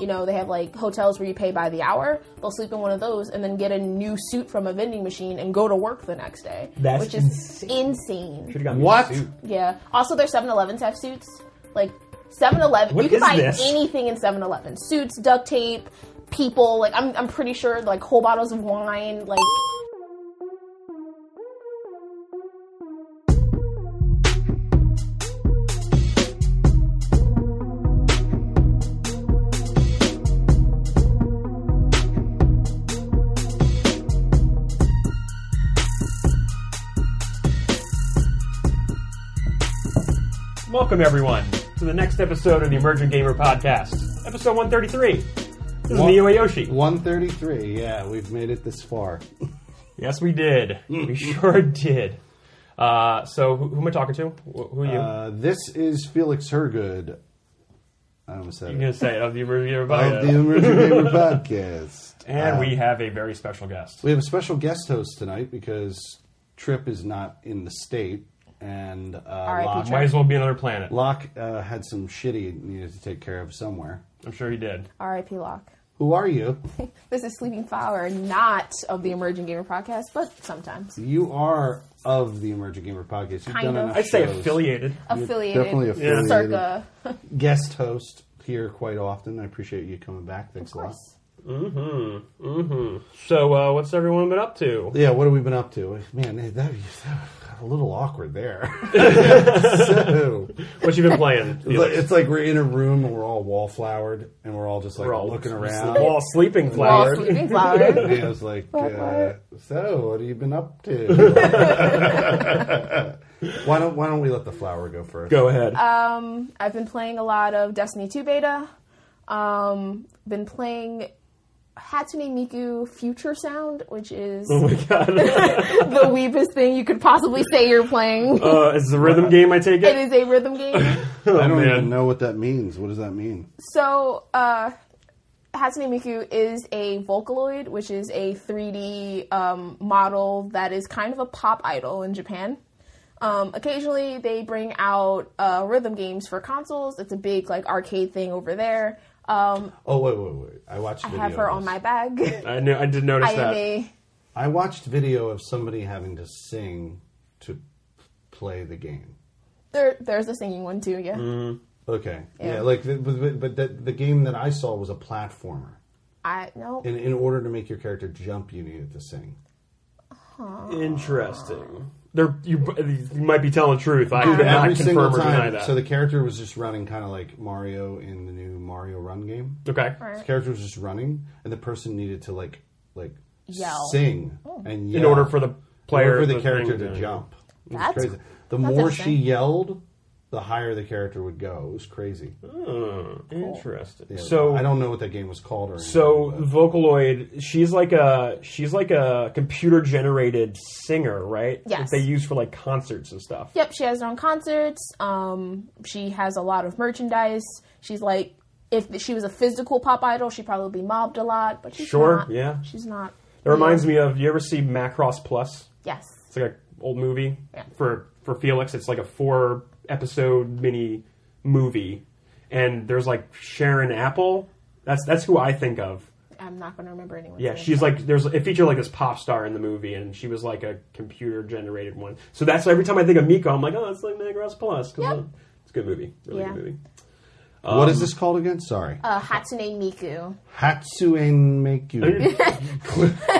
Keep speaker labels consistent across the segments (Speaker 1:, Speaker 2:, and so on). Speaker 1: You know, they have like hotels where you pay by the hour. They'll sleep in one of those and then get a new suit from a vending machine and go to work the next day,
Speaker 2: That's
Speaker 1: which is
Speaker 2: insane.
Speaker 1: insane.
Speaker 2: Should've got me a
Speaker 3: What?
Speaker 2: suit.
Speaker 1: Yeah. Also, their 7 Elevens have suits. Like, 7 Eleven,
Speaker 2: What
Speaker 1: you can
Speaker 2: is
Speaker 1: buy
Speaker 2: this?
Speaker 1: anything in 7 Eleven suits, duct tape, people. Like, I'm, I'm pretty sure, like, whole bottles of wine. Like,
Speaker 2: Welcome everyone to the next episode of the Emergent Gamer Podcast, episode 133. This is
Speaker 3: One-
Speaker 2: Miyo Ayoshi.
Speaker 3: 133. Yeah, we've made it this far.
Speaker 2: Yes, we did.
Speaker 3: Mm.
Speaker 2: we sure did. Uh, so, who, who am I talking to? Wh- Who are you?
Speaker 3: Uh, this is Felix Hergood. I almost said
Speaker 2: You're
Speaker 3: it.
Speaker 2: gonna say of the Emergent Gamer
Speaker 3: Of the
Speaker 2: Podcast.
Speaker 3: Emerging Gamer Podcast.
Speaker 2: And
Speaker 3: Uh,
Speaker 2: we have a very special guest.
Speaker 3: we have a special guest host tonight because Trip is not in the state, and uh,
Speaker 1: R.I.P.
Speaker 3: Locke,
Speaker 2: Might as well be another planet.
Speaker 3: Locke uh, had some shitty he needed to take care of somewhere.
Speaker 2: I'm sure he did.
Speaker 1: RIP Lock.
Speaker 3: Who are you?
Speaker 1: This is Sleeping Flower, not of the Emerging Gamer podcast, but sometimes
Speaker 3: You are of the Emerging Gamer Podcast. You've
Speaker 1: Kind
Speaker 3: done
Speaker 1: of.
Speaker 3: enough
Speaker 2: I'd say
Speaker 3: shows.
Speaker 2: affiliated.
Speaker 1: affiliated.
Speaker 3: definitely affiliated.
Speaker 1: Circa.
Speaker 3: Guest host here quite often. I appreciate you coming back. Thanks a lot.
Speaker 2: So, uh, what's everyone been up to?
Speaker 3: Yeah, what have we been up to? Man, that, that got a little awkward there. so,
Speaker 2: What you been playing?
Speaker 3: it's, like, it's like we're in a room and we're all wallflowered and we're all just like
Speaker 2: We're all
Speaker 3: looking
Speaker 2: sleep-
Speaker 3: around.
Speaker 2: We're all sleeping
Speaker 1: Well,
Speaker 2: flower.
Speaker 1: Sleeping Flower.
Speaker 3: And I was like, uh, so what have you been up to? why don't Why don't we let the flower go first?
Speaker 2: Go ahead.
Speaker 1: Um, I've been playing a lot of Destiny 2 beta. Um, been playing Hatsune Miku Future Sound, which is
Speaker 2: oh my god.
Speaker 1: the weepest thing you could possibly say you're playing.
Speaker 2: Uh, it's the rhythm game, I take
Speaker 1: it is
Speaker 2: it?
Speaker 1: a rhythm game.
Speaker 3: I don't
Speaker 2: man.
Speaker 3: even know what that means. What does that mean?
Speaker 1: So, uh, Hatsune Miku is a Vocaloid, which is a 3D um, model that is kind of a pop idol in Japan. Um, occasionally, they bring out uh, rhythm games for consoles. It's a big like arcade thing over there. Um,
Speaker 3: Oh wait, wait, wait! I watched.
Speaker 1: I
Speaker 3: Video
Speaker 1: have her
Speaker 3: of
Speaker 1: on
Speaker 3: this.
Speaker 1: my bag.
Speaker 2: I, knew, I did notice
Speaker 1: I am
Speaker 2: that.
Speaker 1: a
Speaker 3: I watched video of somebody having to sing to play the game.
Speaker 1: there. There's a singing one too. Yeah,
Speaker 2: Mm.
Speaker 3: Okay. Yeah,
Speaker 1: Yeah.
Speaker 3: like, the, but, but- but the, the game that I saw was a platformer.
Speaker 1: I no.
Speaker 3: And in order to make your character jump, you needed to sing.
Speaker 2: Interesting. There, you, you might be telling the truth. I
Speaker 3: Dude,
Speaker 2: cannot confirm or deny that.
Speaker 3: So the character was just running kind of like Mario in the new Mario Run game.
Speaker 2: okay.
Speaker 3: The character was just running, and the person needed to like, like
Speaker 1: Yell. Oh.
Speaker 3: sing and yell.
Speaker 2: In order for the player,
Speaker 3: In order for the,
Speaker 2: thing
Speaker 3: character to
Speaker 2: do-
Speaker 3: jump. It was
Speaker 1: That's-
Speaker 3: crazy. The
Speaker 1: that's
Speaker 3: more she
Speaker 1: interesting.
Speaker 3: yelled, the higher the character would go. It was crazy.
Speaker 2: Oh, interesting.
Speaker 3: Yeah,
Speaker 2: So
Speaker 3: I don't know what that game was called or anything.
Speaker 2: So
Speaker 3: but-
Speaker 2: Vocaloid, she's like a she's like a computer generated singer, right?
Speaker 1: Yes.
Speaker 2: That they use for like concerts and stuff.
Speaker 1: Yep, she has her own concerts. Um, she has a lot of merchandise. She's like, if she was a physical pop idol, she'd probably be mobbed a lot. But she's
Speaker 2: Sure,
Speaker 1: not.
Speaker 2: yeah.
Speaker 1: she's not.
Speaker 2: It reminds me of you ever see Macross Plus?
Speaker 1: Yes,
Speaker 2: It's like an old movie
Speaker 1: Yeah.
Speaker 2: for for Felix. It's like a four episode mini movie, and there's like Sharon Apple. That's that's who I think of.
Speaker 1: I'm not going to remember anyone.
Speaker 2: Yeah, she's like there's it featured like this pop star in the movie, and she was like a computer generated one. So that's every time I think of Miko, I'm like, oh, it's like Macross Plus. 'cause,
Speaker 1: Yep.
Speaker 2: uh, It's a good movie. Really
Speaker 1: Yeah.
Speaker 2: good movie.
Speaker 3: what
Speaker 2: um,
Speaker 3: is this called again? Sorry.
Speaker 1: uh, Hatsune Miku.
Speaker 3: Hatsune Miku.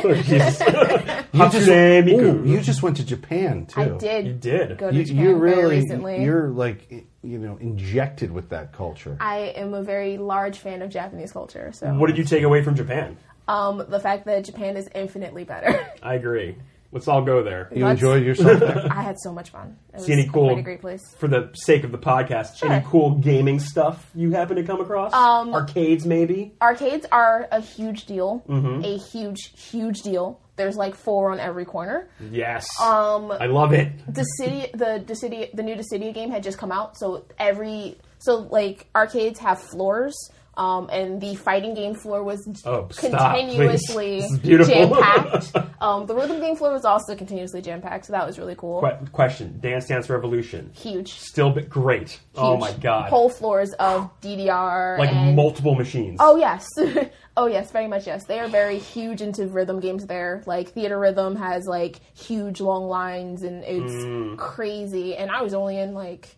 Speaker 2: Oh, Jesus.
Speaker 3: You just,
Speaker 2: Hatsune
Speaker 3: Ooh,
Speaker 2: Miku.
Speaker 3: you just went to Japan too.
Speaker 1: I did.
Speaker 2: You did.
Speaker 1: go to
Speaker 3: You,
Speaker 1: Japan
Speaker 3: you
Speaker 1: very
Speaker 3: really,
Speaker 1: recently.
Speaker 3: you're like, i- you know, injected with that culture.
Speaker 1: I am a very large fan of Japanese culture, so
Speaker 2: What did you take away from Japan?
Speaker 1: um, the fact that Japan is infinitely better.
Speaker 2: I agree. Let's all go there.
Speaker 3: you
Speaker 1: Let's-
Speaker 3: enjoyed yourself there.
Speaker 1: I had so much fun. It was
Speaker 2: See any cool,
Speaker 1: quite a great place.
Speaker 2: for the sake of the podcast,
Speaker 1: Sure.
Speaker 2: any cool gaming stuff you happen to come across?
Speaker 1: Um,
Speaker 2: Arcades, maybe?
Speaker 1: arcades are a huge deal,
Speaker 2: Mm-hmm.
Speaker 1: a huge, huge deal. There's like four on every corner.
Speaker 2: Yes. Um, I love it.
Speaker 1: The city, the the city, the new Dissidia game had just come out, so every so like arcades have floors. Um, and the fighting game floor was j-
Speaker 2: Oh, stop,
Speaker 1: continuously
Speaker 2: please. This is beautiful.
Speaker 1: jam packed. um, the rhythm game floor was also continuously jam packed, so that was really cool.
Speaker 2: Que- question: Dance Dance Revolution
Speaker 1: Huge.
Speaker 2: still b- great. Oh
Speaker 1: huge
Speaker 2: my god!
Speaker 1: Whole floors of DDR.
Speaker 2: like
Speaker 1: and,
Speaker 2: multiple machines.
Speaker 1: Oh yes, oh yes, very much yes. They are very huge into rhythm games. There, like theater rhythm has like huge long lines, and it's
Speaker 3: Mm.
Speaker 1: crazy. And I was only in like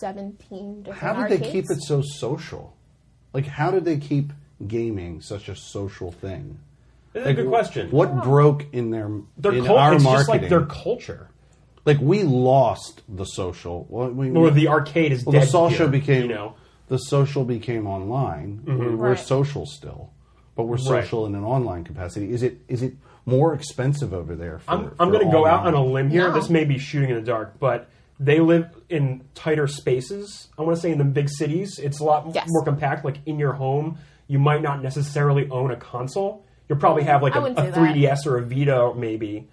Speaker 1: seventeen different
Speaker 3: How did
Speaker 1: arcades.
Speaker 3: they keep it so social? Like, how did they keep gaming such a social thing?
Speaker 2: That's
Speaker 3: Like,
Speaker 2: a good question.
Speaker 1: Oh.
Speaker 3: What broke in their
Speaker 2: their
Speaker 3: in
Speaker 2: cul-
Speaker 3: our
Speaker 2: it's just
Speaker 3: marketing?
Speaker 2: like their culture.
Speaker 3: like we lost the social. Well, we-
Speaker 2: Or the arcade is
Speaker 3: well,
Speaker 2: dead
Speaker 3: the
Speaker 2: here,
Speaker 3: social became
Speaker 2: you know. Mm-hmm.
Speaker 3: the social became online. We're, we're
Speaker 1: Right.
Speaker 3: social still, but we're
Speaker 2: Right.
Speaker 3: social in an online capacity. Is it is it more expensive over there? For,
Speaker 2: I'm, I'm going to go out on a limb here.
Speaker 1: No.
Speaker 2: This may be shooting in the dark, but they live in tighter spaces. I want to say in the big cities, it's a lot
Speaker 1: Yes.
Speaker 2: more compact. Like in your home, you might not necessarily own a console. You'll probably have like
Speaker 1: I
Speaker 2: a,
Speaker 1: wouldn't
Speaker 2: a
Speaker 1: say that.
Speaker 2: 3DS or a Vita, maybe.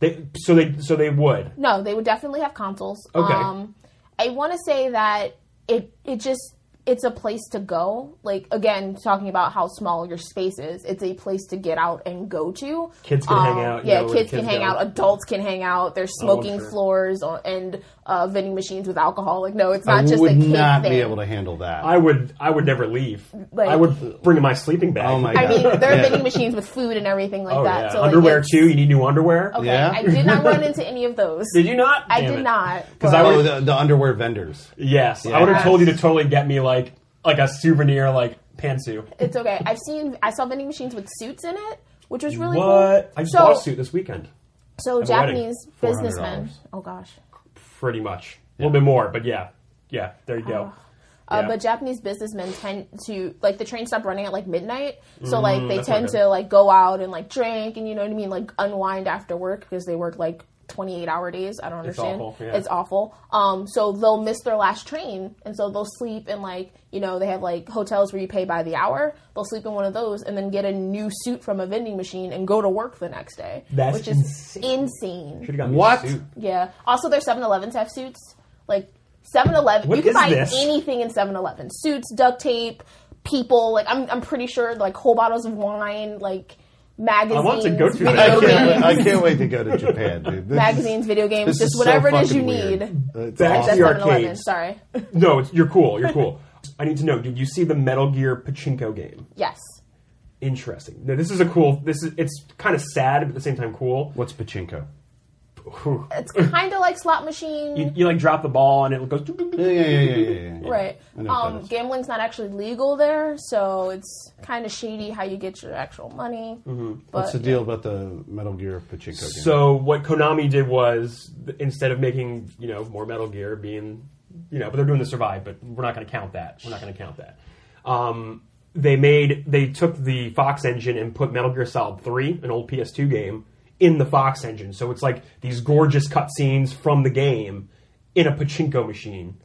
Speaker 2: They, so they so they would.
Speaker 1: No, they would definitely have consoles.
Speaker 2: Okay.
Speaker 1: Um, I want to say that it it just it's a place to go. Like again, talking about how small your space is, it's a place to get out and go to. Um,
Speaker 2: Kids can hang out, you
Speaker 1: Yeah,
Speaker 2: know, where
Speaker 1: kids
Speaker 2: the
Speaker 1: can
Speaker 2: kids
Speaker 1: hang
Speaker 2: go.
Speaker 1: out. Adults can hang out. There's smoking
Speaker 2: sure.
Speaker 1: floors or, and uh, vending machines with alcohol. Like no, it's not
Speaker 3: I
Speaker 1: just a
Speaker 3: would
Speaker 1: kid
Speaker 3: not
Speaker 1: thing.
Speaker 3: be able to handle that.
Speaker 2: I would I would never leave.
Speaker 1: Like-
Speaker 2: I would bring in my sleeping bag.
Speaker 3: oh my
Speaker 1: I
Speaker 3: god!
Speaker 1: mean, there are
Speaker 3: Yeah.
Speaker 1: vending machines with food and everything like
Speaker 2: Oh,
Speaker 1: that.
Speaker 2: yeah.
Speaker 1: So like,
Speaker 2: underwear
Speaker 1: it's-
Speaker 2: too. You need new underwear.
Speaker 1: Okay,
Speaker 3: Yeah.
Speaker 1: I did not run into any of those.
Speaker 2: Did you not?
Speaker 1: I
Speaker 2: Damn
Speaker 1: did
Speaker 2: it.
Speaker 1: not.
Speaker 2: 'Cause I
Speaker 1: but-
Speaker 3: oh, the, the underwear vendors.
Speaker 2: Yes, I
Speaker 3: Yeah.
Speaker 2: would have told you to totally get me like like a souvenir like pantsuit.
Speaker 1: It's okay. I've seen I saw vending machines with suits in it, which was really
Speaker 2: What?
Speaker 1: cool.
Speaker 2: I just
Speaker 1: So
Speaker 2: bought a suit this weekend.
Speaker 1: so
Speaker 2: a wedding.
Speaker 1: Japanese
Speaker 3: $400.
Speaker 1: businessmen. Oh gosh.
Speaker 2: Pretty much. A little bit more, but yeah. Yeah, there you go.
Speaker 1: Uh,
Speaker 2: Yeah.
Speaker 1: But Japanese businessmen tend to like the train stopped running at like midnight, so like they
Speaker 2: Mm, that's not
Speaker 1: tend
Speaker 2: good.
Speaker 1: to like go out and like drink and you know what I mean, like unwind after work because they work like twenty eight hour days. I don't understand.
Speaker 2: awful, yeah.
Speaker 1: It's awful. Um, so they'll miss their last train, and so they'll sleep in like you know they have like hotels where you pay by the hour. They'll sleep in one of those and then get a new suit from a vending machine and go to work the next day,
Speaker 2: That's
Speaker 1: which is
Speaker 2: insane.
Speaker 1: insane.
Speaker 2: Should've got me a
Speaker 3: What?
Speaker 2: suit.
Speaker 1: Yeah. Also, their 7 Elevens have suits. Like, 7 Eleven,
Speaker 2: What
Speaker 1: you can
Speaker 2: is
Speaker 1: buy
Speaker 2: this?
Speaker 1: anything in 7 Eleven suits, duct tape, people. Like, I'm, I'm pretty sure, like, whole bottles of wine, like, magazines.
Speaker 2: want to go to
Speaker 1: video
Speaker 3: I
Speaker 2: that. Okay.
Speaker 1: games,
Speaker 3: can't, I can't wait to go to Japan, dude. This is-
Speaker 1: magazines, video games,
Speaker 3: this
Speaker 1: just
Speaker 3: is so
Speaker 1: whatever it is you
Speaker 3: fucking weird.
Speaker 1: need.
Speaker 3: It's
Speaker 2: Back
Speaker 1: That's
Speaker 2: to the
Speaker 1: 7 Eleven,
Speaker 2: arcades.
Speaker 1: sorry.
Speaker 2: No, it's, you're cool. You're cool. I need to know, did you see the Metal Gear Pachinko game?
Speaker 1: yes.
Speaker 2: Interesting. Now, this is a cool this is it's kind of sad but at the same time cool.
Speaker 3: What's pachinko?
Speaker 1: It's kind of like slot machine.
Speaker 2: You, you like drop the ball and it goes doo, doo, doo,
Speaker 3: Yeah,
Speaker 2: doo.
Speaker 3: yeah, yeah, yeah, yeah, yeah, yeah.
Speaker 1: Right.
Speaker 3: I know what that
Speaker 1: Um,
Speaker 3: is.
Speaker 1: gambling's not actually legal there, so it's kind of shady how you get your actual money.
Speaker 2: Mm-hmm.
Speaker 1: But
Speaker 3: What's the deal about the Metal Gear Pachinko game?
Speaker 2: So what Konami did was th- instead of making you know more Metal Gear, being you know, but they're doing the Survive, but we're not going to count that. We're not going to count that. Um, they made they took the Fox engine and put Metal Gear Solid Three, an old PS2 game, in the Fox engine. So it's like these gorgeous cutscenes from the game in a pachinko machine.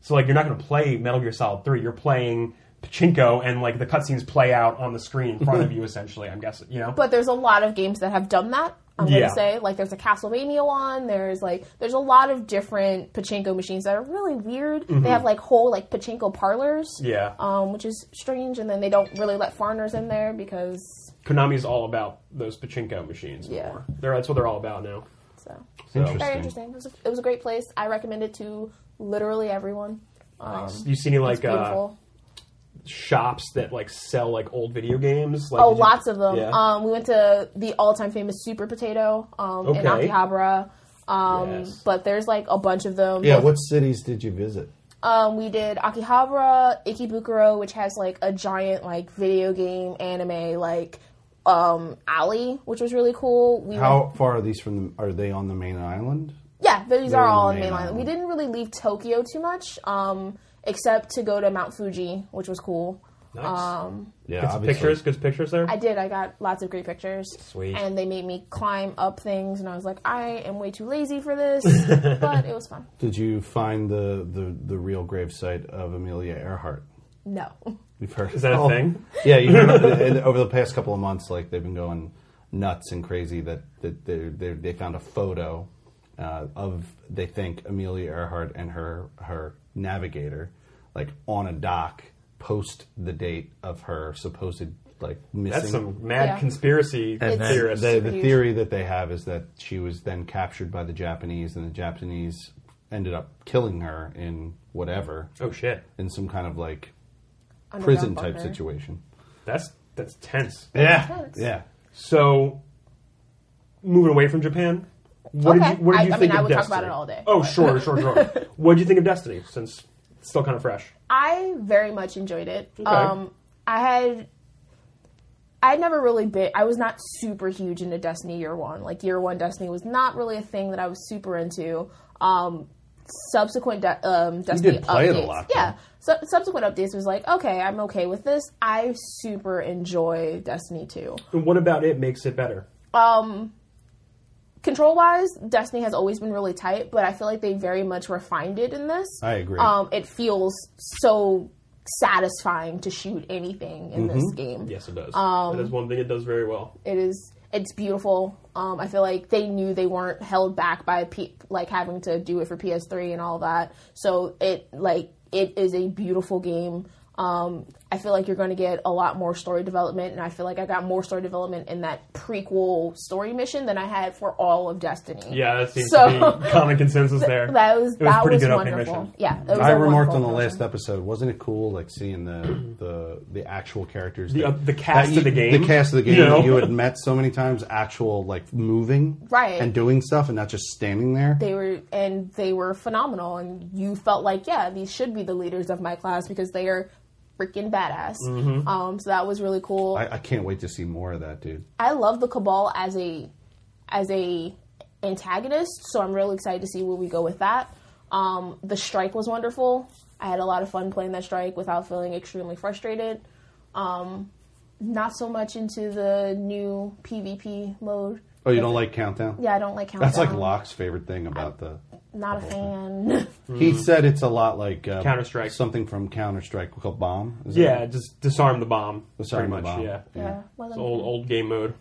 Speaker 2: So like you're not going to play Metal Gear Solid Three. You're playing pachinko, and like the cutscenes play out on the screen in front of you. Essentially, I'm guessing. You know.
Speaker 1: but there's a lot of games that have done that. I'm
Speaker 2: Yeah.
Speaker 1: gonna say like there's a Castlevania one. There's like there's a lot of different pachinko machines that are really weird. They have like whole like pachinko parlors,
Speaker 2: Mm-hmm. Yeah.
Speaker 1: um, which is strange. And then they don't really let foreigners in there because
Speaker 2: Konami's all about those pachinko machines.
Speaker 1: Yeah.
Speaker 2: More. They're, that's what they're all about now.
Speaker 1: so
Speaker 2: So,
Speaker 1: very interesting. It was, a, it was a great place. I recommend it to literally everyone. Um,
Speaker 2: you see any
Speaker 1: it's
Speaker 2: like uh,
Speaker 1: beautiful.
Speaker 2: shops that like sell like old video games? Like,
Speaker 1: Oh,
Speaker 2: did you-
Speaker 1: lots of them.
Speaker 2: Yeah.
Speaker 1: Um, we went to the all-time famous Super Potato um, in
Speaker 2: Okay.
Speaker 1: Akihabara. Um,
Speaker 2: Yes.
Speaker 1: But there's like a bunch of them.
Speaker 3: yeah,
Speaker 1: both
Speaker 3: what cities did you visit?
Speaker 1: Um, we did Akihabara, Ikebukuro, which has like a giant like video game anime like um alley, which was really cool. We went-
Speaker 3: How far are these from? The, are they on the main island?
Speaker 1: yeah, these
Speaker 3: They're
Speaker 1: are
Speaker 3: on
Speaker 1: all
Speaker 3: the
Speaker 1: in
Speaker 3: main
Speaker 1: mainland. We
Speaker 3: island.
Speaker 1: didn't really leave Tokyo too much, um, except to go to Mount Fuji, which was cool.
Speaker 2: nice.
Speaker 3: Yeah,
Speaker 2: Good pictures. Good pictures there.
Speaker 1: um, I did. I got lots of great pictures.
Speaker 2: Sweet.
Speaker 1: And they made me climb up things, and I was like, I am way too lazy for this, but it was fun.
Speaker 3: Did you find the, the, the real gravesite of Amelia Earhart?
Speaker 1: No,
Speaker 3: You've heard
Speaker 2: Is that a thing?
Speaker 3: Yeah, you heard, and over the past couple of months, like they've been going nuts and crazy that that they they they found a photo uh, of they think Amelia Earhart and her her navigator like on a dock post the date of her supposed like missing.
Speaker 2: That's some mad
Speaker 1: Yeah.
Speaker 2: conspiracy
Speaker 3: And
Speaker 1: It's-
Speaker 3: then
Speaker 2: theorist.
Speaker 3: the, the
Speaker 1: Huge.
Speaker 3: theory that they have is that she was then captured by the Japanese, and the Japanese ended up killing her in whatever,
Speaker 2: oh shit,
Speaker 3: in some kind of like
Speaker 1: Underground
Speaker 3: prison type
Speaker 1: bunker.
Speaker 3: situation.
Speaker 2: that's that's tense.
Speaker 3: Yeah,
Speaker 1: Intense.
Speaker 3: yeah.
Speaker 2: So, moving away from Japan, what
Speaker 1: Okay.
Speaker 2: did you what did
Speaker 1: I-
Speaker 2: you
Speaker 1: I
Speaker 2: think
Speaker 1: mean, I
Speaker 2: of
Speaker 1: would
Speaker 2: Destiny?
Speaker 1: talk about it all day,
Speaker 2: Oh,
Speaker 1: but-
Speaker 2: sure, sure, sure. what did you think of Destiny? Since it's still kind of fresh.
Speaker 1: I very much enjoyed it.
Speaker 2: Okay.
Speaker 1: Um, I had. I had never really been. I was not super huge into Destiny Year One. Like Year One Destiny was not really a thing that I was super into. Um, subsequent de- um, Destiny
Speaker 3: play it
Speaker 1: updates,
Speaker 3: a lot,
Speaker 1: yeah. Su- subsequent updates was like, okay, I'm okay with this. I super enjoy Destiny Two.
Speaker 2: And what about it makes it better?
Speaker 1: Control wise, Destiny has always been really tight, but I feel like they very much refined it in this.
Speaker 3: I agree.
Speaker 1: Um, it feels so satisfying to shoot anything in
Speaker 3: Mm-hmm.
Speaker 1: this game.
Speaker 2: Yes, it does.
Speaker 1: Um,
Speaker 2: that is one thing it does very well.
Speaker 1: It is. It's beautiful. Um, I feel like they knew they weren't held back by P- like having to do it for PS3 and all that. So it like it is a beautiful game. Um, I feel like you're going to get a lot more story development, and I feel like I got more story development in that prequel story mission than I had for all of Destiny.
Speaker 2: Yeah, that seems
Speaker 1: So-
Speaker 2: to be common consensus there.
Speaker 1: That was,
Speaker 2: it was
Speaker 1: that
Speaker 2: pretty
Speaker 1: was
Speaker 2: good opening
Speaker 1: wonderful.
Speaker 2: mission.
Speaker 1: Yeah, it was
Speaker 3: I
Speaker 1: a
Speaker 3: remarked
Speaker 1: wonderful
Speaker 3: on the
Speaker 1: operation.
Speaker 3: last episode. Wasn't it cool, like seeing the the, the actual characters,
Speaker 2: The-
Speaker 3: that-
Speaker 2: uh, the cast
Speaker 3: that you-
Speaker 2: of the game,
Speaker 3: the cast of the game
Speaker 2: you know?
Speaker 3: that you had met so many times, actual like moving,
Speaker 1: Right.
Speaker 3: and doing stuff, and not just standing there.
Speaker 1: they were and they were phenomenal and you felt like yeah these should be the leaders of my class because they are freaking badass um, so that was really cool I,
Speaker 3: I, I can't wait to see more of that, dude.
Speaker 1: love the cabal as a as a antagonist so i'm really excited to see where we go with that um, the strike was wonderful i had a lot of fun playing that strike without feeling extremely frustrated um, not so much into the new pvp mode
Speaker 3: Oh, you don't like Countdown?
Speaker 1: yeah Um, i don't like countdown
Speaker 3: That's like Locke's favorite thing about the.
Speaker 1: not a fan
Speaker 3: He said it's a lot like uh,
Speaker 2: Hmm. Counter-Strike.
Speaker 3: something from Counter Strike called Bomb. Is it?
Speaker 2: Yeah, just disarm the bomb.
Speaker 3: Disarm
Speaker 2: pretty
Speaker 3: the
Speaker 2: much.
Speaker 3: bomb.
Speaker 2: Yeah,
Speaker 1: yeah
Speaker 2: it's
Speaker 1: wasn't a
Speaker 2: old
Speaker 1: fan.
Speaker 2: old game mode.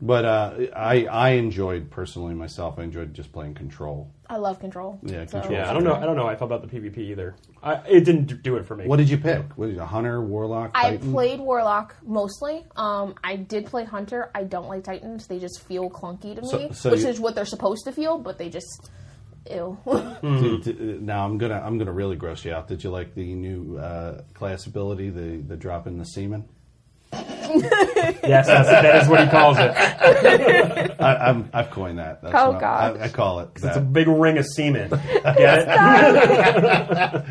Speaker 3: But uh, I I enjoyed personally myself. I enjoyed just playing Control.
Speaker 1: I love Control.
Speaker 3: Yeah, Control.
Speaker 2: Yeah, I don't know. I don't know. how I thought about the PvP either. I, it didn't d- do it for me.
Speaker 3: What did you pick? What did you, Hunter, Warlock,
Speaker 1: I
Speaker 3: Titan?
Speaker 1: played Warlock mostly. Um, I did play Hunter. I don't like Titans. They just feel clunky to me,
Speaker 3: So- so
Speaker 1: which
Speaker 3: you- Hmm,
Speaker 1: is what they're supposed to feel, but they just ew.
Speaker 2: Hmm.
Speaker 3: Did- did- now I'm gonna I'm gonna really gross you out. Did you like the new uh, class ability, the the drop in the semen?
Speaker 2: yes, that's, that is what he calls it.
Speaker 3: I, I'm I've coined that. That's
Speaker 1: Oh,
Speaker 3: what
Speaker 1: God.
Speaker 3: I, I call it.
Speaker 2: It's a
Speaker 3: that.
Speaker 2: big ring of semen. Get it?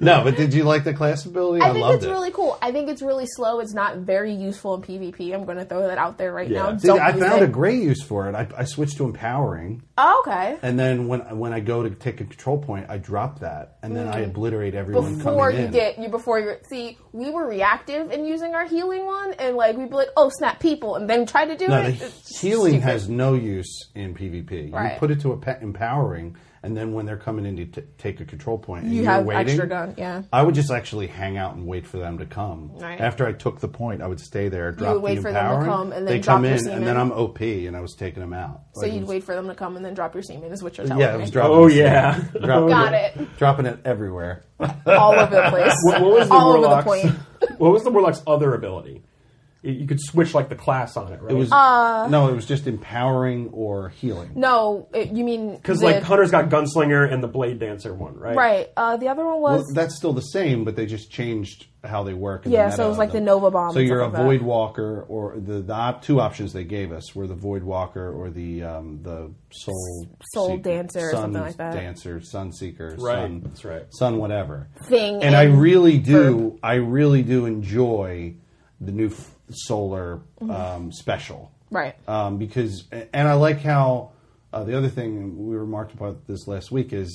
Speaker 3: no, but did you like the class ability? I,
Speaker 1: I think
Speaker 3: loved
Speaker 1: it's
Speaker 3: it.
Speaker 1: really cool. I think it's really slow. It's not very useful in PvP. I'm going to throw that out there right now.
Speaker 3: See,
Speaker 1: Don't
Speaker 3: I
Speaker 1: use
Speaker 3: found
Speaker 1: it.
Speaker 3: a great use for it. I, I switched to empowering,
Speaker 1: Oh, okay.
Speaker 3: and then when when I go to take a control point, I drop that, and then I obliterate everyone
Speaker 1: Mm. Before
Speaker 3: coming
Speaker 1: you
Speaker 3: in.
Speaker 1: get you, before you see, we were reactive in using our healing one, and like we'd be like, "Oh snap, people," and then try to do
Speaker 3: no,
Speaker 1: it.
Speaker 3: the
Speaker 1: It's
Speaker 3: healing
Speaker 1: stupid.
Speaker 3: has no use in PvP.
Speaker 1: Right.
Speaker 3: You put it to a pe- empowering, and then when they're coming in to t- take a control point, and
Speaker 1: You
Speaker 3: you're
Speaker 1: have
Speaker 3: waiting,
Speaker 1: extra gun, yeah.
Speaker 3: I would just actually hang out and wait for them to come.
Speaker 1: Right.
Speaker 3: After I took the point, I would stay there, drop
Speaker 1: would wait
Speaker 3: the
Speaker 1: for them to
Speaker 3: empowering.
Speaker 1: come and then
Speaker 3: they
Speaker 1: drop
Speaker 3: come
Speaker 1: your
Speaker 3: in,
Speaker 1: semen.
Speaker 3: and then I'm OP, and I was taking them out.
Speaker 1: So you'd wait for them to come and then drop your semen is what you're telling
Speaker 3: Yeah,
Speaker 1: me.
Speaker 3: I was dropping.
Speaker 2: Oh,
Speaker 3: the semen.
Speaker 2: yeah.
Speaker 3: Dropping
Speaker 1: Got it.
Speaker 3: Dropping it everywhere.
Speaker 1: all over the place.
Speaker 2: What, what was the
Speaker 1: all
Speaker 2: warlock's?
Speaker 1: over the point.
Speaker 2: What was the warlock's other ability? You- You could switch like the class on it, right?
Speaker 3: It was
Speaker 1: Uh.
Speaker 3: no, it was just empowering or healing.
Speaker 1: No, it, you mean
Speaker 2: because
Speaker 1: the-
Speaker 2: like Hunter's got gunslinger and the blade dancer one, right?
Speaker 1: right? Uh, the other one
Speaker 3: Well,
Speaker 1: was
Speaker 3: that's still the same, but they just changed how they work. in the
Speaker 1: Yeah, so it
Speaker 3: meta
Speaker 1: was like
Speaker 3: and
Speaker 1: the Nova Bomb
Speaker 3: So
Speaker 1: and
Speaker 3: you're a
Speaker 1: stuff like
Speaker 3: void
Speaker 1: that.
Speaker 3: walker, or the, the op- two options they gave us were the void walker or the um, the soul
Speaker 1: Soul Dancer or
Speaker 3: sun
Speaker 1: something like that.
Speaker 3: Dancer, sun seeker,
Speaker 2: Right,
Speaker 3: sun,
Speaker 2: that's right.
Speaker 3: sun whatever.
Speaker 1: thing,
Speaker 3: and I really do, I really do enjoy the new f- solar um, special,
Speaker 1: Mm-hmm. right.
Speaker 3: um, because and I like how uh, the other thing we remarked about this last week is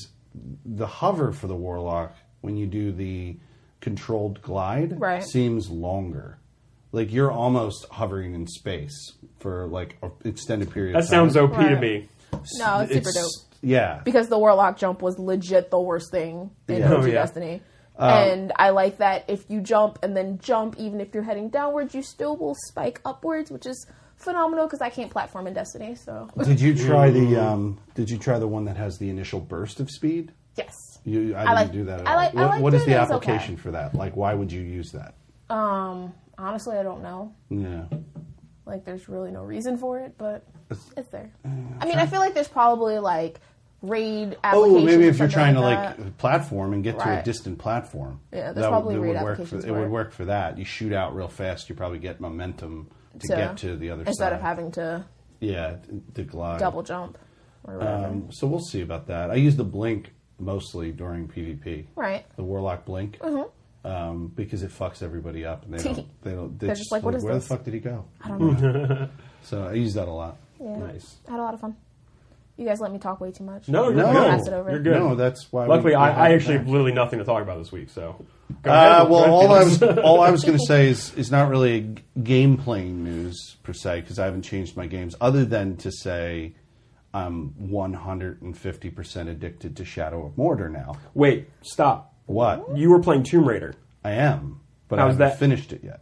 Speaker 3: the hover for the warlock when you do the controlled glide
Speaker 1: Right.
Speaker 3: seems longer. Like you're almost hovering in space for like an extended period.
Speaker 2: That
Speaker 3: of time.
Speaker 2: sounds OP to
Speaker 1: Right.
Speaker 2: me.
Speaker 1: No, it's super dope.
Speaker 3: Yeah,
Speaker 1: because the warlock jump was legit the worst thing in
Speaker 3: Yeah. Um,
Speaker 1: yeah.
Speaker 2: Oh, yeah.
Speaker 1: Destiny. and I like that if you jump and then jump, even if you're heading downwards, you still will spike upwards, which is phenomenal because I can't platform in Destiny. So
Speaker 2: Mm-hmm.
Speaker 3: did you try the um, Did you try the one that has the initial burst of speed?
Speaker 1: yes, skills.
Speaker 3: You, I,
Speaker 1: I like-
Speaker 3: didn't do that at
Speaker 1: I like-
Speaker 3: all.
Speaker 1: I
Speaker 3: What-
Speaker 1: like
Speaker 3: what is
Speaker 1: doing
Speaker 3: the
Speaker 1: it, it's okay.
Speaker 3: application for that? Like, why would you use that?
Speaker 1: Um, honestly, I don't know.
Speaker 3: Yeah.
Speaker 1: Like, there's really no reason for it, but it's there. I mean, I feel like there's probably like raid applications.
Speaker 3: Oh, maybe if
Speaker 1: or
Speaker 3: you're trying to
Speaker 1: something
Speaker 3: like
Speaker 1: that.
Speaker 3: platform and get to a
Speaker 1: Right.
Speaker 3: distant platform,
Speaker 1: Yeah, there's
Speaker 3: would-
Speaker 1: probably
Speaker 3: would
Speaker 1: read
Speaker 3: work. For,
Speaker 1: applications
Speaker 3: it
Speaker 1: for
Speaker 3: would
Speaker 1: it.
Speaker 3: work for that. You shoot out real fast, you probably get momentum to
Speaker 1: So,
Speaker 3: get to the other
Speaker 1: instead
Speaker 3: side
Speaker 1: of having to
Speaker 3: yeah t- to glide.
Speaker 1: double jump or whatever.
Speaker 3: Um, so we'll see about that. I use the blink mostly during PvP.
Speaker 1: Right.
Speaker 3: The warlock blink.
Speaker 1: Uh-huh.
Speaker 3: Um, because it fucks everybody up, and they don't. They don't. They
Speaker 1: They're just like, "What is
Speaker 3: where
Speaker 1: this?"
Speaker 3: the fuck did he go?
Speaker 1: I don't know.
Speaker 3: So I use that a lot.
Speaker 1: Yeah.
Speaker 2: Nice.
Speaker 1: I had a lot of fun. You guys let me talk way too much.
Speaker 2: No, you're
Speaker 3: No.
Speaker 2: good.
Speaker 1: Pass it over.
Speaker 2: You're good.
Speaker 3: No, that's why. we-
Speaker 2: Luckily,
Speaker 3: we
Speaker 2: I,
Speaker 3: have
Speaker 2: I
Speaker 3: it
Speaker 2: actually
Speaker 3: back.
Speaker 2: have literally nothing to talk about this week. So, go
Speaker 3: Uh,
Speaker 2: ahead.
Speaker 3: well,
Speaker 2: Go
Speaker 3: all I
Speaker 2: ahead.
Speaker 3: was all I was going to say is is not really g- game playing news per se because I haven't changed my games other than to say I'm 150 percent addicted to Shadow of Mordor now.
Speaker 2: Wait, stop.
Speaker 3: What
Speaker 2: You were playing Tomb Raider.
Speaker 3: I am, but I
Speaker 2: How's
Speaker 3: haven't
Speaker 2: that?
Speaker 3: finished it yet.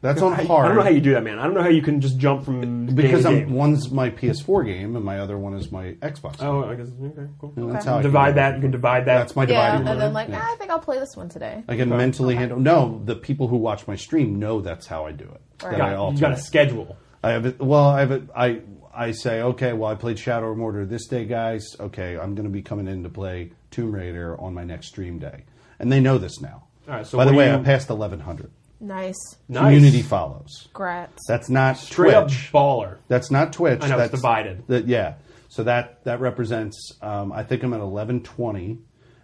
Speaker 3: That's on
Speaker 2: I,
Speaker 3: hard
Speaker 2: I don't know how you do that, man. I don't know how you can just jump from game
Speaker 3: because
Speaker 2: to
Speaker 3: I'm
Speaker 2: game.
Speaker 3: one's my PS4 game and my other one is my Xbox. game.
Speaker 2: Oh, I guess okay, cool.
Speaker 3: That's how I
Speaker 2: divide
Speaker 3: can-
Speaker 2: that. You can divide that.
Speaker 3: That's my
Speaker 1: Yeah,
Speaker 3: dividing
Speaker 1: and
Speaker 3: line.
Speaker 1: then like,
Speaker 3: Yeah.
Speaker 1: "Ah, I think I'll play this one today.
Speaker 3: I can mentally handle. No, the people who watch my stream know that's how I do it. That I
Speaker 2: Got, you
Speaker 3: alternate.
Speaker 2: got a schedule.
Speaker 3: I have it. Well, I have it. I I say, okay. Well, I played Shadow of Mordor this day, guys. Okay, I'm going to be coming in to play Tomb Raider on my next stream day, and they know this now.
Speaker 2: All right, so
Speaker 3: by the
Speaker 2: what
Speaker 3: way,
Speaker 2: do
Speaker 3: I
Speaker 2: you-
Speaker 3: passed 1100.
Speaker 1: Nice.
Speaker 2: Nice.
Speaker 3: Community follows.
Speaker 1: Grats.
Speaker 3: That's not
Speaker 2: Straight up
Speaker 3: Twitch.
Speaker 2: baller.
Speaker 3: That's not Twitch.
Speaker 2: I know, it's
Speaker 3: That's
Speaker 2: divided.
Speaker 3: that- yeah. So that that represents. Um, I think I'm at 1120,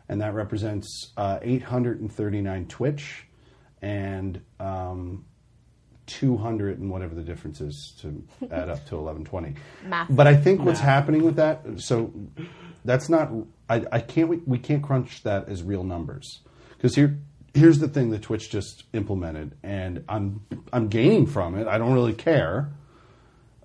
Speaker 3: and that represents uh, 839 Twitch, and um, 200 and whatever the difference is to add up to 1120.
Speaker 1: Math.
Speaker 3: But I think what's
Speaker 2: Math.
Speaker 3: happening with that. So that's not. I, I can't. We, we can't crunch that as real numbers because here. Here's the thing that Twitch just implemented, and I'm I'm gaining from it. I don't really care.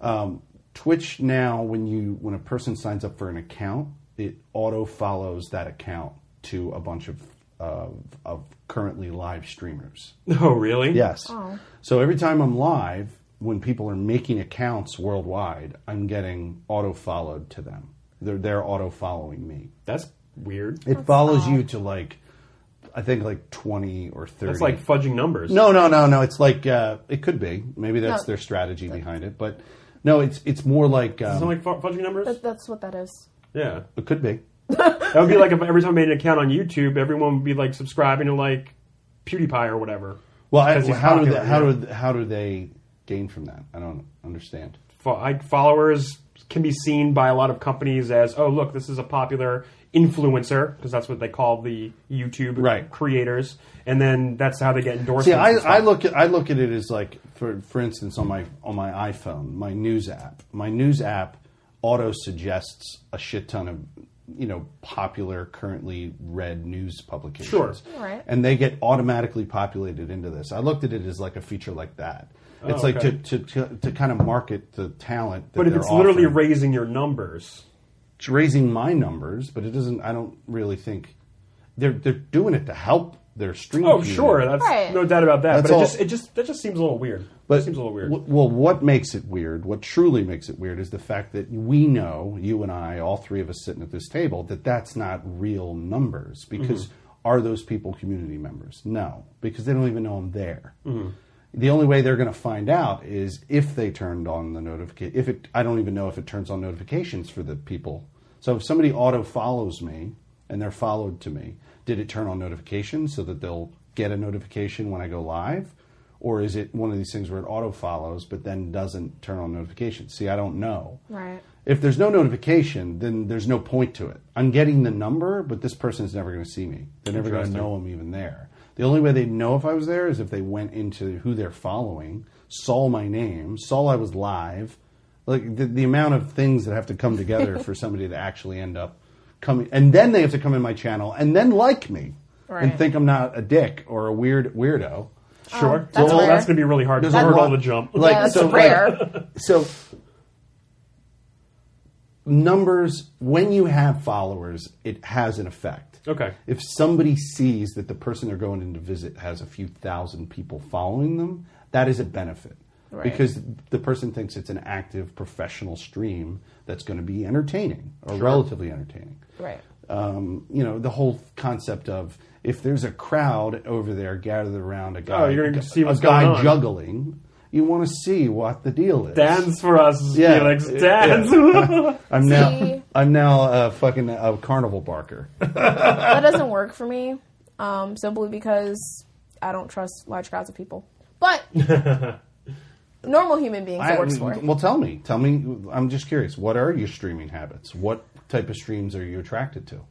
Speaker 3: Um, Twitch now, when you when a person signs up for an account, it auto follows that account to a bunch of uh, of currently live streamers.
Speaker 2: Oh, really?
Speaker 3: Yes.
Speaker 1: Oh.
Speaker 3: So every time I'm live, when people are making accounts worldwide, I'm getting auto followed to them. They're they're auto following me.
Speaker 2: That's weird.
Speaker 3: It follows you to like, I think like twenty or thirty.
Speaker 2: That's like fudging numbers.
Speaker 3: No, no, no, no. It's like uh, it could be. Maybe that's
Speaker 1: No.
Speaker 3: their strategy behind it, but no, it's it's more like
Speaker 2: Is
Speaker 3: um,
Speaker 2: it like fu- fudging numbers?
Speaker 1: That, that's what that is.
Speaker 2: Yeah.
Speaker 3: it could be.
Speaker 2: That would be like if every time I made an account on YouTube, everyone would be like subscribing to like PewDiePie or whatever.
Speaker 3: Well, I,
Speaker 2: 'Cause he's
Speaker 3: how do
Speaker 2: popular,
Speaker 3: they, how
Speaker 2: yeah.
Speaker 3: do how do they gain from that? I don't understand.
Speaker 2: Fo- I, followers can be seen by a lot of companies as, oh, look, this is a popular influencer because that's what they call the YouTube
Speaker 3: Right.
Speaker 2: creators, and then that's how they get endorsements.
Speaker 3: See, I,
Speaker 2: and stuff.
Speaker 3: I look at I look at it as like for for instance on my on my iPhone, my news app, my news app auto suggests a shit ton of you know popular currently read news publications.
Speaker 2: Sure.
Speaker 1: Right.
Speaker 3: And they get automatically populated into this. I looked at it as like a feature like that. It's like
Speaker 2: Oh, okay.
Speaker 3: to, to, to, to kind of market the talent. That
Speaker 2: but if
Speaker 3: they're
Speaker 2: it's literally
Speaker 3: offering.
Speaker 2: raising your numbers,
Speaker 3: it's raising my numbers, but it doesn't. I don't really think they're they're doing it to help their stream.
Speaker 2: oh,
Speaker 3: community.
Speaker 2: sure, that's
Speaker 1: Right.
Speaker 2: no doubt about that.
Speaker 3: That's
Speaker 2: but
Speaker 3: all-
Speaker 2: it just, it just that just seems a little weird.
Speaker 3: but
Speaker 2: it seems a little weird.
Speaker 3: w- well, what makes it weird? What truly makes it weird is the fact that we know you and I, all three of us sitting at this table, that that's not real numbers because.
Speaker 2: Mm-hmm.
Speaker 3: Are those people community members? No, because they don't even know I'm there.
Speaker 2: Mm-hmm.
Speaker 3: The only way they're going to find out is if they turned on the notification. If it, I don't even know if it turns on notifications for the people. So if somebody auto follows me and they're followed to me, did it turn on notifications so that they'll get a notification when I go live, or is it one of these things where it auto follows but then doesn't turn on notifications? See, I don't know.
Speaker 1: Right.
Speaker 3: If there's no notification, then there's no point to it. I'm getting the number, but this person's never going to see me. They're never going to
Speaker 2: Interesting.
Speaker 3: know I'm even there. The only way they'd know if I was there is if they went into who they're following, saw my name, saw I was live. Like the, the amount of things that have to come together for somebody to actually end up coming, and then they have to come in my channel and then like me and
Speaker 1: Right.
Speaker 3: think I'm not a dick or a weird weirdo.
Speaker 1: Oh,
Speaker 2: Sure,
Speaker 1: that's
Speaker 2: So
Speaker 1: rare.
Speaker 2: that's going to be really hard. It's
Speaker 3: a
Speaker 2: hard
Speaker 3: lot-
Speaker 2: all to jump.
Speaker 3: Like,
Speaker 1: yeah, that's
Speaker 3: so,
Speaker 1: rare.
Speaker 3: So numbers when you have followers, it has an effect.
Speaker 2: Okay.
Speaker 3: If somebody sees that the person they're going in to visit has a few thousand people following them, that is a benefit.
Speaker 1: Right.
Speaker 3: Because the person thinks it's an active professional stream that's going to be entertaining or relatively entertaining.
Speaker 1: Right.
Speaker 3: um, you know, the whole concept of if there's a crowd over there gathered around a guy,
Speaker 2: Oh, you're gonna see what's
Speaker 3: a guy
Speaker 2: going on.
Speaker 3: juggling, you want to see what the deal is.
Speaker 2: Dance for us,
Speaker 3: Yeah.
Speaker 2: Felix.
Speaker 3: Yeah.
Speaker 2: Dance.
Speaker 3: I'm now
Speaker 1: See?
Speaker 3: I'm now a fucking a carnival barker.
Speaker 1: that doesn't work for me, um, simply because I don't trust large crowds of people. But normal human beings it works for.
Speaker 3: well, tell me, tell me. I'm just curious. What are your streaming habits? What type of streams are you attracted to?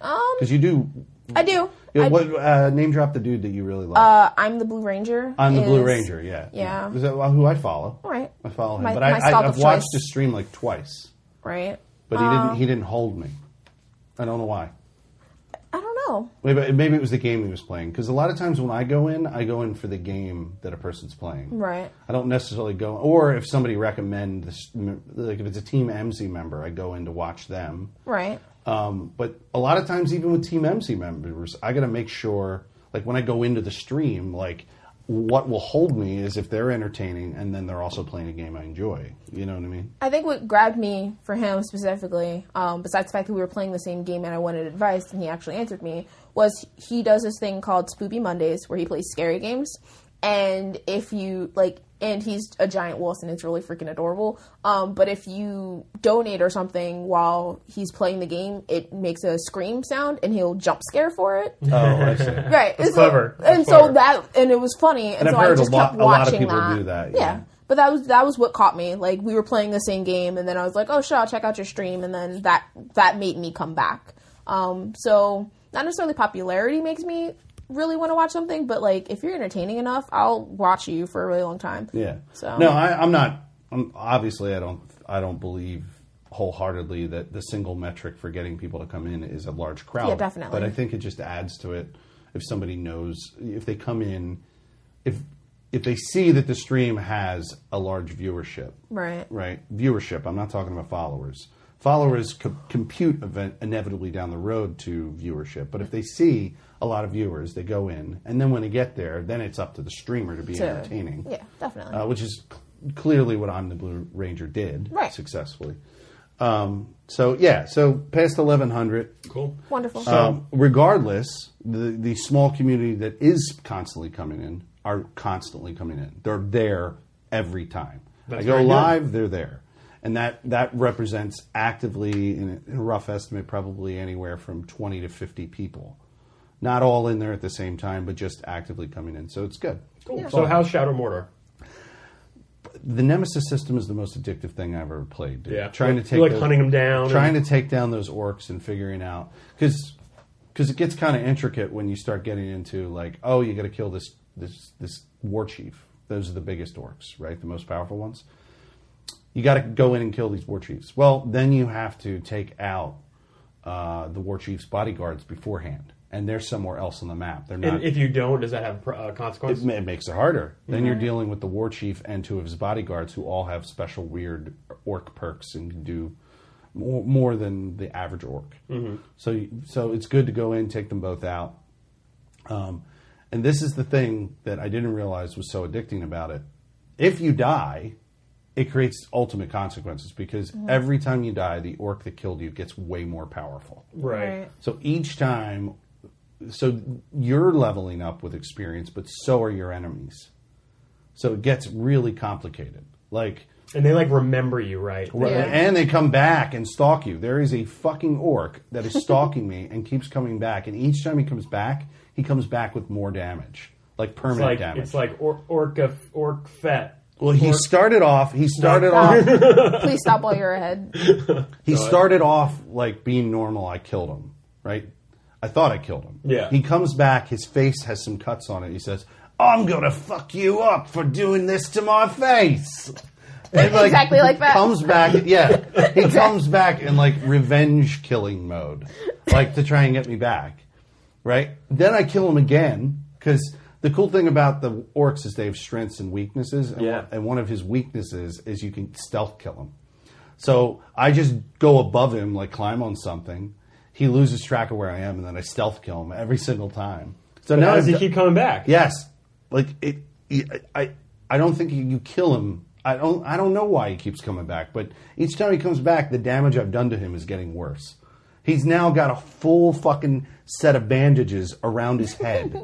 Speaker 1: Um,
Speaker 3: Because you do.
Speaker 1: I do.
Speaker 3: Yeah,
Speaker 1: I,
Speaker 3: what uh, name drop the dude that you really like?
Speaker 1: uh, I'm the Blue Ranger.
Speaker 3: I'm the Blue
Speaker 1: is-
Speaker 3: Ranger. Yeah,
Speaker 1: yeah.
Speaker 3: Is that well, who I follow?
Speaker 1: All right.
Speaker 3: I follow him,
Speaker 1: My-
Speaker 3: but
Speaker 1: my
Speaker 3: I,
Speaker 1: stalk
Speaker 3: I, I've
Speaker 1: of
Speaker 3: watched
Speaker 1: choice.
Speaker 3: his stream like twice,
Speaker 1: Right.
Speaker 3: but he didn't. He didn't hold me. I don't know why.
Speaker 1: I don't know.
Speaker 3: Maybe, maybe it was the game he was playing. Because a lot of times when I go in, I go in for the game that a person's playing.
Speaker 1: Right.
Speaker 3: I don't necessarily go, or if somebody recommend this, like if it's a Team MC member, I go in to watch them.
Speaker 1: Right.
Speaker 3: Um, but a lot of times, even with Team MC members, I got to make sure, like when I go into the stream, like what will hold me is if they're entertaining and then they're also playing a game I enjoy. You know what I mean?
Speaker 1: I think what grabbed me for him specifically, um, besides the fact that we were playing the same game and I wanted advice and he actually answered me, was he does this thing called Spoopy Mondays where he plays scary games. And if you like, and he's a giant wolf and it's really freaking adorable. Um, but if you donate or something while he's playing the game, it makes a scream sound and he'll jump scare for it.
Speaker 3: Oh, I see. and
Speaker 1: right. It's
Speaker 2: clever.
Speaker 1: and
Speaker 2: That's
Speaker 1: so
Speaker 2: clever.
Speaker 1: that, and it was funny. And,
Speaker 3: I've
Speaker 1: so I
Speaker 3: heard a
Speaker 1: just
Speaker 3: lot,
Speaker 1: kept
Speaker 3: a lot of
Speaker 1: watching
Speaker 3: people
Speaker 1: that.
Speaker 3: do that.
Speaker 1: Yeah. But that was that was what caught me. Like we were playing the same game, and then I was like, "Oh, sure, I'll check out your stream." And then that that made me come back. Um, so not necessarily popularity makes me really want to watch something, but like if you're entertaining enough, I'll watch you for a really long time.
Speaker 3: Yeah.
Speaker 1: So-
Speaker 3: no, I, I'm not. I'm, obviously, I don't. I don't believe wholeheartedly that the single metric for getting people to come in is a large crowd.
Speaker 1: Yeah, definitely.
Speaker 3: But I think it just adds to it if somebody knows if they come in if if they see that the stream has a large viewership.
Speaker 1: Right.
Speaker 3: Right. Viewership. I'm not talking about followers. Followers co- compute event inevitably down the road to viewership, but if they see a lot of viewers, they go in, and then when they get there, then it's up to the streamer to be
Speaker 1: To-
Speaker 3: entertaining
Speaker 1: Yeah, definitely.
Speaker 3: uh, which is cl- clearly what I'm the Blue Ranger did
Speaker 1: Right.
Speaker 3: successfully. Um, so yeah, so past 1100.
Speaker 2: cool.
Speaker 1: Wonderful.
Speaker 3: Um, regardless, the the small community that is constantly coming in are constantly coming in. They're there every time.
Speaker 2: That's
Speaker 3: I go
Speaker 2: very good.
Speaker 3: live, they're there, and that that represents actively, in a, in a rough estimate, probably anywhere from 20 to 50 people. Not all in there at the same time, but just actively coming in. So it's good.
Speaker 2: Cool. So how's Shadow Mortar?
Speaker 3: The Nemesis system is the most addictive thing I've ever played. Dude.
Speaker 2: Yeah.
Speaker 3: trying to
Speaker 2: You
Speaker 3: take
Speaker 2: like
Speaker 3: those-
Speaker 2: hunting 'em down
Speaker 3: trying to take down those orcs and figuring out because because it gets kind of intricate when you start getting into like, oh, you got to kill this this this war chief. Those are the biggest orcs, right? The most powerful ones. You got to go in and kill these war chiefs. Well, then you have to take out uh, the war chief's bodyguards beforehand, and they're somewhere else on the map. They're not.
Speaker 2: And if you don't, does that have pr- uh, consequence?
Speaker 3: It, ma- it makes it harder. Then you're dealing with the war chief and two of his bodyguards who all have special weird orc perks and can do more, more than the average orc. So you- so it's good to go in, take them both out. Um, and this is the thing that I didn't realize was so addicting about it. If you die, it creates ultimate consequences because every time you die, the orc that killed you gets way more powerful.
Speaker 2: right.
Speaker 3: So each time, so you're leveling up with experience, but so are your enemies. So it gets really complicated. Like,
Speaker 2: And they like remember you, right?
Speaker 1: Yeah.
Speaker 3: and they come back and stalk you. There is a fucking orc that is stalking me and keeps coming back. And each time he comes back, he comes back with more damage, like
Speaker 2: It's
Speaker 3: permanent
Speaker 2: like
Speaker 3: damage.
Speaker 2: it's like or- orca orc fet.
Speaker 3: well, he started off. He started off.
Speaker 1: Stop. Please stop while you're ahead.
Speaker 3: He started off like being normal. I killed him, right? I thought I killed him.
Speaker 2: Yeah.
Speaker 3: He comes back. His face has some cuts on it. He says, "I'm gonna fuck you up for doing this to my face." And,
Speaker 1: Exactly like that.
Speaker 3: Comes back, yeah. He comes back in like revenge killing mode, like to try and get me back, right? Then I kill him again because the cool thing about the orcs is they have strengths and weaknesses, and,
Speaker 2: Yeah.
Speaker 3: one, and one of his weaknesses is you can stealth kill him. So I just go above him, like climb on something. He loses track of where I am, and then I stealth kill him every single time. So now
Speaker 2: How does he
Speaker 3: I've d-
Speaker 2: keep coming back?
Speaker 3: Yes, like it. I- I I don't think you kill him. I don't I don't know why he keeps coming back, but each time he comes back, the damage I've done to him is getting worse. He's now got a full fucking set of bandages around his head,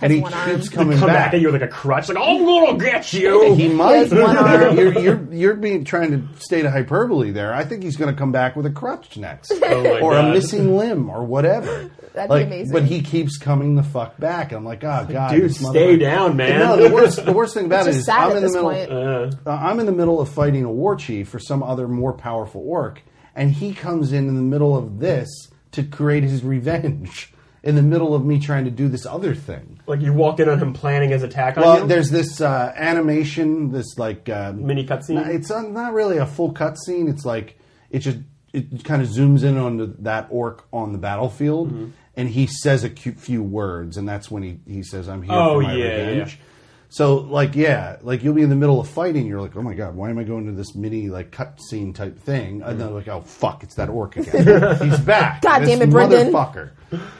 Speaker 3: and he
Speaker 1: one arm.
Speaker 3: keeps coming
Speaker 2: Come
Speaker 3: back.
Speaker 2: back at you with like a crutch, like I'm gonna get you.
Speaker 3: He might.
Speaker 1: has one arm.
Speaker 3: you're, you're, you're being trying to state a hyperbole there. I think he's going to come back with a crutch next,
Speaker 2: Oh my
Speaker 3: or a
Speaker 2: God.
Speaker 3: missing limb, or whatever.
Speaker 1: That'd be
Speaker 3: Like,
Speaker 1: amazing.
Speaker 3: But he keeps coming the fuck back, and I'm like, oh god,
Speaker 2: Dude,
Speaker 3: this
Speaker 2: stay
Speaker 3: motherfucker."
Speaker 2: down, man. Uh-huh.
Speaker 3: No, the worst, the worst thing about it
Speaker 1: It's just
Speaker 3: is
Speaker 1: sad
Speaker 3: I'm
Speaker 1: at
Speaker 3: in the
Speaker 1: this
Speaker 3: middle.
Speaker 1: point.
Speaker 3: uh, I'm in the middle of fighting a war chief or some other more powerful orc, and he comes in in the middle of this to create his revenge. In the middle of me trying to do this other thing.
Speaker 2: like you walk in on him planning his attack on
Speaker 3: Well,
Speaker 2: you.
Speaker 3: there's this uh, animation, this like uh,
Speaker 2: Mini cutscene?
Speaker 3: No, It's uh, not really a full cutscene. It's like it just it kind of zooms in on the, that orc on the battlefield,
Speaker 2: Mm-hmm.
Speaker 3: and he says a cu- few words, and that's when he he says, "I'm here
Speaker 2: Oh,
Speaker 3: for my
Speaker 2: yeah,
Speaker 3: revenge."
Speaker 2: yeah.
Speaker 3: So like yeah, like you'll be in the middle of fighting, you're like, oh my god, why am I going to this mini like cutscene type thing?
Speaker 2: Mm-hmm.
Speaker 3: And then like, oh fuck, it's that orc again. He's back.
Speaker 1: God
Speaker 3: This
Speaker 1: damn it, Brendan.
Speaker 3: motherfucker.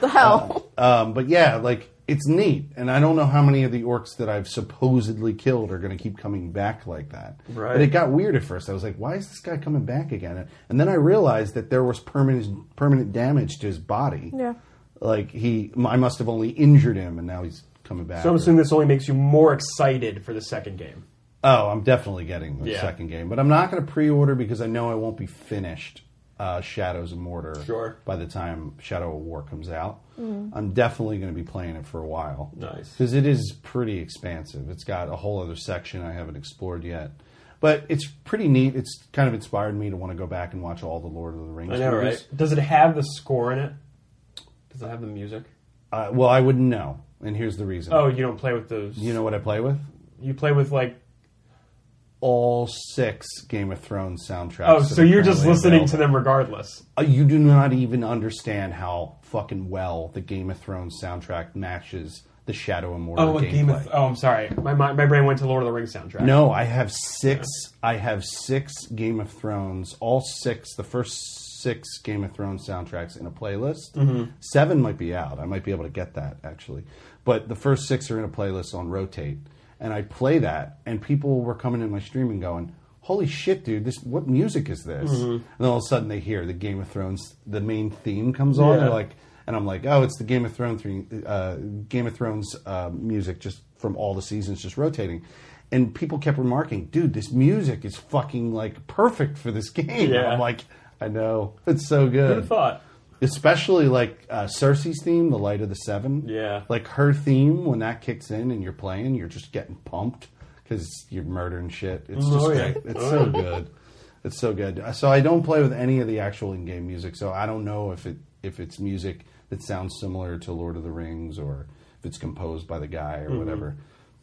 Speaker 1: the hell.
Speaker 3: Um, but yeah, like it's neat, and I don't know how many of the orcs that I've supposedly killed are going to keep coming back like that.
Speaker 2: Right.
Speaker 3: But it got weird at first. I was like, "Why is this guy coming back again?" And then I realized that there was permanent permanent damage to his
Speaker 2: Uh,
Speaker 3: body.
Speaker 1: Yeah.
Speaker 3: Like he, I must have only injured him, and now he's coming back.
Speaker 2: so I'm assuming this only makes you more excited for the second game.
Speaker 3: Oh, I'm definitely getting the
Speaker 2: Yeah.
Speaker 3: second game, but I'm not going to pre-order because I know I won't be finished uh, Shadows of Mortar
Speaker 2: Sure.
Speaker 3: by the time Shadow of War comes out. I'm definitely going to be playing it for a while.
Speaker 2: Nice.
Speaker 3: because it is pretty expansive. It's got a whole other section I haven't explored yet, but it's pretty neat. It's kind of inspired me to want to go back and watch all the Lord of the Rings.
Speaker 2: I know,
Speaker 3: movies.
Speaker 2: right? Does it have the score in it? Does it have the music?
Speaker 3: Uh, well, I wouldn't know, and here's the reason.
Speaker 2: Oh, you don't play with those.
Speaker 3: you know what I play with?
Speaker 2: you play with like.
Speaker 3: All six Game of Thrones soundtracks.
Speaker 2: Oh,
Speaker 3: that
Speaker 2: so
Speaker 3: are
Speaker 2: you're just
Speaker 3: currently
Speaker 2: listening to
Speaker 3: available.
Speaker 2: them regardless.
Speaker 3: Uh, you do not even understand how fucking well the Game of Thrones soundtrack matches the Shadow and Mortar
Speaker 2: Oh, a
Speaker 3: gameplay.
Speaker 2: game of. Oh, I'm sorry. My, my my brain went to Lord of the Rings soundtrack.
Speaker 3: no, I have six. I have six Game of Thrones. All six, the first six Game of Thrones soundtracks in a playlist. Seven might be out. I might be able to get that actually, but the first six are in a playlist on rotate, and I play that, and people were coming in my stream and going. Holy shit, dude! This what music is this? And then all of a sudden they hear the Game of Thrones, the main theme comes on.
Speaker 2: Yeah.
Speaker 3: They're like, and I'm like, oh, it's the Game of Thrones thing- uh, Game of Thrones uh, music just from all the seasons just rotating. And people kept remarking, dude, this music is fucking like perfect for this game.
Speaker 2: Yeah.
Speaker 3: I'm like, I know, it's so
Speaker 2: Who'd have
Speaker 3: good.
Speaker 2: thought?
Speaker 3: Especially like uh, Cersei's theme, the Light of the Seven.
Speaker 2: Yeah.
Speaker 3: like her theme when that kicks in and you're playing, you're just getting pumped because you're murdering shit. It's just
Speaker 2: Oh, yeah.
Speaker 3: great. It's so good. It's so good. So I don't play with any of the actual in-game music, so I don't know if it if it's music that sounds similar to Lord of the Rings or if it's composed by the guy
Speaker 2: Mm-hmm.
Speaker 3: or whatever.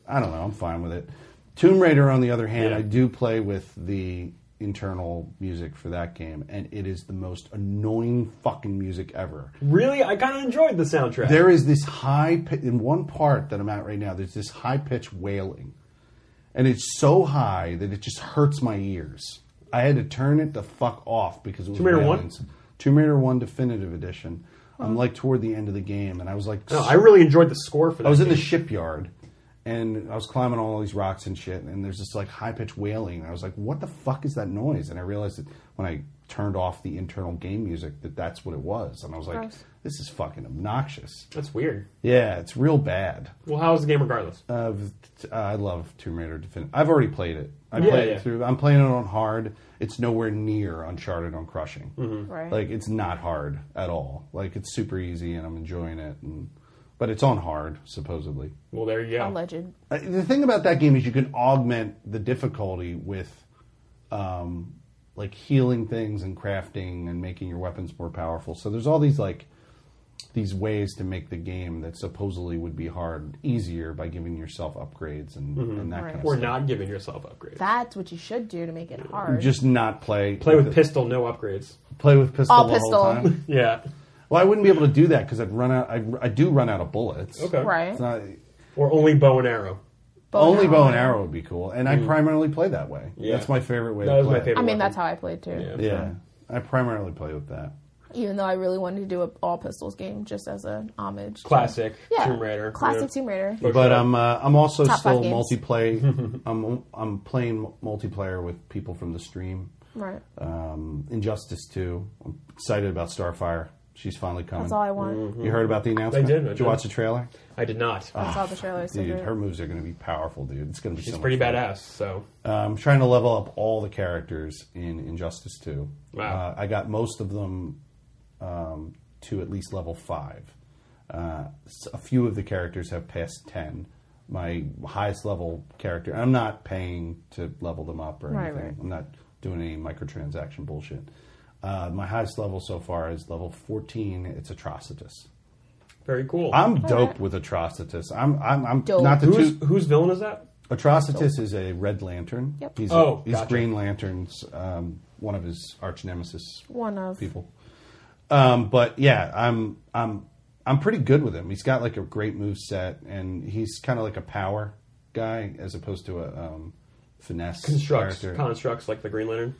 Speaker 3: I don't know. I'm fine with it. Tomb Raider, on the other hand,
Speaker 2: Yeah.
Speaker 3: I do play with the internal music for that game, and it is the most annoying fucking music ever.
Speaker 2: Really, I kind of enjoyed the soundtrack.
Speaker 3: There is this high pi- in one part that I'm at right now. There's this high pitched wailing, and it's so high that it just hurts my ears. I had to turn it the fuck off because it was
Speaker 2: Tomb Raider one?
Speaker 3: wailings. Tomb Raider One Definitive Edition. I'm like toward the end of the game, and I was like,
Speaker 2: no, I really enjoyed the score for that.
Speaker 3: I was in
Speaker 2: game.
Speaker 3: the shipyard and I was climbing all these rocks and shit, and there's this like high pitched wailing. And I was like, what the fuck is that noise? And I realized that when I turned off the internal game music, that that's what it was. And I was like,
Speaker 1: Gross.
Speaker 3: this is fucking obnoxious.
Speaker 2: That's weird.
Speaker 3: Yeah, it's real bad.
Speaker 2: Well, how's the game regardless?
Speaker 3: Uh, t- uh, I love Tomb Raider Definitive. I've already played it. I
Speaker 2: Yeah,
Speaker 3: played
Speaker 2: yeah.
Speaker 3: it through. I'm playing it on hard. It's nowhere near Uncharted on Crushing.
Speaker 2: Mm-hmm.
Speaker 1: Right.
Speaker 3: Like it's not hard at all. Like it's super easy, and I'm enjoying it. And, but it's on hard supposedly.
Speaker 2: Well, there you go.
Speaker 1: Alleged.
Speaker 3: Uh, the thing about that game is you can augment the difficulty with um, like healing things and crafting and making your weapons more powerful so there's all these like these ways to make the game that supposedly would be hard easier by giving yourself upgrades and, and that
Speaker 1: Right.
Speaker 3: kind of
Speaker 2: Mm-hmm. Or
Speaker 3: stuff
Speaker 2: not giving yourself upgrades.
Speaker 1: That's what you should do to make it hard.
Speaker 3: just not play
Speaker 2: Play with
Speaker 3: the,
Speaker 2: pistol, no upgrades.
Speaker 3: play with pistol
Speaker 1: All
Speaker 3: the
Speaker 1: pistol.
Speaker 3: whole time
Speaker 2: Yeah.
Speaker 3: well i wouldn't be able to do that because i'd run out I, I do run out of bullets
Speaker 2: Okay.
Speaker 1: right.
Speaker 3: It's not-
Speaker 2: Or only bow and arrow.
Speaker 1: Bow
Speaker 3: only
Speaker 1: and
Speaker 3: bow and arrow would be cool and i primarily play that way
Speaker 2: Mm-hmm. Yeah.
Speaker 3: that's my favorite way
Speaker 2: That
Speaker 3: to
Speaker 2: was
Speaker 3: play
Speaker 2: my
Speaker 3: it.
Speaker 2: favorite.
Speaker 1: I mean,
Speaker 2: weapon.
Speaker 1: that's how I played too.
Speaker 2: Yeah.
Speaker 3: Yeah, I primarily play with that.
Speaker 1: Even though I really wanted to do an all pistols game just as a homage. to-
Speaker 2: Classic
Speaker 1: Yeah.
Speaker 2: Tomb Raider.
Speaker 1: Classic
Speaker 2: Yeah.
Speaker 1: Tomb Raider.
Speaker 2: But-
Speaker 3: But I'm uh, I'm also
Speaker 1: Top five
Speaker 3: still
Speaker 1: games.
Speaker 3: multiplayer. I'm I'm playing multiplayer with people from the stream.
Speaker 1: Right.
Speaker 3: Um, Injustice 2. I'm excited about Starfire. She's finally coming.
Speaker 1: That's all I want.
Speaker 3: You heard about the announcement?
Speaker 2: I did, I
Speaker 3: you
Speaker 2: did.
Speaker 3: watch the trailer?
Speaker 2: I did not.
Speaker 1: That's all the trailers. so
Speaker 3: Dude,
Speaker 1: great.
Speaker 3: her moves are going to be powerful, dude. It's going to be
Speaker 2: She's
Speaker 3: Oh, so
Speaker 2: pretty
Speaker 3: much fun.
Speaker 2: badass. So
Speaker 3: Um, trying to level up all the characters in Injustice 2.
Speaker 2: Wow.
Speaker 3: Uh, I got most of them um, to at least level 5. Uh, s- a few of the characters have passed 10. My highest level character, I'm not paying to level them up or
Speaker 1: Right,
Speaker 3: anything.
Speaker 1: right.
Speaker 3: I'm not doing any microtransaction bullshit. Uh, my highest level so far is level 14. It's Atrocitus.
Speaker 2: very cool.
Speaker 3: I'm dope with Atrocitus. I'm, I'm, I'm
Speaker 1: Dope.
Speaker 3: not the
Speaker 2: who's
Speaker 3: two.
Speaker 2: whose villain is that?
Speaker 3: Atrocitus is a Red Lantern.
Speaker 1: Yep.
Speaker 3: He's,
Speaker 2: Oh,
Speaker 3: he's
Speaker 2: gotcha.
Speaker 3: Green Lantern's um, one of his arch nemesis
Speaker 1: One of.
Speaker 3: people. Um, but yeah, I'm I'm I'm pretty good with him. He's got like a great move set, and he's kind of like a power guy as opposed to a um, finesse
Speaker 2: Constructs,
Speaker 3: character.
Speaker 2: constructs like the Green Lantern.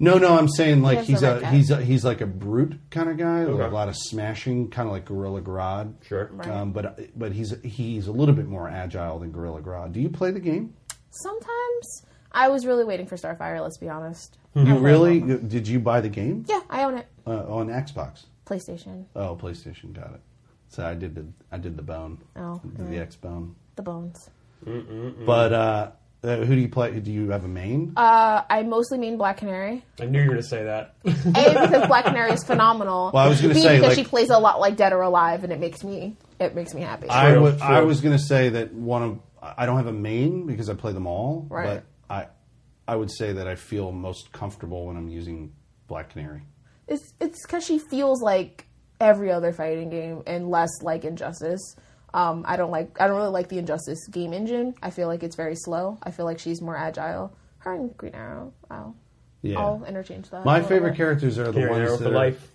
Speaker 3: No, no, I'm saying like
Speaker 1: has
Speaker 3: he's
Speaker 1: the
Speaker 3: a
Speaker 1: right guy.
Speaker 3: he's a, he's like a brute kind of guy, like
Speaker 2: Okay.
Speaker 3: a lot of smashing, kind of like Gorilla Grodd.
Speaker 2: Sure.
Speaker 1: Right.
Speaker 3: Um, but but he's he's a little bit more agile than Gorilla Grodd. Do you play the game?
Speaker 1: Sometimes I was really waiting for Starfire. Let's be honest. I
Speaker 3: You
Speaker 1: love
Speaker 3: really
Speaker 1: them.
Speaker 3: did you buy the game
Speaker 1: Yeah, I own it.
Speaker 3: uh, on Xbox?
Speaker 1: PlayStation.
Speaker 3: Oh, PlayStation got it. So I did the I did the bone.
Speaker 1: Oh,
Speaker 3: I did the X bone.
Speaker 1: The Bones.
Speaker 2: Mm.
Speaker 3: But uh, uh, who do you play? Do you have a main?
Speaker 1: Uh, I mostly mean Black Canary.
Speaker 2: I knew you were going to say that.
Speaker 1: A because Black Canary is phenomenal.
Speaker 3: Well, I was gonna
Speaker 1: B
Speaker 3: say,
Speaker 1: because
Speaker 3: like-
Speaker 1: she plays a lot like Dead or Alive, and it makes me it makes me happy.
Speaker 3: I
Speaker 2: True,
Speaker 3: was I
Speaker 2: true.
Speaker 3: was gonna say that one of I don't have a main because I play them all.
Speaker 1: Right.
Speaker 3: But I I would say that I feel most comfortable when I'm using Black Canary.
Speaker 1: it's it's because she feels like every other fighting game and less like Injustice. Um, I don't like I don't really like the Injustice game engine. I feel like it's very slow. I feel like she's more agile. Her and Green Arrow. I'll,
Speaker 3: Yeah.
Speaker 1: I'll interchange that. a
Speaker 3: My
Speaker 1: little
Speaker 3: favorite
Speaker 1: bit.
Speaker 3: characters are the
Speaker 2: Green Arrow
Speaker 3: ones
Speaker 2: for
Speaker 3: that are,
Speaker 2: life.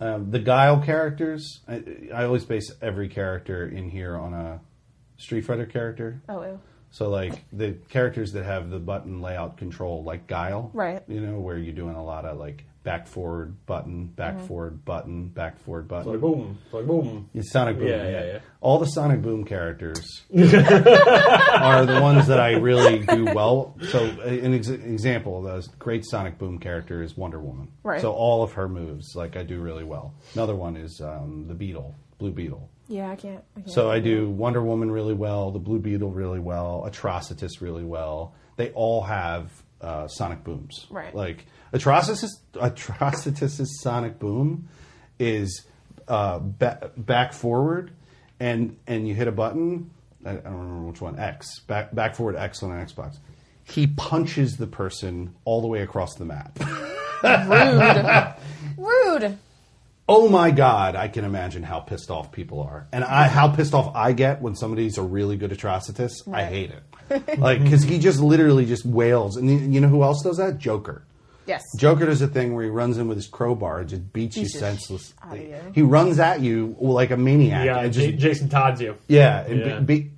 Speaker 3: um, the Guile characters. I, I always base every character in here on a Street Fighter character.
Speaker 1: Oh, ew.
Speaker 3: So like the characters that have the button layout control, like Guile,
Speaker 1: Right.
Speaker 3: You know where you're doing a lot of like back forward button, back
Speaker 1: Mm-hmm.
Speaker 3: forward button, back forward button.
Speaker 2: Like boom, like boom.
Speaker 3: It's Sonic Boom.
Speaker 2: Yeah, yeah, yeah.
Speaker 3: All the Sonic Boom characters are the ones that I really do well. So, uh, an ex- example of those great Sonic Boom character is Wonder Woman.
Speaker 1: Right.
Speaker 3: So all of her moves, like I do really well. Another one is um, the Beetle, Blue Beetle.
Speaker 1: Yeah, I can't. I can't.
Speaker 3: So I do Wonder Woman really well, the Blue Beetle really well, Atrocitus really well. They all have uh, sonic booms.
Speaker 1: Right.
Speaker 3: Like Atrocitus, Atrocitus's sonic boom is uh, ba- back forward, and and you hit a button. I, I don't remember which one. X back back forward X on an Xbox. He punches the person all the way across the map.
Speaker 1: rude.
Speaker 3: oh my god i can imagine how pissed off people are and i how pissed off i get when somebody's a really good atrocitus i
Speaker 1: Right.
Speaker 3: hate it like because he just literally just wails and you- you know who else does that joker
Speaker 1: Yes.
Speaker 3: joker does a thing where he runs in with his crowbar and just beats you
Speaker 1: Beats the
Speaker 3: senseless
Speaker 1: shit outta you.
Speaker 3: he runs at you like a maniac
Speaker 2: Yeah,
Speaker 3: and
Speaker 2: J-
Speaker 3: just
Speaker 2: Jason Todd's you.
Speaker 3: yeah, and
Speaker 2: Yeah.
Speaker 3: Be, be,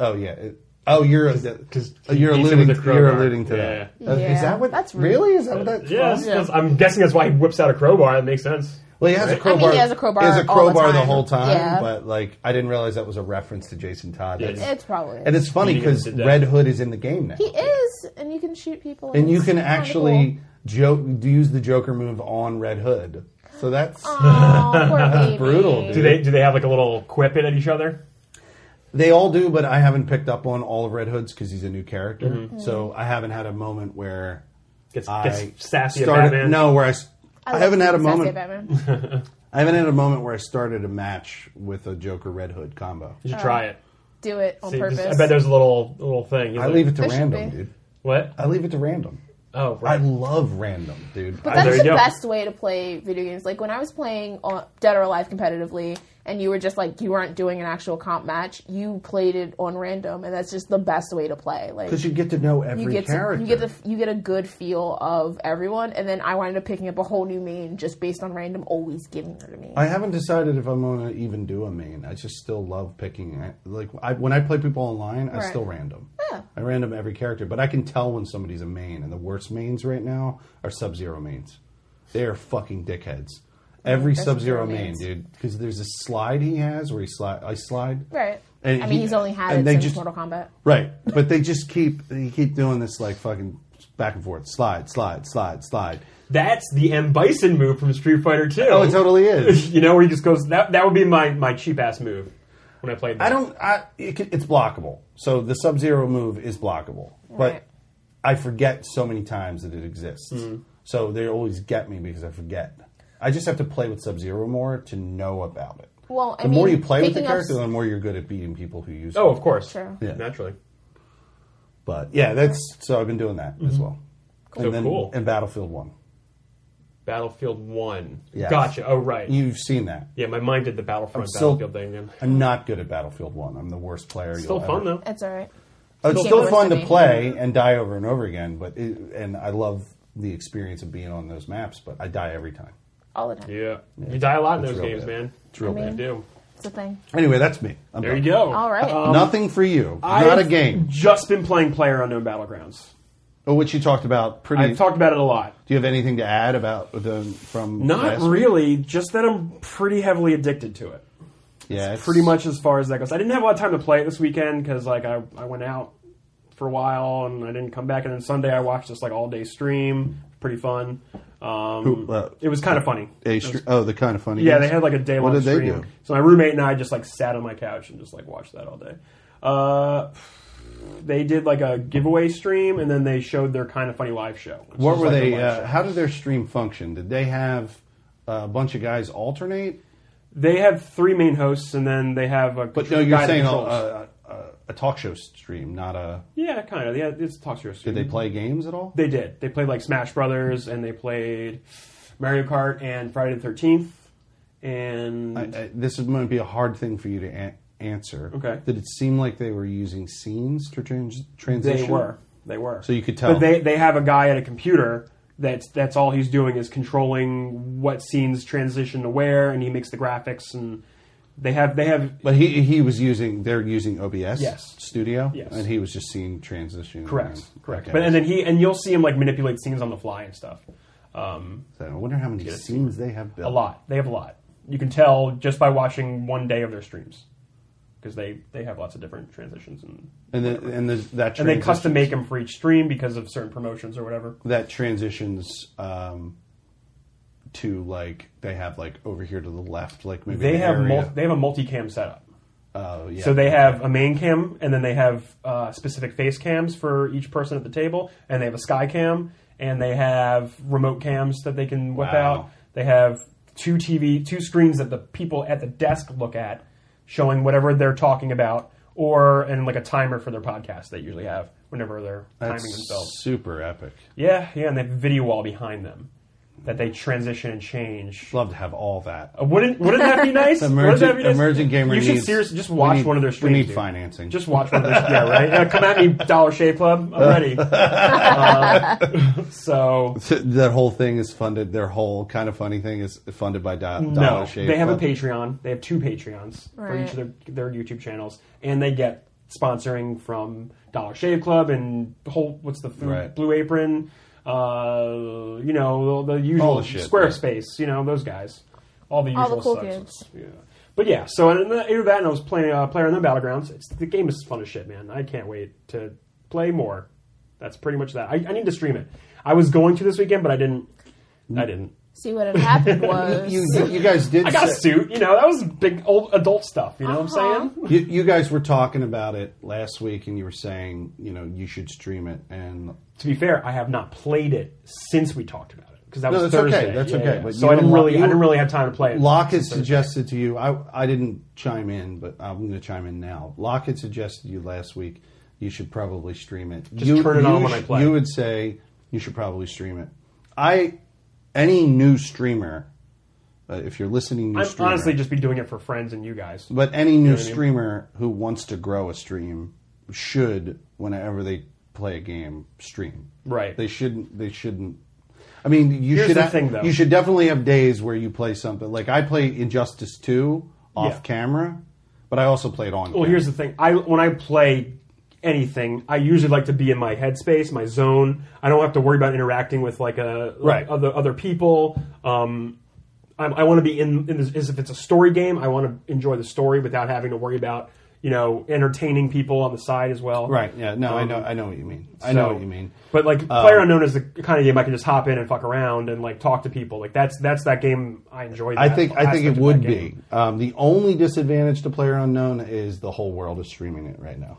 Speaker 3: oh yeah. It- oh, you're because
Speaker 2: 'cause
Speaker 3: you're
Speaker 2: he beats him
Speaker 3: alluding
Speaker 2: with a
Speaker 3: you're
Speaker 2: crowbar.
Speaker 3: alluding to
Speaker 2: Yeah.
Speaker 3: that. Uh, is
Speaker 1: Yeah,
Speaker 3: that what
Speaker 1: that's rude.
Speaker 3: really is that what that's
Speaker 2: Yeah,
Speaker 3: from?
Speaker 2: that's- that's- I'm guessing that's why he whips out a crowbar. That makes sense.
Speaker 3: Well, he has a
Speaker 2: Right?
Speaker 3: crowbar.
Speaker 1: I mean, he has a crowbar
Speaker 3: He has a
Speaker 1: all the
Speaker 3: crowbar the,
Speaker 1: time.
Speaker 3: whole time.
Speaker 1: Yeah.
Speaker 3: But like, I didn't realize that was a reference to Jason Todd.
Speaker 2: Yeah.
Speaker 3: That's-
Speaker 1: It's probably.
Speaker 3: And it's funny
Speaker 2: Beating him
Speaker 3: because
Speaker 2: to death.
Speaker 3: Red Hood is in the game now,
Speaker 1: he is, and you can shoot people.
Speaker 3: and you
Speaker 1: it's
Speaker 3: can
Speaker 1: kinda
Speaker 3: actually joke use the Joker move on Red Hood. So that's
Speaker 1: cool. Aw, poor baby.
Speaker 3: Brutal, dude.
Speaker 2: Do they do they have like a little quip it at each other?
Speaker 3: they all do, but I haven't picked up on all of Red Hood's because he's a new character.
Speaker 2: Mm-hmm.
Speaker 3: So I haven't had a moment where
Speaker 2: Gets,
Speaker 3: I
Speaker 2: gets sassy at
Speaker 3: started.
Speaker 2: Batman.
Speaker 3: No, where I. s- I,
Speaker 1: love
Speaker 3: haven't had a
Speaker 1: Sassy
Speaker 3: moment.
Speaker 1: Batman.
Speaker 3: I haven't had a moment where I started a match with a Joker Red Hood combo.
Speaker 2: you should try it.
Speaker 1: Do it on
Speaker 2: See, just-
Speaker 1: purpose.
Speaker 2: I bet there's a little little thing. He's
Speaker 3: I
Speaker 2: like,
Speaker 3: leave it to
Speaker 1: There should
Speaker 3: random,
Speaker 1: be.
Speaker 3: dude.
Speaker 2: what?
Speaker 3: I leave it to random.
Speaker 2: Oh,
Speaker 3: I
Speaker 2: right.
Speaker 3: love random, dude.
Speaker 1: But
Speaker 3: I-
Speaker 2: there
Speaker 1: that's
Speaker 2: you
Speaker 1: the
Speaker 2: go.
Speaker 1: best way to play video games. Like when I was playing uh, Dead or Alive competitively, and you were just like you weren't doing an actual comp match, you played it on random, and that's just the best way to play. Like
Speaker 3: Because you get to know every
Speaker 1: you get to,
Speaker 3: character.
Speaker 1: you get the you get a good feel of everyone, and then I wound up picking up a whole new main just based on random always giving her to me.
Speaker 3: I haven't decided if I'm gonna even do a main. I just still love picking. I- Like I, when I play people online, I
Speaker 1: Right.
Speaker 3: still random.
Speaker 1: Yeah.
Speaker 3: I random every character, but I can tell when somebody's a main. And the worst mains right now are Sub Zero mains. They are fucking dickheads. Every
Speaker 1: they're
Speaker 3: Sub Zero
Speaker 1: Sub-Zero
Speaker 3: main,
Speaker 1: mains.
Speaker 3: dude. Because there's a slide he has where he slide. I slide.
Speaker 1: right.
Speaker 3: And
Speaker 1: I mean,
Speaker 3: he-
Speaker 1: he's only had
Speaker 3: and
Speaker 1: it
Speaker 3: they
Speaker 1: since
Speaker 3: just-
Speaker 1: Mortal Kombat.
Speaker 3: Right, but they just keep they keep doing this like fucking back and forth, slide, slide, slide, slide.
Speaker 2: That's the M Bison move from Street Fighter Two.
Speaker 3: Oh, it totally is.
Speaker 2: you know where he just goes. That that would be my my cheap ass move when I played. That.
Speaker 3: I don't. I, it, can- it's blockable. So the Sub Zero move is blockable,
Speaker 1: Right. Hmm.
Speaker 3: but I forget so many times that it exists. So they always get me because I forget. I just have to play with Sub Zero more to know about it.
Speaker 1: Well, I
Speaker 3: the more
Speaker 1: mean,
Speaker 3: you play with the
Speaker 1: picking up
Speaker 3: character,
Speaker 1: s-
Speaker 3: the more you're good at beating people who use.
Speaker 2: Oh,
Speaker 3: it.
Speaker 2: of course.
Speaker 1: Sure.
Speaker 3: Yeah.
Speaker 2: Naturally.
Speaker 3: but yeah, that's so I've been doing that
Speaker 1: Mm-hmm.
Speaker 3: as well.
Speaker 2: So
Speaker 3: And then
Speaker 2: cool.
Speaker 3: in Battlefield One,
Speaker 2: Battlefield One.
Speaker 3: Yes.
Speaker 2: Gotcha. Oh right.
Speaker 3: you've seen that.
Speaker 2: yeah, my mind did the Battlefront
Speaker 3: Still,
Speaker 2: Battlefield thing. Yeah.
Speaker 3: I'm not good at Battlefield One. I'm the worst player.
Speaker 2: Still
Speaker 3: you'll
Speaker 2: fun
Speaker 3: ever,
Speaker 2: though.
Speaker 1: That's all right.
Speaker 3: Oh, it's
Speaker 1: Game
Speaker 3: still
Speaker 1: of
Speaker 3: fun to
Speaker 1: Destiny.
Speaker 3: play and die over and over again, but it, and I love the experience of being on those maps, but I die every time.
Speaker 1: All the time.
Speaker 2: Yeah. You die a lot in
Speaker 3: It's
Speaker 2: those
Speaker 3: real
Speaker 2: games,
Speaker 3: bad.
Speaker 2: man.
Speaker 3: It's real
Speaker 1: I mean-
Speaker 2: You
Speaker 3: bad.
Speaker 2: do.
Speaker 1: It's a thing.
Speaker 3: Anyway, that's me. I'm
Speaker 2: There
Speaker 3: done.
Speaker 2: you go. Um,
Speaker 1: All right.
Speaker 2: Uh-huh.
Speaker 3: Nothing for you. Not a
Speaker 2: I've
Speaker 3: game.
Speaker 2: Just been playing Player Unknown Battlegrounds.
Speaker 3: Oh, which you talked about. Pretty.
Speaker 2: I've talked about it a lot.
Speaker 3: do you have anything to add about the from?
Speaker 2: Not
Speaker 3: last-
Speaker 2: really, just that I'm pretty heavily addicted to it.
Speaker 3: Yeah, it's-
Speaker 2: Pretty much as far as that goes. I didn't have a lot of time to play it this weekend because like I, I went out for a while and I didn't come back. And then Sunday I watched this like all day stream. Pretty fun. Um,
Speaker 3: Who- uh,
Speaker 2: it was kind of funny.
Speaker 3: a str- oh, the kind of funny.
Speaker 2: Yeah,
Speaker 3: games?
Speaker 2: they had like a day long
Speaker 3: What did they
Speaker 2: stream.
Speaker 3: do?
Speaker 2: So my roommate and I just like sat on my couch and just like watched that all day. Uh, they did like a giveaway stream and then they showed their kind of funny live show. which
Speaker 3: What
Speaker 2: was,
Speaker 3: were
Speaker 2: like, a
Speaker 3: they?
Speaker 2: live show.
Speaker 3: Uh, how did their stream function? Did they have a bunch of guys alternate?
Speaker 2: They have three main hosts, and then they have a.
Speaker 3: But no, you're
Speaker 2: guy that
Speaker 3: saying uh, a,
Speaker 2: controls.
Speaker 3: a, a, a talk show stream, not a.
Speaker 2: yeah, kind of. Yeah, it's talk show.
Speaker 3: Did they play games at all?
Speaker 2: They did. They played like Smash Brothers, and they played Mario Kart and Friday the Thirteenth, and
Speaker 3: I, I, this is going to be a hard thing for you to an- answer.
Speaker 2: Okay.
Speaker 3: Did it seem like they were using scenes to trans-
Speaker 2: they
Speaker 3: transition?
Speaker 2: were. They were.
Speaker 3: So you could tell.
Speaker 2: But they they have a guy at a computer that's that's all he's doing is controlling what scenes transition to where, and he makes the graphics, and they have they have
Speaker 3: But he he was using they're using OBS
Speaker 2: Yes.
Speaker 3: Studio.
Speaker 2: Yes.
Speaker 3: And he was just seeing transition.
Speaker 2: correct
Speaker 3: around.
Speaker 2: correct.
Speaker 3: Okay.
Speaker 2: But and then he and you'll see him like manipulate scenes on the fly and stuff. Um,
Speaker 3: So I wonder how many scenes they have built.
Speaker 2: A lot. They have a lot. You can tell just by watching one day of their streams because they, they have lots of different transitions and
Speaker 3: And then and there's that
Speaker 2: and they
Speaker 3: transition-
Speaker 2: custom make them for each stream because of certain promotions or whatever.
Speaker 3: that transitions um, to like they have like over here to the left, like maybe
Speaker 2: They
Speaker 3: an
Speaker 2: have
Speaker 3: area.
Speaker 2: mul- they have a multi cam setup.
Speaker 3: Oh, yeah.
Speaker 2: So they have a main cam and then they have uh, specific face cams for each person at the table and they have a sky cam and they have remote cams that they can whip
Speaker 3: Wow.
Speaker 2: out. They have two TV two screens that the people at the desk look at showing whatever they're talking about or and like a timer for their podcast they usually have whenever they're
Speaker 3: That's
Speaker 2: timing themselves.
Speaker 3: super epic.
Speaker 2: Yeah, yeah, and they have a video wall behind them that they transition and change.
Speaker 3: Love to have all that.
Speaker 2: Uh, Wouldn't wouldn't that be nice? wouldn't
Speaker 3: Emerging,
Speaker 2: that be nice?
Speaker 3: emerging gamer
Speaker 2: You should
Speaker 3: needs-
Speaker 2: seriously just
Speaker 3: we
Speaker 2: watch
Speaker 3: need-
Speaker 2: one of their streams.
Speaker 3: We need
Speaker 2: dude.
Speaker 3: financing.
Speaker 2: Just watch one of their yeah right. Yeah, come at me, Dollar Shave Club. I'm ready. Uh, so
Speaker 3: that whole thing is funded. Their whole kind of funny thing is funded by Do- Dollar
Speaker 2: no,
Speaker 3: Shave.
Speaker 2: they have a
Speaker 3: Club.
Speaker 2: Patreon. They have two Patreons for each of their
Speaker 1: Right.
Speaker 2: their YouTube channels, and they get sponsoring from Dollar Shave Club and whole what's the food
Speaker 3: Right.
Speaker 2: Blue Apron. Uh, you know the, the usual
Speaker 3: the shit,
Speaker 2: Squarespace. You know those guys. All the usual
Speaker 1: All the cool
Speaker 2: sucks.
Speaker 1: kids.
Speaker 2: Yeah. But yeah, so and then either that, and I was playing uh, player on the battlegrounds. It's, the game is fun as shit, man. I can't wait to play more. That's pretty much that. I, I need to stream it. I was going to this weekend, but I didn't. I didn't.
Speaker 1: See what had happened was
Speaker 3: You, you guys did.
Speaker 2: I got a
Speaker 3: say-
Speaker 2: suit. You know, that was big old adult stuff. You know what
Speaker 1: Uh-huh.
Speaker 2: I'm saying?
Speaker 3: you, you guys were talking about it last week, and you were saying, you know, you should stream it. And
Speaker 2: To be fair, I have not played it since we talked about it because that
Speaker 3: No,
Speaker 2: was
Speaker 3: that's okay,
Speaker 2: Thursday.
Speaker 3: that's
Speaker 2: Yeah,
Speaker 3: okay,
Speaker 2: yeah.
Speaker 3: but
Speaker 2: So
Speaker 3: you
Speaker 2: I didn't
Speaker 3: and Lo-
Speaker 2: really,
Speaker 3: you
Speaker 2: I didn't
Speaker 3: and-
Speaker 2: really have time to play it.
Speaker 3: Locke had suggested to you. I I didn't chime in, but I'm going to chime in now. Locke had suggested to you last week. You should probably stream it. Just you,
Speaker 2: turn it
Speaker 3: you
Speaker 2: on when I play.
Speaker 3: You would say you should probably stream it. I any new streamer, uh, if you're listening, new
Speaker 2: I'm
Speaker 3: streamer,
Speaker 2: honestly just be doing it for friends and you guys.
Speaker 3: But any new streamer who wants to grow a stream should, whenever they play a game, stream.
Speaker 2: Right.
Speaker 3: They shouldn't. They shouldn't. I mean, you
Speaker 2: Here's
Speaker 3: should.
Speaker 2: the
Speaker 3: ha-
Speaker 2: thing, though.
Speaker 3: You should definitely have days where you play something. Like I play Injustice Two off
Speaker 2: Yeah.
Speaker 3: camera, but I also played on.
Speaker 2: Well, here's the thing. I when I play anything, I usually like to be in my headspace, my zone. I don't have to worry about interacting with like a
Speaker 3: Right.
Speaker 2: other other people. Um, I'm, I want to be in, in this, as if it's a story game. I want to enjoy the story without having to worry about you know, entertaining people on the side as well.
Speaker 3: Right. Yeah. No, I know. I know what you mean. I know
Speaker 2: Um, So-
Speaker 3: what you mean. Um,
Speaker 2: But like Player Unknown is the kind of game I can just hop in and fuck around and like talk to people. Like that's that's that game I enjoy. That
Speaker 3: I think I
Speaker 2: aspect
Speaker 3: think it
Speaker 2: of
Speaker 3: would
Speaker 2: that game.
Speaker 3: be. Um, the only disadvantage to Player Unknown is the whole world is streaming it right now.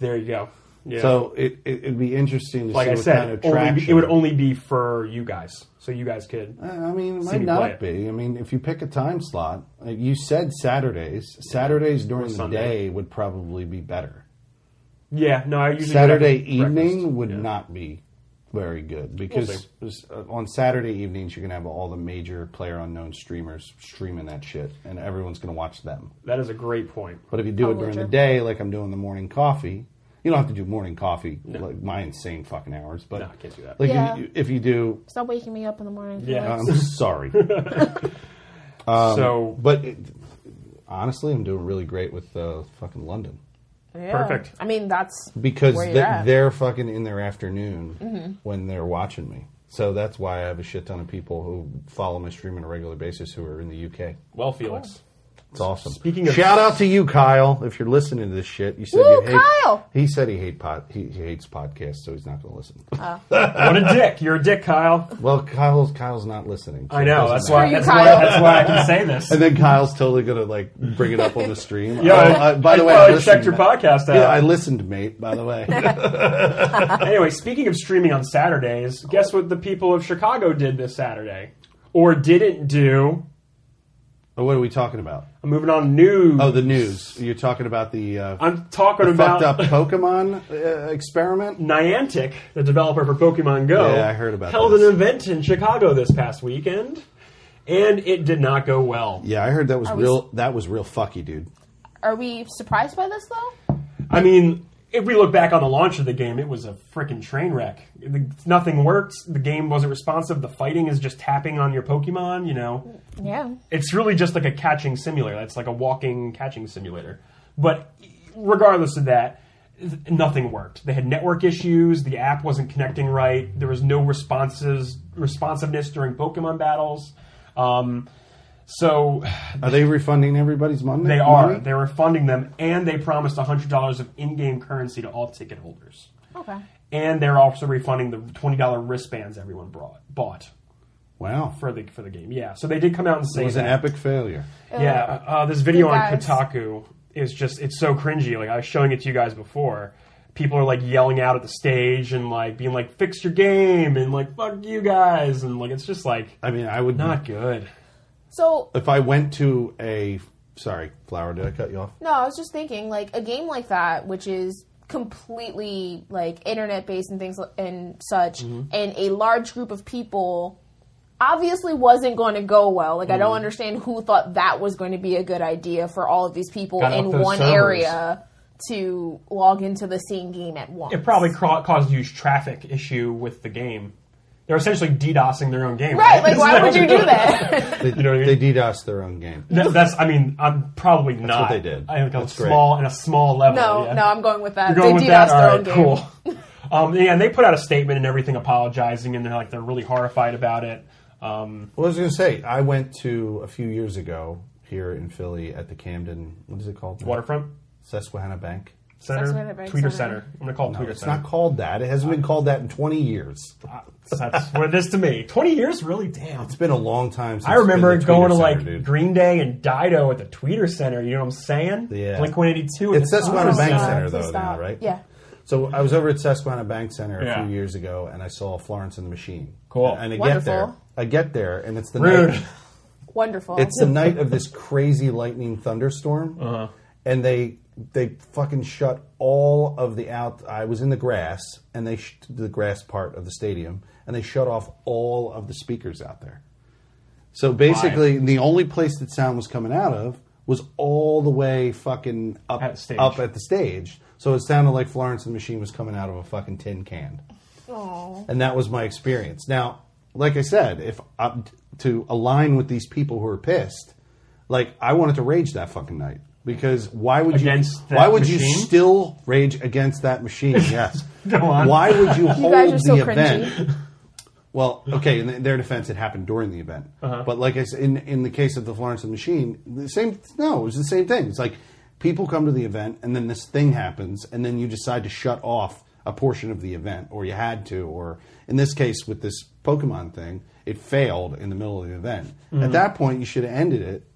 Speaker 2: There you go. Yeah.
Speaker 3: So it, it it'd be interesting to
Speaker 2: like
Speaker 3: see
Speaker 2: I
Speaker 3: what
Speaker 2: said,
Speaker 3: kind of
Speaker 2: only be-
Speaker 3: traction.
Speaker 2: it would only be for you guys, so you guys could.
Speaker 3: Uh, I mean, it
Speaker 2: See
Speaker 3: might
Speaker 2: me play
Speaker 3: not
Speaker 2: it.
Speaker 3: be. I mean, if you pick a time slot, like you said Saturdays. Saturdays during the
Speaker 2: Sunday.
Speaker 3: day would probably be better.
Speaker 2: Yeah. No, I usually do it after
Speaker 3: Saturday
Speaker 2: breakfast.
Speaker 3: evening would
Speaker 2: Yeah.
Speaker 3: not be very good because uh, on Saturday evenings you're gonna have all the major player unknown streamers streaming that shit, and everyone's gonna watch them.
Speaker 2: That is a great point.
Speaker 3: But if you do
Speaker 1: I'll
Speaker 3: it during the
Speaker 1: wager.
Speaker 3: day, like I'm doing the morning coffee, you don't have to do morning coffee like my insane fucking hours. But
Speaker 2: No, I can't do that.
Speaker 3: Like
Speaker 1: Yeah.
Speaker 3: if, you, if you do,
Speaker 1: Stop waking me up in the morning.
Speaker 2: Yeah.
Speaker 1: Felix.
Speaker 3: I'm sorry.
Speaker 2: so
Speaker 3: but it, honestly, I'm doing really great with uh, fucking London
Speaker 1: Yeah.
Speaker 2: Perfect.
Speaker 1: I mean, that's
Speaker 3: because
Speaker 1: Where you're
Speaker 3: they,
Speaker 1: at. Mm-hmm.
Speaker 3: they're fucking in their afternoon when they're watching me. So that's why I have a shit ton of people who follow my stream on a regular basis who are in the UK.
Speaker 2: well, Felix.
Speaker 3: It's awesome.
Speaker 2: Speaking of-
Speaker 3: shout out to you, Kyle, if you're listening to this shit. You said
Speaker 1: Woo,
Speaker 3: you hate.
Speaker 1: Kyle!
Speaker 3: He said he hate pod, he, he hates podcasts, so he's not going to listen.
Speaker 2: what a dick! You're a dick, Kyle.
Speaker 3: Well, Kyle's Kyle's not listening. so
Speaker 2: I
Speaker 3: it
Speaker 2: know.
Speaker 3: doesn't
Speaker 2: That's
Speaker 3: matter.
Speaker 2: why.
Speaker 1: you,
Speaker 2: That's why.
Speaker 1: Kyle.
Speaker 2: That's why I can say this.
Speaker 3: And then Kyle's totally gonna like bring it up on the stream.
Speaker 2: Yeah,
Speaker 3: Oh,
Speaker 2: I-
Speaker 3: uh, by the
Speaker 2: I
Speaker 3: way,
Speaker 2: thought I
Speaker 3: listened,
Speaker 2: checked your
Speaker 3: mate.
Speaker 2: podcast out.
Speaker 3: Yeah, I listened, mate. By the way,
Speaker 2: anyway, speaking of streaming on Saturdays, guess what the people of Chicago did this Saturday, or didn't do?
Speaker 3: Oh, what are we talking about?
Speaker 2: I'm moving on news.
Speaker 3: Oh, the news. You're talking about the uh,
Speaker 2: I'm talking about
Speaker 3: fucked up Pokemon uh, experiment.
Speaker 2: Niantic, the developer for Pokemon Go,
Speaker 3: Yeah, I heard about
Speaker 2: held
Speaker 3: this.
Speaker 2: an event in Chicago this past weekend, and it did not go well.
Speaker 3: Yeah, I heard that was
Speaker 1: we-
Speaker 3: real. That was real fucky, dude.
Speaker 1: Are we surprised by this though?
Speaker 2: I mean, if we look back on the launch of the game, it was a freaking train wreck. The- nothing worked. The game wasn't responsive. The fighting is just tapping on your Pokemon. You know,
Speaker 1: Yeah.
Speaker 2: it's really just like a catching simulator. That's like a walking catching simulator. But regardless of that, th- nothing worked. They had network issues. The app wasn't connecting right. There was no responses responsiveness during Pokemon battles. Um, so
Speaker 3: Are they refunding everybody's money?
Speaker 2: they are.
Speaker 3: Money?
Speaker 2: They were funding them, and they promised $100 of in-game currency to all ticket holders.
Speaker 1: Okay.
Speaker 2: And they're also refunding the $20 wristbands everyone brought, bought
Speaker 3: Wow,
Speaker 2: for the for the game. Yeah, so they did come out and say
Speaker 3: it was an
Speaker 2: that.
Speaker 3: epic failure.
Speaker 2: Yeah, uh, this video
Speaker 1: Good
Speaker 2: on
Speaker 1: vibes.
Speaker 2: Kotaku is just—it's so cringy. Like I was showing it to you guys before. People are like yelling out at the stage and like being like, "Fix your game!" and like, "Fuck you guys!" and like it's just like
Speaker 3: I mean, I would
Speaker 2: not good.
Speaker 1: So
Speaker 3: if I went to a. Sorry, flower. Did I cut you off?
Speaker 1: no, I was just thinking like a game like that, which is completely like internet based and things li- and such,
Speaker 2: Mm-hmm.
Speaker 1: and a large group of people obviously wasn't going to go well. Like I
Speaker 2: Mm-hmm.
Speaker 1: don't understand who thought that was going to be a good idea for all of these people
Speaker 3: Got
Speaker 1: in
Speaker 3: off those
Speaker 1: one
Speaker 3: servers.
Speaker 1: area to log into the same game at once.
Speaker 2: It probably ca- caused huge traffic issue with the game. They're essentially DDoSing their own game.
Speaker 1: right. Like why would you do that?
Speaker 3: They,
Speaker 2: know what I
Speaker 3: they
Speaker 2: mean?
Speaker 3: DDoS their own game.
Speaker 2: That- that's. I mean, I'm probably not.
Speaker 3: they did.
Speaker 2: I think
Speaker 3: That's
Speaker 2: a
Speaker 3: great.
Speaker 2: small and a small level.
Speaker 1: no,
Speaker 2: yeah.
Speaker 1: no, I'm going with that.
Speaker 2: You're going
Speaker 1: they
Speaker 2: with that?
Speaker 1: DDoS their
Speaker 2: All
Speaker 1: own
Speaker 2: right,
Speaker 1: game.
Speaker 2: cool. Um, yeah, and they put out a statement and everything apologizing, and they're like they're really horrified about it. Um,
Speaker 3: Well, I was going to say, I went to a few years ago here in Philly at the Camden, what is it called? now?
Speaker 2: Waterfront
Speaker 3: Susquehanna Bank.
Speaker 2: Center,
Speaker 1: Susquehanna Bank
Speaker 2: Tweeter Center.
Speaker 1: Center.
Speaker 2: I'm gonna call it Tweeter
Speaker 3: It's
Speaker 2: Center.
Speaker 3: not called that. It hasn't been called that in 20 years.
Speaker 2: Uh, that's what it is to me. Twenty years, really? Damn.
Speaker 3: It's been a long time since
Speaker 2: I remember
Speaker 3: it's been the
Speaker 2: going to
Speaker 3: Tweeter
Speaker 2: like
Speaker 3: Center, dude.
Speaker 2: Green Day and Dido at the Tweeter Center. You know what I'm saying?
Speaker 3: Yeah.
Speaker 2: Blink 182.
Speaker 3: It's Susquehanna
Speaker 1: Oh,
Speaker 3: Bank
Speaker 1: yeah.
Speaker 3: Center,
Speaker 1: Please
Speaker 3: though, now,
Speaker 1: stop.
Speaker 3: right?
Speaker 1: Yeah.
Speaker 3: So I was over at Susquehanna Bank Center a
Speaker 2: Yeah.
Speaker 3: few years ago, and I saw Florence and the Machine.
Speaker 2: Cool.
Speaker 3: And I get
Speaker 1: Wonderful.
Speaker 3: there. I get there, and it's the
Speaker 2: Rude.
Speaker 3: night.
Speaker 1: Wonderful.
Speaker 3: It's the night of this crazy lightning thunderstorm,
Speaker 2: Uh-huh.
Speaker 3: and they they fucking shut all of the out. I was in the grass, and they sh- the grass part of the stadium, and they shut off all of the speakers out there. So basically, the only place that sound was coming out of was all the way fucking up
Speaker 2: At the stage.
Speaker 3: up at the stage. So it sounded like Florence and the Machine was coming out of a fucking tin can
Speaker 1: Aw.
Speaker 3: and that was my experience. Now, like I said, if I'm t- to align with these people who are pissed, like I wanted to rage that fucking night because why would
Speaker 2: Against
Speaker 3: you?
Speaker 2: that
Speaker 3: Why would you
Speaker 2: machine?
Speaker 3: still rage against that machine? Yes.
Speaker 2: Go on.
Speaker 3: Why would you hold
Speaker 1: guys are so
Speaker 3: the
Speaker 1: cringy.
Speaker 3: event? Well, okay. In their defense, it happened during the
Speaker 2: Uh-huh.
Speaker 3: event, but like I said, in in the case of the Florence and the Machine, the same. No, it was the same thing. It's like People come to the event, and then this thing happens, and then you decide to shut off a portion of the event, or you had to, or in this case with this Pokemon thing, it failed in the middle of the event.
Speaker 2: Mm-hmm.
Speaker 3: At that point, you should have ended it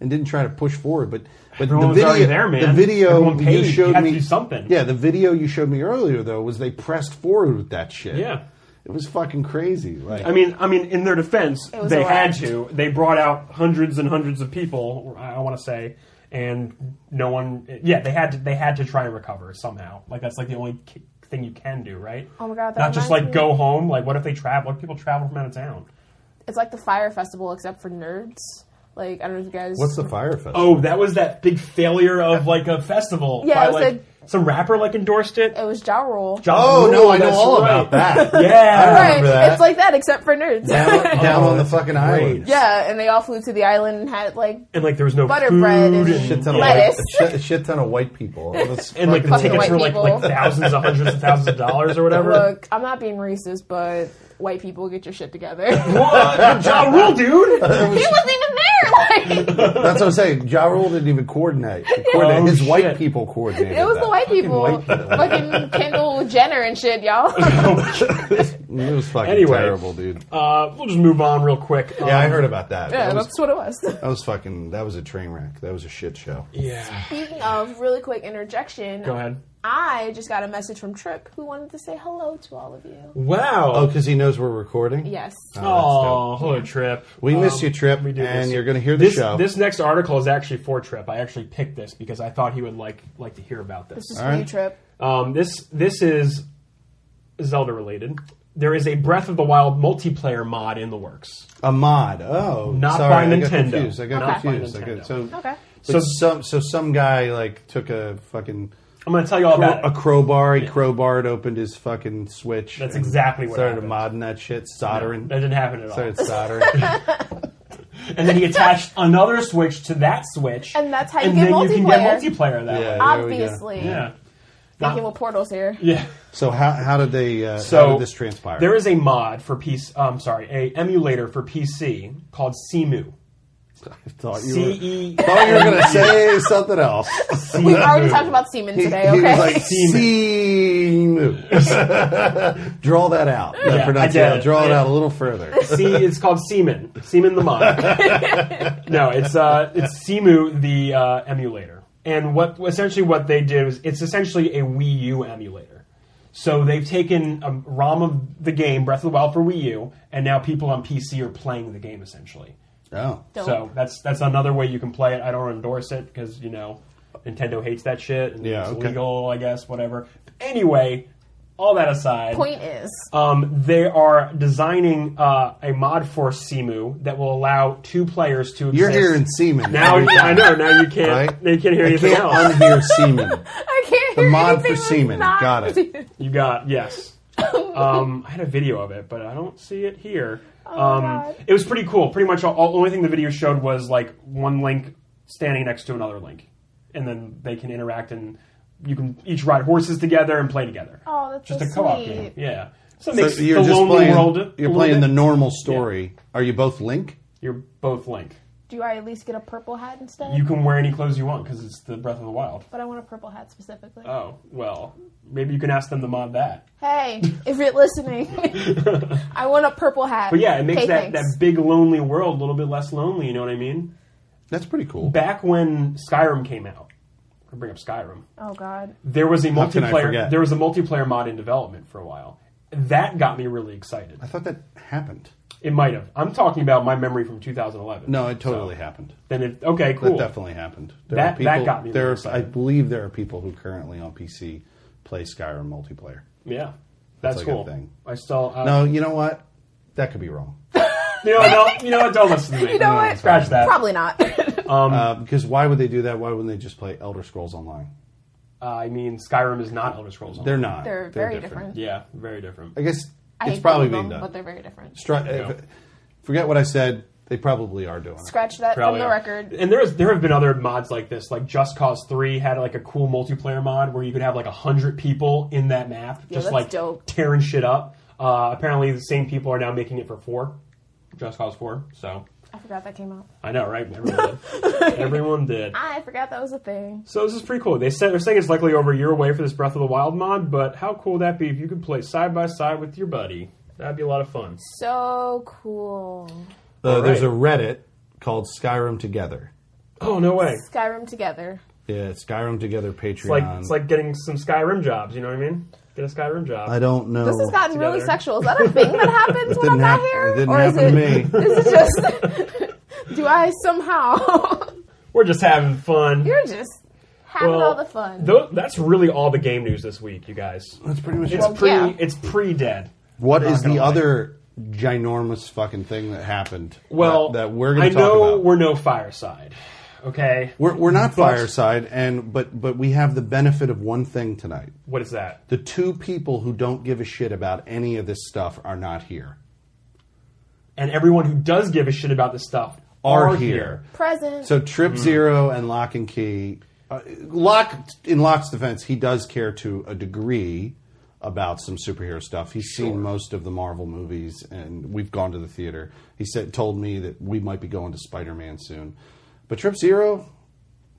Speaker 3: and didn't try to push forward. But but
Speaker 2: Everyone was
Speaker 3: the video,
Speaker 2: already there, man.
Speaker 3: the video
Speaker 2: Everyone paid.
Speaker 3: you
Speaker 2: You
Speaker 3: showed
Speaker 2: had to
Speaker 3: me
Speaker 2: do something.
Speaker 3: Yeah, the video you showed me earlier though was they pressed forward with that shit.
Speaker 2: Yeah.
Speaker 3: it was fucking crazy. Like
Speaker 2: I mean, I mean, in their defense,
Speaker 1: It was
Speaker 2: they
Speaker 1: a lot.
Speaker 2: had to. They brought out hundreds and hundreds of people. I want to say, and no one. Yeah, they had to. They had to try and recover somehow. Like that's like the only ki- thing you can do, right?
Speaker 1: Oh my God, that
Speaker 2: Not just like
Speaker 1: reminds me.
Speaker 2: go home. Like, what if they travel? What if people travel from out of town?
Speaker 1: It's like the Fire Festival except for nerds. Like I don't know if you guys.
Speaker 3: what's the fire fest?
Speaker 2: Oh, that was that big failure of like a festival.
Speaker 1: Yeah,
Speaker 2: by,
Speaker 1: it was
Speaker 2: like some rapper like endorsed it.
Speaker 1: It was Ja Rule.
Speaker 2: Ja
Speaker 3: Oh,
Speaker 2: Rule,
Speaker 3: no, I know
Speaker 2: that's
Speaker 3: all
Speaker 2: right.
Speaker 3: about that.
Speaker 2: Yeah,
Speaker 3: I remember that.
Speaker 1: It's like that except for nerds.
Speaker 3: down, down
Speaker 2: Oh,
Speaker 3: on the
Speaker 2: that's
Speaker 3: fucking
Speaker 2: great.
Speaker 3: island.
Speaker 1: yeah, and they all flew to the island and had like
Speaker 2: and like there was no
Speaker 1: Butter
Speaker 2: food
Speaker 1: bread and-
Speaker 2: and
Speaker 3: Shit ton of
Speaker 1: Lettuce.
Speaker 3: white, a shit, a shit ton of white people. All this
Speaker 2: and like the
Speaker 3: fucking-
Speaker 1: Fucking white
Speaker 2: tickets were like
Speaker 1: people.
Speaker 2: like thousands, of hundreds of thousands of dollars or whatever.
Speaker 1: Look, I'm not being racist, but white people get your shit together. he
Speaker 2: What? Ja Rule, dude.
Speaker 1: wasn't even there. Like
Speaker 3: That's what I'm saying. Ja Rule didn't even coordinate. coordinate.
Speaker 2: Oh,
Speaker 3: His white
Speaker 2: shit.
Speaker 3: people coordinated.
Speaker 1: it was
Speaker 3: that.
Speaker 1: the white
Speaker 3: Fucking
Speaker 1: people,
Speaker 3: white
Speaker 1: fucking Kendall Jenner and shit, y'all.
Speaker 3: It was fucking
Speaker 2: Anyway.
Speaker 3: terrible, dude.
Speaker 2: Uh, we'll just move on real quick. Um,
Speaker 3: yeah, I heard about that.
Speaker 1: yeah,
Speaker 3: that, was,
Speaker 1: that's what it was.
Speaker 3: that was fucking. That was a train wreck. That was a shit show.
Speaker 2: Yeah.
Speaker 1: Speaking of, really quick interjection.
Speaker 2: Go ahead.
Speaker 1: I just got a message from Trick who wanted to say hello to all of you.
Speaker 2: Wow.
Speaker 3: Oh, because he knows we're recording.
Speaker 1: Yes.
Speaker 3: Uh,
Speaker 2: Oh, hello, Trip. Um,
Speaker 3: We miss you, Trip,
Speaker 2: we do
Speaker 3: and
Speaker 2: miss
Speaker 3: you're gonna hear the
Speaker 2: this,
Speaker 3: show.
Speaker 2: This next article is actually for Trip. I actually picked this because I thought he would like like to hear about this.
Speaker 1: This is
Speaker 3: All
Speaker 1: for you,
Speaker 3: right.
Speaker 1: Trip.
Speaker 2: Um, this this is Zelda related. There is a Breath of the Wild multiplayer mod in the works.
Speaker 3: A mod. Oh,
Speaker 2: Not
Speaker 3: sorry,
Speaker 2: by
Speaker 3: I
Speaker 2: Nintendo.
Speaker 3: Got confused. I got
Speaker 2: Not by
Speaker 3: confused. I got,
Speaker 2: Nintendo.
Speaker 3: so,
Speaker 1: Okay.
Speaker 3: so
Speaker 2: So-
Speaker 3: some so some guy like took a fucking
Speaker 2: I'm going to tell you all about
Speaker 3: a
Speaker 2: it.
Speaker 3: crowbar. He crowbarred, opened his fucking switch.
Speaker 2: That's
Speaker 3: and
Speaker 2: exactly what
Speaker 3: started
Speaker 2: happened.
Speaker 3: modding that shit, soldering.
Speaker 2: That didn't happen at all.
Speaker 3: started soldering.
Speaker 2: And then he attached another Switch to that Switch.
Speaker 1: And that's how you
Speaker 2: and
Speaker 1: get
Speaker 2: then you can get
Speaker 1: multiplayer.
Speaker 2: multiplayer that way.
Speaker 3: yeah, there we go.
Speaker 1: Obviously.
Speaker 2: Yeah.
Speaker 1: Thinking with portals here.
Speaker 2: Yeah.
Speaker 3: So how how did they uh,
Speaker 2: So
Speaker 3: how did this transpire?
Speaker 2: There is a mod for PC. I'm sorry, a emulator for PC called Simu.
Speaker 3: I thought you
Speaker 2: C
Speaker 3: were,
Speaker 2: E.
Speaker 3: thought you were going to say something else.
Speaker 1: We already talked about semen
Speaker 3: He,
Speaker 1: today,
Speaker 3: he was
Speaker 1: okay?
Speaker 3: like, Simu. Draw that out. That
Speaker 2: Yeah,
Speaker 3: pronunciation.
Speaker 2: I did it.
Speaker 3: Draw it
Speaker 2: Yeah.
Speaker 3: out a little further.
Speaker 2: C, it's called Seaman. Seaman the mod. no, it's uh, it's Simu the uh, emulator. And what essentially what they did was it's essentially a Wii U emulator. So they've taken a ROM of the game Breath of the Wild for Wii U, and now people on PC are playing the game essentially.
Speaker 3: Oh.
Speaker 1: Dope.
Speaker 2: So that's that's another way you can play it. I don't endorse it because you know Nintendo hates that shit and
Speaker 3: Yeah,
Speaker 2: it's
Speaker 3: okay.
Speaker 2: illegal, I guess, whatever. Anyway, all that aside,
Speaker 1: Point is,
Speaker 2: um, they are designing uh, a mod for Simu that will allow two players to.
Speaker 3: You're
Speaker 2: exist.
Speaker 3: hearing semen.
Speaker 2: now.
Speaker 3: every
Speaker 2: I
Speaker 3: time,
Speaker 2: know now you can't.
Speaker 3: Right?
Speaker 2: Now you can't hear
Speaker 3: I
Speaker 2: anything
Speaker 3: can't
Speaker 2: else.
Speaker 3: unhear semen.
Speaker 1: I can't
Speaker 3: The
Speaker 1: hear
Speaker 3: mod
Speaker 1: anything
Speaker 3: for
Speaker 1: that's
Speaker 3: semen.
Speaker 1: not-
Speaker 3: Got it.
Speaker 2: you got yes. um, I had a video of it, but I don't see it here. um,
Speaker 1: Oh, God.
Speaker 2: It was pretty cool. Pretty much all, all only thing the video showed was like one link standing next to another link, and then they can interact and you can each ride horses together and play together.
Speaker 1: Oh, that's
Speaker 2: just
Speaker 1: so
Speaker 2: a co-op
Speaker 1: sweet.
Speaker 2: game. Yeah. So, it
Speaker 3: So
Speaker 2: makes
Speaker 3: you're
Speaker 2: the
Speaker 3: just
Speaker 2: lonely
Speaker 3: playing.
Speaker 2: world. a
Speaker 3: you're
Speaker 2: little
Speaker 3: playing the
Speaker 2: bit-
Speaker 3: normal story. Are you both Link?
Speaker 2: You're both Link.
Speaker 1: Do I at least get a purple hat instead?
Speaker 2: You can wear any clothes you want because it's the Breath of the Wild.
Speaker 1: but I want a purple hat specifically.
Speaker 2: Oh well, maybe you can ask them to mod that.
Speaker 1: hey, if you're listening, I want a purple hat.
Speaker 2: But yeah, it makes
Speaker 1: Okay,
Speaker 2: that, that
Speaker 1: thanks.
Speaker 2: big lonely world a little bit less lonely. You know what I mean?
Speaker 3: That's pretty cool.
Speaker 2: back when Skyrim came out, I bring up Skyrim.
Speaker 1: Oh God.
Speaker 2: There was a
Speaker 3: can I
Speaker 2: multiplayer.
Speaker 3: forget?
Speaker 2: There was a multiplayer mod in development for a while. That got me really excited.
Speaker 3: I thought that happened.
Speaker 2: It might have. I'm talking about my memory from 2011.
Speaker 3: No, it totally happened.
Speaker 2: Then it. Okay, cool.
Speaker 3: That definitely happened. There
Speaker 2: That- that got me
Speaker 3: There
Speaker 2: really
Speaker 3: are, I
Speaker 2: excited.
Speaker 3: believe there are people who currently on PC play Skyrim multiplayer.
Speaker 2: Yeah, that's,
Speaker 3: like a
Speaker 2: cool.
Speaker 3: thing.
Speaker 2: I still. Uh,
Speaker 3: No, you know what? That could be wrong.
Speaker 2: You know, no, you know what? Don't listen to me.
Speaker 1: You know what?
Speaker 2: Scratch that.
Speaker 1: Probably not.
Speaker 3: Uh, because why would they do that? Why wouldn't they just play Elder Scrolls Online?
Speaker 2: Uh, I mean, Skyrim is not Elder Scrolls. Online.
Speaker 3: They're not.
Speaker 1: They're very different.
Speaker 2: Yeah, very different.
Speaker 3: I guess
Speaker 1: I
Speaker 3: it's
Speaker 1: hate
Speaker 3: probably
Speaker 1: both of
Speaker 3: being
Speaker 1: them,
Speaker 3: done.
Speaker 1: but they're very different.
Speaker 3: Stri- if- forget what I said. They probably are doing it.
Speaker 1: Scratch that
Speaker 2: Probably
Speaker 1: from the
Speaker 2: are.
Speaker 1: record.
Speaker 2: And there's there have been other mods like this, like Just Cause Three had like a cool multiplayer mod where you could have like a hundred people in that map, just
Speaker 1: that's
Speaker 2: like
Speaker 1: dope.
Speaker 2: tearing shit up. Uh, apparently, the same people are now making it for four, Just Cause Four. So
Speaker 1: I forgot that came out.
Speaker 2: I know, right? Everyone did. Everyone did.
Speaker 1: I forgot that was a thing.
Speaker 2: So this is pretty cool. They said they're saying it's likely over a year away for this Breath of the Wild mod, but how cool would that be if you could play side by side with your buddy? That'd be a lot of fun.
Speaker 1: So cool.
Speaker 3: Uh,
Speaker 2: All
Speaker 3: There's a
Speaker 2: right.
Speaker 3: Reddit called Skyrim Together.
Speaker 2: Oh no way!
Speaker 1: Skyrim together.
Speaker 3: Yeah, Skyrim Together Patreon.
Speaker 2: It's like it's like getting some Skyrim jobs. You know what I mean? Get a Skyrim job.
Speaker 3: I don't know.
Speaker 1: This has gotten really
Speaker 2: Together.
Speaker 1: sexual. Is that a thing that happens when I'm
Speaker 3: didn't
Speaker 1: not
Speaker 3: hap-
Speaker 1: here?
Speaker 3: it didn't
Speaker 1: or is
Speaker 3: happen to
Speaker 1: it,
Speaker 3: me.
Speaker 1: Is it just do I somehow?
Speaker 2: We're just having fun.
Speaker 1: You're just having
Speaker 2: Well,
Speaker 1: all the fun.
Speaker 2: tho- that's really all the game news this week, you guys.
Speaker 3: That's pretty much
Speaker 2: It's
Speaker 3: it.
Speaker 2: pre.
Speaker 1: yeah.
Speaker 2: It's pre dead.
Speaker 3: What is
Speaker 2: gonna
Speaker 3: the
Speaker 2: lie.
Speaker 3: other ginormous fucking thing that happened?
Speaker 2: Well,
Speaker 3: that, that we're going
Speaker 2: I
Speaker 3: to talk
Speaker 2: know
Speaker 3: about.
Speaker 2: we're no fireside. Okay.
Speaker 3: We're, we're not
Speaker 2: But-
Speaker 3: fireside, and but but we have the benefit of one thing tonight.
Speaker 2: What is that?
Speaker 3: The two people who don't give a shit about any of this stuff are not here.
Speaker 2: And everyone who does give a shit about this stuff
Speaker 3: Are
Speaker 2: are,
Speaker 3: here.
Speaker 1: Present.
Speaker 3: So Trip Zero and Lock and Key, uh, Lock in Lock's defense, he does care to a degree about some superhero stuff. He's seen most of the Marvel movies, and we've gone to the theater. He said, told me that we might be going to Spider Man soon, but Trip Zero,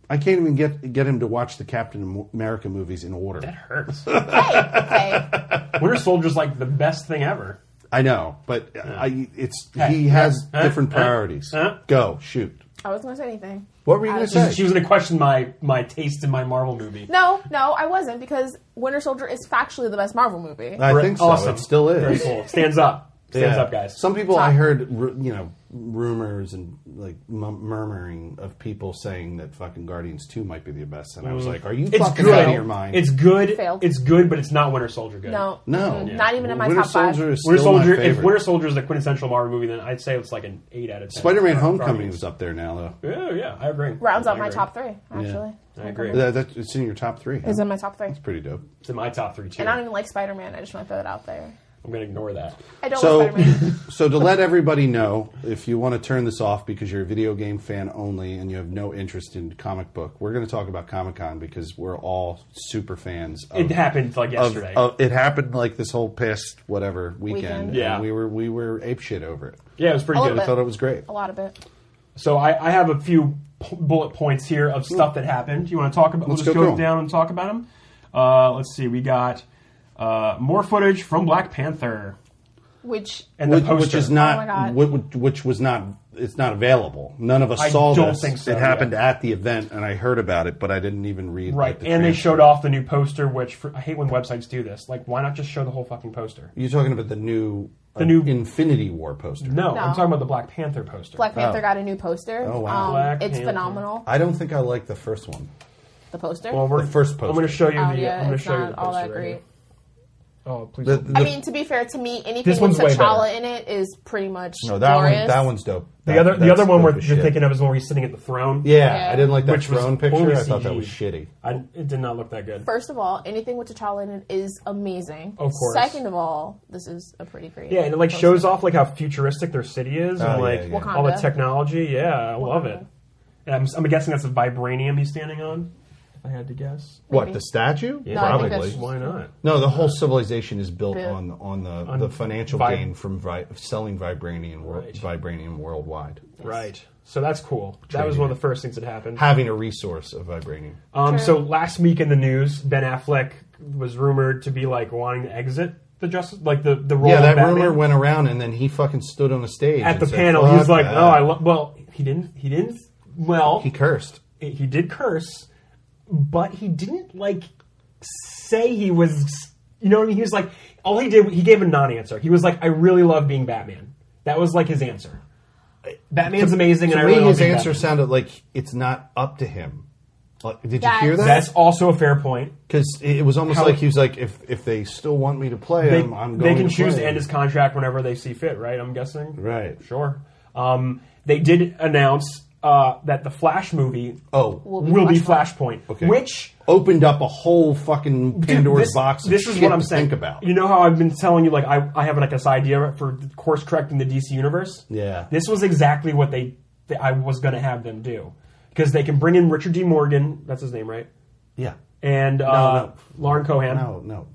Speaker 3: I can't even get get him to watch the Captain America movies in order.
Speaker 2: That hurts.
Speaker 1: okay.
Speaker 2: Winter Soldier's like the best thing ever.
Speaker 3: I know, but I, it's he has different priorities.
Speaker 2: huh?
Speaker 3: Go shoot.
Speaker 1: I wasn't gonna say anything.
Speaker 3: What were you going
Speaker 1: was-
Speaker 3: to say?
Speaker 2: She was going to question my my taste in my Marvel movie.
Speaker 1: No, no, I wasn't because Winter Soldier is factually the best Marvel movie.
Speaker 3: I think so.
Speaker 2: Awesome.
Speaker 3: It still is.
Speaker 2: Very cool. Stands up. Stands
Speaker 3: Yeah.
Speaker 2: up, guys.
Speaker 3: Some people I heard, ru- you know, rumors and like m- murmuring of people saying that fucking Guardians Two might be the best, and I was like, "Are you
Speaker 2: Mm. it's
Speaker 3: fucking
Speaker 2: good.
Speaker 3: out of your mind?"
Speaker 2: It's good.
Speaker 1: Failed.
Speaker 2: It's good, but it's not Winter Soldier good.
Speaker 1: no,
Speaker 3: no,
Speaker 1: Mm-mm. not even in my
Speaker 3: Winter
Speaker 1: top
Speaker 3: Soldier
Speaker 1: five.
Speaker 3: Is
Speaker 2: Winter
Speaker 3: still
Speaker 2: Soldier.
Speaker 3: My
Speaker 2: If
Speaker 3: favorite.
Speaker 2: Winter Soldier is the quintessential Marvel movie, then I'd say it's like an eight out of ten.
Speaker 3: Spider-Man:
Speaker 2: Or
Speaker 3: Homecoming
Speaker 2: Guardians.
Speaker 3: was up there now, though.
Speaker 2: Yeah, yeah, I agree.
Speaker 1: Rounds
Speaker 2: I
Speaker 1: out my
Speaker 2: agree.
Speaker 1: top three actually.
Speaker 2: I agree.
Speaker 3: That, that, it's in your top three.
Speaker 1: Is
Speaker 3: It's
Speaker 1: in my top three.
Speaker 3: pretty dope.
Speaker 2: It's in my top three too.
Speaker 1: And I don't even like Spider Man. I just want to throw it out there.
Speaker 2: I'm gonna ignore that.
Speaker 1: I don't like
Speaker 3: So,
Speaker 1: Spider Man.
Speaker 3: so to let everybody know, if you want to turn this off because you're a video game fan only and you have no interest in comic book, we're going to talk about Comic Con because we're all super fans. Of,
Speaker 2: It happened like
Speaker 3: of-
Speaker 2: yesterday.
Speaker 3: of- it happened like this whole past whatever weekend.
Speaker 1: Weekend.
Speaker 3: and
Speaker 2: Yeah.
Speaker 3: we were we were ape shit over it.
Speaker 2: yeah, it was pretty
Speaker 1: All
Speaker 2: good.
Speaker 1: of
Speaker 3: I thought it was great.
Speaker 1: A lot of it.
Speaker 2: So I, I have a few p- bullet points here of stuff that happened. You want to talk about? we'll
Speaker 3: Let's
Speaker 2: just
Speaker 3: go
Speaker 2: go,
Speaker 3: through 'em.
Speaker 2: down and talk about them. Uh, let's see. We got uh, more footage from Black Panther
Speaker 1: Which
Speaker 2: and
Speaker 3: Which,
Speaker 2: the poster.
Speaker 3: which is
Speaker 1: Oh my
Speaker 3: not
Speaker 1: God.
Speaker 3: whi- whi- which was not it's not available. None of us
Speaker 2: I
Speaker 3: saw
Speaker 2: don't
Speaker 3: this.
Speaker 2: think so,
Speaker 3: it happened
Speaker 2: yeah.
Speaker 3: at the event, and I heard about it, but I didn't even read.
Speaker 2: right,
Speaker 3: like, the
Speaker 2: and they
Speaker 3: transcript.
Speaker 2: showed off the new poster, which for, I hate when websites do this. Like, why not just show the whole fucking poster?
Speaker 3: You're talking about the new the
Speaker 2: new-
Speaker 3: Infinity War poster.
Speaker 2: No,
Speaker 1: No.
Speaker 2: I'm talking about the Black Panther poster.
Speaker 1: Black Panther
Speaker 3: Oh.
Speaker 1: got a new poster.
Speaker 3: Oh, wow.
Speaker 1: Um,
Speaker 2: Black
Speaker 1: it's
Speaker 2: Panther.
Speaker 1: phenomenal.
Speaker 3: I don't think I like the first one.
Speaker 1: The poster.
Speaker 2: Well, we're,
Speaker 3: The first
Speaker 2: I'm going
Speaker 3: poster.
Speaker 2: to show you
Speaker 1: oh
Speaker 2: the.
Speaker 1: yeah,
Speaker 2: I'm going to
Speaker 1: it's
Speaker 2: show you the
Speaker 1: not all
Speaker 2: poster.
Speaker 1: that
Speaker 2: right
Speaker 1: great.
Speaker 2: here. oh, please.
Speaker 3: The-
Speaker 2: don't-
Speaker 3: the-
Speaker 1: I mean, to be fair, to me, anything
Speaker 2: This
Speaker 1: with
Speaker 2: one's way
Speaker 1: T'Challa
Speaker 2: better.
Speaker 1: in it is pretty much
Speaker 3: no, that
Speaker 1: glorious.
Speaker 3: one, that one's dope.
Speaker 2: the
Speaker 3: That-
Speaker 2: other, the
Speaker 3: that's
Speaker 2: other one
Speaker 3: dope
Speaker 2: where
Speaker 3: as
Speaker 2: you're
Speaker 3: shit.
Speaker 2: thinking of is when he's sitting at the throne.
Speaker 3: Yeah,
Speaker 1: Yeah.
Speaker 3: I didn't like that
Speaker 2: Which was
Speaker 3: throne picture.
Speaker 2: only
Speaker 3: I thought that
Speaker 2: CG.
Speaker 3: was shitty.
Speaker 2: I, it did not look that good.
Speaker 1: First of all, anything with T'Challa in it is amazing.
Speaker 2: Of course.
Speaker 1: Second of all, this is a pretty great.
Speaker 2: Yeah, and it like shows off like how futuristic their city is
Speaker 3: Oh,
Speaker 2: and
Speaker 3: yeah,
Speaker 2: like
Speaker 3: yeah.
Speaker 2: all the
Speaker 1: Wakanda.
Speaker 2: technology. Yeah, I love
Speaker 1: Wakanda.
Speaker 2: it. And I'm, I'm guessing that's a vibranium he's standing on. If I had to guess,
Speaker 3: What
Speaker 1: Maybe.
Speaker 3: the statue?
Speaker 2: No, I
Speaker 1: think
Speaker 3: Probably.
Speaker 1: that's-
Speaker 2: why not?
Speaker 3: No, the whole civilization is built
Speaker 1: Yeah.
Speaker 3: on on the, the financial
Speaker 2: vib-
Speaker 3: gain from vi- selling vibranium wor-
Speaker 2: Right.
Speaker 3: vibranium worldwide,
Speaker 2: Right. So that's cool. That was one of the first things that happened.
Speaker 3: having a resource of vibranium.
Speaker 2: Um, so last week in the news, Ben Affleck was rumored to be like wanting to exit the justice, like the the role.
Speaker 3: yeah,
Speaker 2: of
Speaker 3: that
Speaker 2: Batman.
Speaker 3: rumor went around, and then he fucking stood on a stage
Speaker 2: at
Speaker 3: and
Speaker 2: the
Speaker 3: said,
Speaker 2: panel. He was
Speaker 3: "Fuck
Speaker 2: like,
Speaker 3: that."
Speaker 2: "Oh, I love." Well, he didn't. He didn't. Well,
Speaker 3: He cursed.
Speaker 2: he did curse, but he didn't like say he was. You know what I mean? He was like, all he did, he gave a non-answer. He was like, "I really love being Batman." That was like his answer. Batman's amazing,
Speaker 3: Uh, To
Speaker 2: and I
Speaker 3: me,
Speaker 2: really
Speaker 3: his
Speaker 2: love being
Speaker 3: answer
Speaker 2: Batman.
Speaker 3: sounded like it's not up to him. Like, did
Speaker 1: That's-
Speaker 3: you hear that?
Speaker 2: That's also a fair point.
Speaker 3: Because it it was almost
Speaker 2: How-
Speaker 3: like he was like, if if they still want me to play
Speaker 2: They,
Speaker 3: him, I'm
Speaker 2: they
Speaker 3: going
Speaker 2: can
Speaker 3: to
Speaker 2: choose
Speaker 3: play
Speaker 2: to end
Speaker 3: him."
Speaker 2: his contract whenever they see fit, right? I'm guessing.
Speaker 3: Right.
Speaker 2: Sure. Um, they did announce uh, that the Flash movie
Speaker 3: Oh.
Speaker 2: will
Speaker 3: Will
Speaker 2: be,
Speaker 1: be
Speaker 2: Flashpoint,
Speaker 3: Okay.
Speaker 2: which
Speaker 3: Opened up a whole fucking Pandora's box. Of
Speaker 2: this is
Speaker 3: shit
Speaker 2: what I'm
Speaker 3: to
Speaker 2: saying.
Speaker 3: Think about.
Speaker 2: You know how I've been telling you, like I, I have like this idea for course correcting the DC universe.
Speaker 3: Yeah.
Speaker 2: this was exactly what they that I was going to have them do because they can bring in Richard D. Morgan, that's his name, right?
Speaker 3: yeah.
Speaker 2: And uh,
Speaker 3: no.
Speaker 2: Lauren Cohan,
Speaker 3: No, no.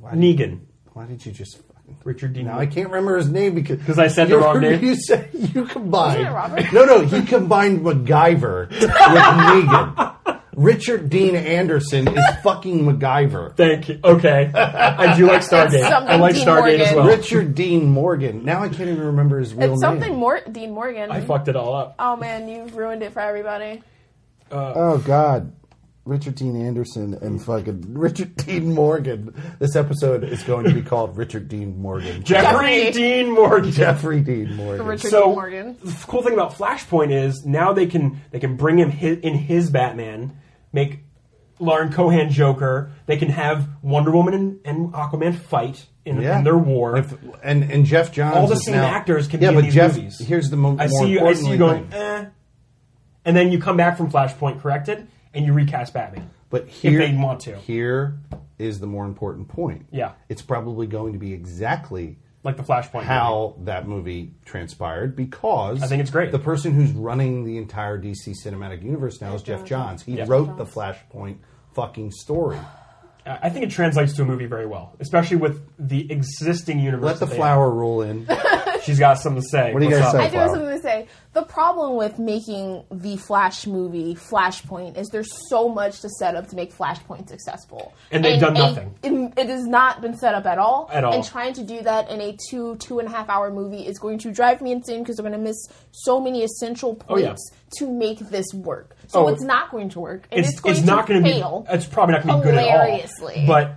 Speaker 3: Why
Speaker 2: Negan.
Speaker 3: Did, why did you just?
Speaker 2: Richard Dean.
Speaker 3: Now I can't remember his name because
Speaker 2: 'Cause I said the
Speaker 3: you-
Speaker 2: wrong name?
Speaker 3: You said you combined.
Speaker 1: Wasn't it Robert?
Speaker 3: No, no, he combined MacGyver with Negan. Richard Dean Anderson is fucking MacGyver.
Speaker 2: Thank you. Okay, I do like Stargate. I
Speaker 1: something
Speaker 2: like
Speaker 1: Dean
Speaker 2: Stargate as
Speaker 1: Morgan.
Speaker 2: well.
Speaker 3: Richard Dean Morgan. Now I can't even remember his real
Speaker 1: It's
Speaker 3: name.
Speaker 1: something more Dean Morgan.
Speaker 2: I fucked it all up.
Speaker 1: oh man, you've ruined it for everybody.
Speaker 4: Oh God, Richard Dean Anderson and fucking
Speaker 3: Richard Dean Morgan. This episode is going to be called Richard Dean Morgan.
Speaker 2: Jeffrey
Speaker 1: Jeffrey.
Speaker 2: Dean Morgan.
Speaker 3: Jeffrey Dean Morgan.
Speaker 1: Richard
Speaker 2: so
Speaker 1: Dean Morgan.
Speaker 2: the cool thing about Flashpoint is now they can they can bring him his, in his Batman, make Lauren Cohan Joker. They can have Wonder Woman and, and Aquaman fight in,
Speaker 3: Yeah.
Speaker 2: in their war.
Speaker 3: If- and and Jeff Johns.
Speaker 2: All the
Speaker 3: is
Speaker 2: same
Speaker 3: now-
Speaker 2: actors can
Speaker 3: yeah,
Speaker 2: be
Speaker 3: but
Speaker 2: in these
Speaker 3: Jeff,
Speaker 2: movies.
Speaker 3: Here's the mo-
Speaker 2: I
Speaker 3: more
Speaker 2: see you. I
Speaker 3: importantly
Speaker 2: see you going.
Speaker 3: thing.
Speaker 2: Eh. And then you come back from Flashpoint corrected, and you recast Batman.
Speaker 3: But here,
Speaker 2: they want to.
Speaker 3: here is the more important point.
Speaker 2: Yeah.
Speaker 3: it's probably going to be exactly
Speaker 2: like the Flashpoint. movie.
Speaker 3: how that movie transpired because
Speaker 2: I think it's great.
Speaker 3: The person who's running the entire DC cinematic universe now is Jeff Johns. He wrote the Flashpoint fucking story.
Speaker 2: I I think it translates to a movie very well, especially with the existing universe.
Speaker 3: Let the
Speaker 2: that they
Speaker 3: flower roll in.
Speaker 2: have. She's got something to say.
Speaker 4: What do you
Speaker 2: What's
Speaker 4: guys
Speaker 2: up?
Speaker 4: say?
Speaker 1: I do have something to say. The problem with making the Flash movie Flashpoint is there's so much to set up to make Flashpoint successful,
Speaker 2: And they've done nothing.
Speaker 1: it- it has not been set up at all.
Speaker 2: At all.
Speaker 1: And trying to do that in a two two and a half hour movie is going to drive me insane because I'm going to miss so many essential
Speaker 2: Oh, yeah.
Speaker 1: points to make this work. So
Speaker 2: Oh,
Speaker 1: it's not going to work, and
Speaker 2: It's,
Speaker 1: it's, going
Speaker 2: it's
Speaker 1: to
Speaker 2: not going to be.
Speaker 1: fail.
Speaker 2: It's probably not going to be good at all.
Speaker 1: Hilariously.
Speaker 2: But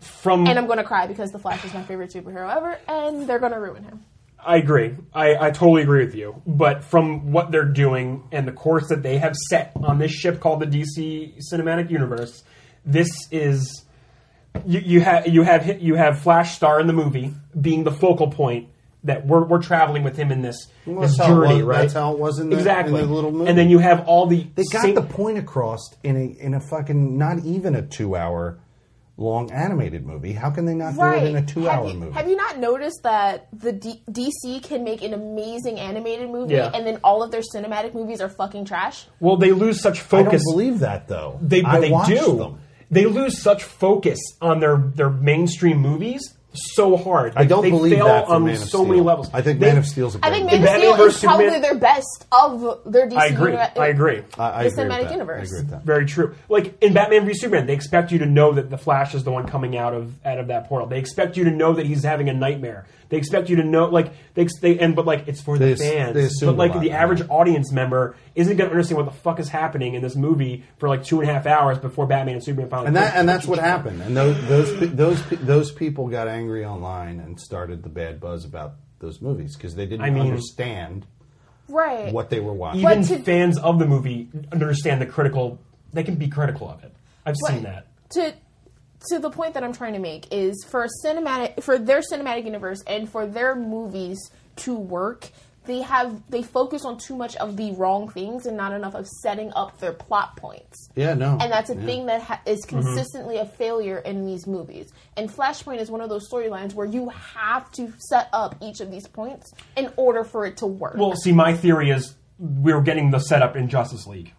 Speaker 2: from
Speaker 1: and I'm going to cry because the Flash is my favorite superhero ever, and they're going to ruin him.
Speaker 2: I agree. I, I totally agree with you. But from what they're doing and the course that they have set on this ship called the DC Cinematic Universe, this is you, you have you have you have Flash Star in the movie being the focal point that we're, we're traveling with him in this, this
Speaker 3: that's how it
Speaker 2: journey,
Speaker 3: was-
Speaker 2: right?
Speaker 3: that's how it was in the- in
Speaker 2: exactly
Speaker 3: the little movie.
Speaker 2: And then you have all the
Speaker 3: They got
Speaker 2: same-
Speaker 3: the point across in a in a fucking not even a two hour long animated movie. How can they not do it in a two
Speaker 1: have
Speaker 3: hour
Speaker 1: you,
Speaker 3: movie?
Speaker 1: Have you not noticed that the D- DC can make an amazing animated movie,
Speaker 2: Yeah.
Speaker 1: and then all of their cinematic movies are fucking trash?
Speaker 2: well they lose such
Speaker 3: I don't
Speaker 2: focus.
Speaker 3: believe that though.
Speaker 2: They but
Speaker 3: I
Speaker 2: they
Speaker 3: watched
Speaker 2: do.
Speaker 3: them.
Speaker 2: They lose such focus on their their mainstream movies so hard.
Speaker 3: I don't
Speaker 2: they
Speaker 3: believe
Speaker 2: fail
Speaker 3: that for
Speaker 2: on
Speaker 3: Man of
Speaker 2: so
Speaker 3: Steel.
Speaker 2: many levels.
Speaker 3: I think
Speaker 2: They-
Speaker 3: Man of Steel's a
Speaker 1: I
Speaker 3: great
Speaker 1: think Man
Speaker 3: movie.
Speaker 1: of
Speaker 2: Batman
Speaker 1: Steel is
Speaker 2: versus
Speaker 1: probably
Speaker 2: Man-
Speaker 1: their best of their DC.
Speaker 2: I agree.
Speaker 1: uni-
Speaker 2: I agree.
Speaker 3: I, I
Speaker 1: the
Speaker 3: agree with
Speaker 1: cinematic
Speaker 3: that.
Speaker 1: universe.
Speaker 3: I agree with that.
Speaker 2: Very true. Like in Batman v Superman, they expect you to know that the Flash is the one coming out of out of that portal. They expect you to know that he's having a nightmare. They expect you to know, like they, ex- they and but like it's for the
Speaker 3: They ass-
Speaker 2: fans.
Speaker 3: they assume
Speaker 2: but like
Speaker 3: a lot,
Speaker 2: the average
Speaker 3: yeah.
Speaker 2: audience member isn't going to understand what the fuck is happening in this movie for like two and a half hours before Batman and Superman finally.
Speaker 3: and that
Speaker 2: click.
Speaker 3: and that's what happened. And those those pe- those pe- those people got angry online and started the bad buzz about those movies because they didn't
Speaker 2: I mean-
Speaker 3: understand
Speaker 1: Right.
Speaker 3: what they were watching.
Speaker 2: even
Speaker 1: But to-
Speaker 2: fans of the movie understand the critical. They can be critical of it. I've seen
Speaker 1: But
Speaker 2: that.
Speaker 1: To to the point that I'm trying to make is for a cinematic for their cinematic universe and for their movies to work, they have they focus on too much of the wrong things and not enough of setting up their plot points.
Speaker 3: yeah, no.
Speaker 1: And that's a
Speaker 3: Yeah. Mm-hmm.
Speaker 1: thing that ha- is consistently a failure in these movies. And Flashpoint is one of those storylines where you have to set up each of these points in order for it to work.
Speaker 2: Well, see, my theory is we were getting the setup in Justice League.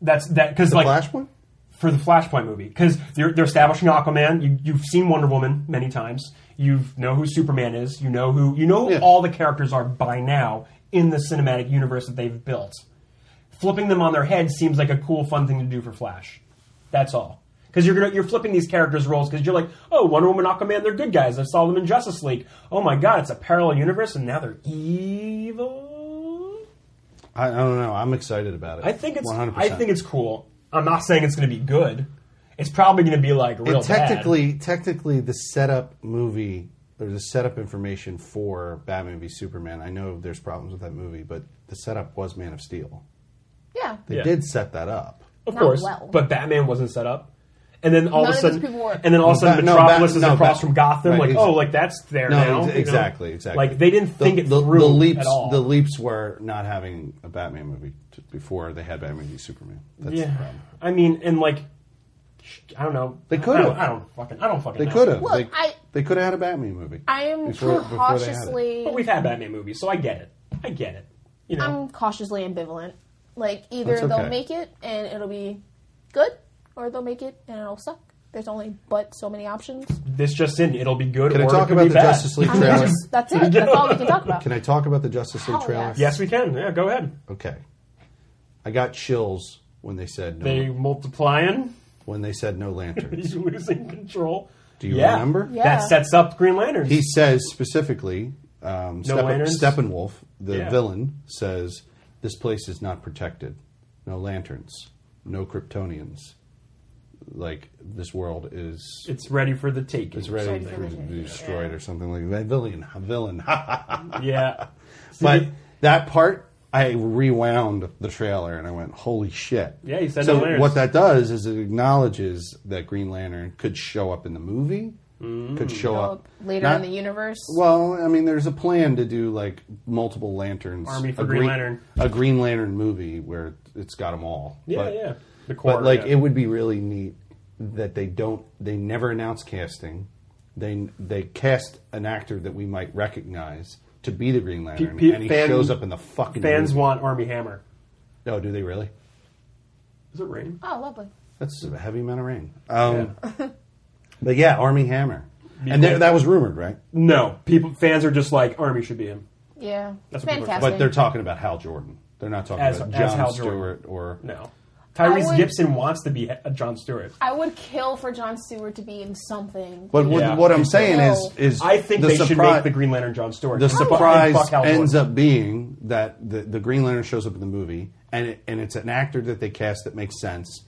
Speaker 2: That's that because like
Speaker 3: Flashpoint.
Speaker 2: for the Flashpoint movie because they're, they're establishing Aquaman. You, you've seen Wonder Woman many times. You know who Superman is. You know who you know who
Speaker 3: Yeah.
Speaker 2: all the characters are by now in the cinematic universe that they've built. Flipping them on their head seems like a cool, fun thing to do for Flash. That's all. Because you're gonna, you're flipping these characters' roles because you're like, oh, Wonder Woman, Aquaman, they're good guys. I saw them in Justice League. Oh my God, it's a parallel universe, and now they're evil.
Speaker 3: I, I don't know. I'm excited about it.
Speaker 2: I think it's
Speaker 3: 100%.
Speaker 2: I think it's cool. I'm not saying it's going to be good. It's probably going to be like real
Speaker 3: And technically technically the setup movie or the setup information for Batman v Superman. I know there's problems with that movie, but the setup was Man of Steel.
Speaker 1: yeah.
Speaker 3: They
Speaker 2: Yeah.
Speaker 3: did set that up.
Speaker 2: bad, of
Speaker 1: not
Speaker 2: course.
Speaker 1: well.
Speaker 2: But Batman wasn't set up. And then all
Speaker 1: None
Speaker 2: of a
Speaker 1: of
Speaker 2: sudden,
Speaker 1: these people were-
Speaker 2: and then all of a sudden,
Speaker 3: Bat- no,
Speaker 2: Metropolis
Speaker 3: Bat-
Speaker 2: is
Speaker 3: no,
Speaker 2: across
Speaker 3: Bat-
Speaker 2: from Gotham.
Speaker 3: right,
Speaker 2: like,
Speaker 3: ex-
Speaker 2: oh, like that's there
Speaker 3: no,
Speaker 2: now.
Speaker 3: ex-
Speaker 2: you know?
Speaker 3: exactly, exactly.
Speaker 2: Like they didn't
Speaker 3: The-
Speaker 2: think it
Speaker 3: the,
Speaker 2: through
Speaker 3: The leaps,
Speaker 2: at all.
Speaker 3: the leaps were not having a Batman movie t- before they had Batman v Superman. That's the
Speaker 2: yeah.
Speaker 3: problem.
Speaker 2: I mean, and like, sh- I don't know.
Speaker 3: They
Speaker 2: I don't-
Speaker 3: could've.
Speaker 2: I don't fucking. I don't fucking.
Speaker 3: They
Speaker 2: know.
Speaker 3: could have.
Speaker 1: Look,
Speaker 3: they
Speaker 1: I-
Speaker 3: they could have had a Batman movie.
Speaker 1: I am
Speaker 3: before- before they had it.
Speaker 1: cautiously
Speaker 2: But we've had Batman movies, so I get it. I get it. You know.
Speaker 1: I'm cautiously ambivalent. Like either
Speaker 3: That's okay.
Speaker 1: they'll make it and it'll be good, or they'll make it and it'll suck. There's only but so many options.
Speaker 2: This just in, it'll be good
Speaker 3: Can
Speaker 2: or
Speaker 3: I
Speaker 2: it
Speaker 3: talk
Speaker 2: could
Speaker 3: about
Speaker 2: be
Speaker 3: the
Speaker 2: bad.
Speaker 3: Justice League
Speaker 1: I mean,
Speaker 3: trailer?
Speaker 1: just, that's it. That's all we can talk about.
Speaker 3: Can I talk about the Justice League
Speaker 1: Oh,
Speaker 3: trailer?
Speaker 1: yes.
Speaker 2: Yes, we can. Yeah, go ahead.
Speaker 3: Okay. I got chills when they said no.
Speaker 2: They multiplying.
Speaker 3: when they said no lanterns.
Speaker 2: He's losing control.
Speaker 3: Do you
Speaker 2: Yeah.
Speaker 3: remember?
Speaker 1: Yeah.
Speaker 2: That sets up Green Lanterns.
Speaker 3: He says specifically, um, Steppen-
Speaker 2: lanterns?
Speaker 3: Steppenwolf, the
Speaker 2: Yeah.
Speaker 3: villain, says, "This place is not protected. No lanterns. No Kryptonians. Like this world is."
Speaker 2: it's ready for the taking.
Speaker 3: is ready
Speaker 1: Ready for the
Speaker 3: to be destroyed or something like that. Villain, villain.
Speaker 2: Yeah. See,
Speaker 3: but that part, I rewound the trailer and I went, "Holy shit!"
Speaker 2: Yeah, he said
Speaker 3: so.
Speaker 2: no lanterns.
Speaker 3: what that does is it acknowledges that Green Lantern could show up in the movie,
Speaker 2: Mm.
Speaker 3: could show up
Speaker 1: Later
Speaker 3: not-
Speaker 1: in the universe.
Speaker 3: Well, I mean, there's a plan to do like multiple lanterns,
Speaker 2: Army for
Speaker 3: a
Speaker 2: Green Lantern.
Speaker 3: a Green Lantern movie where it's got them all.
Speaker 2: yeah,
Speaker 3: but,
Speaker 2: yeah. The core.
Speaker 3: But like,
Speaker 2: yeah.
Speaker 3: it would be really neat that they don't. They never announce casting. They they cast an actor that we might recognize to be the Green Lantern,
Speaker 2: pe-
Speaker 3: and he
Speaker 2: fan-
Speaker 3: shows up in the fucking
Speaker 2: Fans
Speaker 3: Movie.
Speaker 2: want Army Hammer.
Speaker 3: No, do they really?
Speaker 2: Is it rain?
Speaker 1: oh, lovely.
Speaker 3: That's a heavy amount of rain. Um, But yeah, Army Hammer, and
Speaker 2: cool.
Speaker 3: there- that was rumored, right?
Speaker 2: No. People fans are just like Army should be him.
Speaker 1: Yeah.
Speaker 2: That's what people are-
Speaker 1: Fantastic.
Speaker 3: But they're talking about Hal Jordan. They're not talking
Speaker 2: As-
Speaker 3: about
Speaker 2: as
Speaker 3: John
Speaker 2: Hal Jordan.
Speaker 3: Stewart or
Speaker 2: No.
Speaker 1: I
Speaker 2: Tyrese
Speaker 1: would-
Speaker 2: Gibson wants to be a John Stewart.
Speaker 1: I would kill for John Stewart to be in something.
Speaker 3: But what,
Speaker 2: Yeah.
Speaker 3: what I'm saying
Speaker 1: No.
Speaker 3: is, is
Speaker 2: I think
Speaker 3: the
Speaker 2: they should
Speaker 3: surpri-
Speaker 2: make the Green Lantern John Stewart.
Speaker 3: the
Speaker 2: And fuck- and
Speaker 3: surprise
Speaker 2: fuck Hal Jordan.
Speaker 3: ends up being that the, the Green Lantern shows up in the movie, and it, and it's an actor that they cast that makes sense,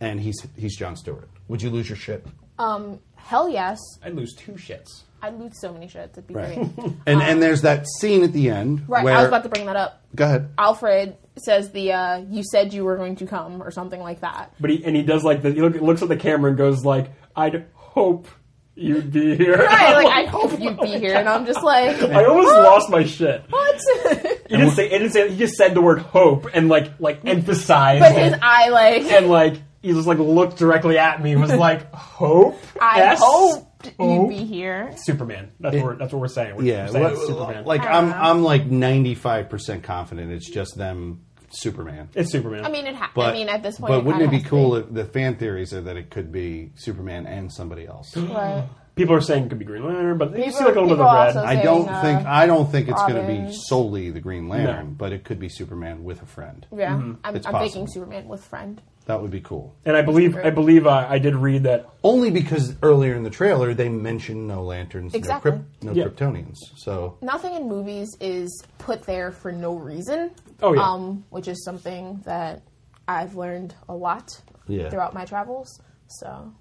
Speaker 3: and he's he's John Stewart. Would you lose your shit?
Speaker 1: um, hell yes.
Speaker 2: I'd lose two shits.
Speaker 1: I lose so many shits. It'd be
Speaker 3: Right.
Speaker 1: great.
Speaker 3: And and there's that scene at the end
Speaker 1: Right.
Speaker 3: where
Speaker 1: I was about to bring that up.
Speaker 3: go ahead.
Speaker 1: Alfred says the uh, "you said you were going to come" or something like that.
Speaker 2: But he and he does like the, he look, looks at the camera and goes like, "I'd hope you'd be here."
Speaker 1: Right, like I hope you'd be here, and I'm just like,
Speaker 2: I almost lost my shit.
Speaker 1: what?
Speaker 2: He didn't say. He didn't say. He just said the word hope and like like emphasized.
Speaker 1: but
Speaker 2: it.
Speaker 1: his eye, like,
Speaker 2: and like he just like looked directly at me and was like, "Hope."
Speaker 1: I
Speaker 2: S?
Speaker 1: hoped
Speaker 2: Hope?
Speaker 1: you'd be here.
Speaker 2: Superman. That's what we're, that's what we're saying. We're
Speaker 3: Yeah,
Speaker 2: saying
Speaker 3: well,
Speaker 2: it's Superman.
Speaker 3: like
Speaker 1: I
Speaker 3: I'm
Speaker 1: don't know.
Speaker 3: I'm like 95 percent confident it's just them Superman.
Speaker 2: it's Superman.
Speaker 1: I mean, it. Ha-
Speaker 3: But
Speaker 1: I mean, at this point,
Speaker 3: but wouldn't it
Speaker 1: kinda
Speaker 3: be
Speaker 1: has to
Speaker 3: cool if the fan theories are that it could be Superman and somebody else?
Speaker 1: Right.
Speaker 2: people are saying it could be Green Lantern, but you
Speaker 1: People-
Speaker 2: see like a little bit
Speaker 1: people
Speaker 2: of
Speaker 1: also
Speaker 2: red.
Speaker 1: say-
Speaker 3: I don't
Speaker 1: saying,
Speaker 3: think
Speaker 1: uh,
Speaker 3: I don't think it's going to be
Speaker 1: Robin.
Speaker 3: solely the Green Lantern,
Speaker 2: No.
Speaker 3: but it could be Superman with a friend.
Speaker 1: Yeah, I'm,
Speaker 3: Mm-hmm. It's
Speaker 1: I'm thinking
Speaker 3: possible.
Speaker 1: Superman with friend.
Speaker 3: That would be cool.
Speaker 2: and I believe I believe uh, I did read that
Speaker 3: Only because earlier in the trailer they mentioned no lanterns,
Speaker 1: Exactly.
Speaker 3: no, Kryp- no
Speaker 2: Yeah.
Speaker 3: Kryptonians. So
Speaker 1: Nothing in movies is put there for no reason.
Speaker 2: Oh, yeah.
Speaker 1: Um, which is something that I've learned a lot
Speaker 3: Yeah.
Speaker 1: throughout my travels. So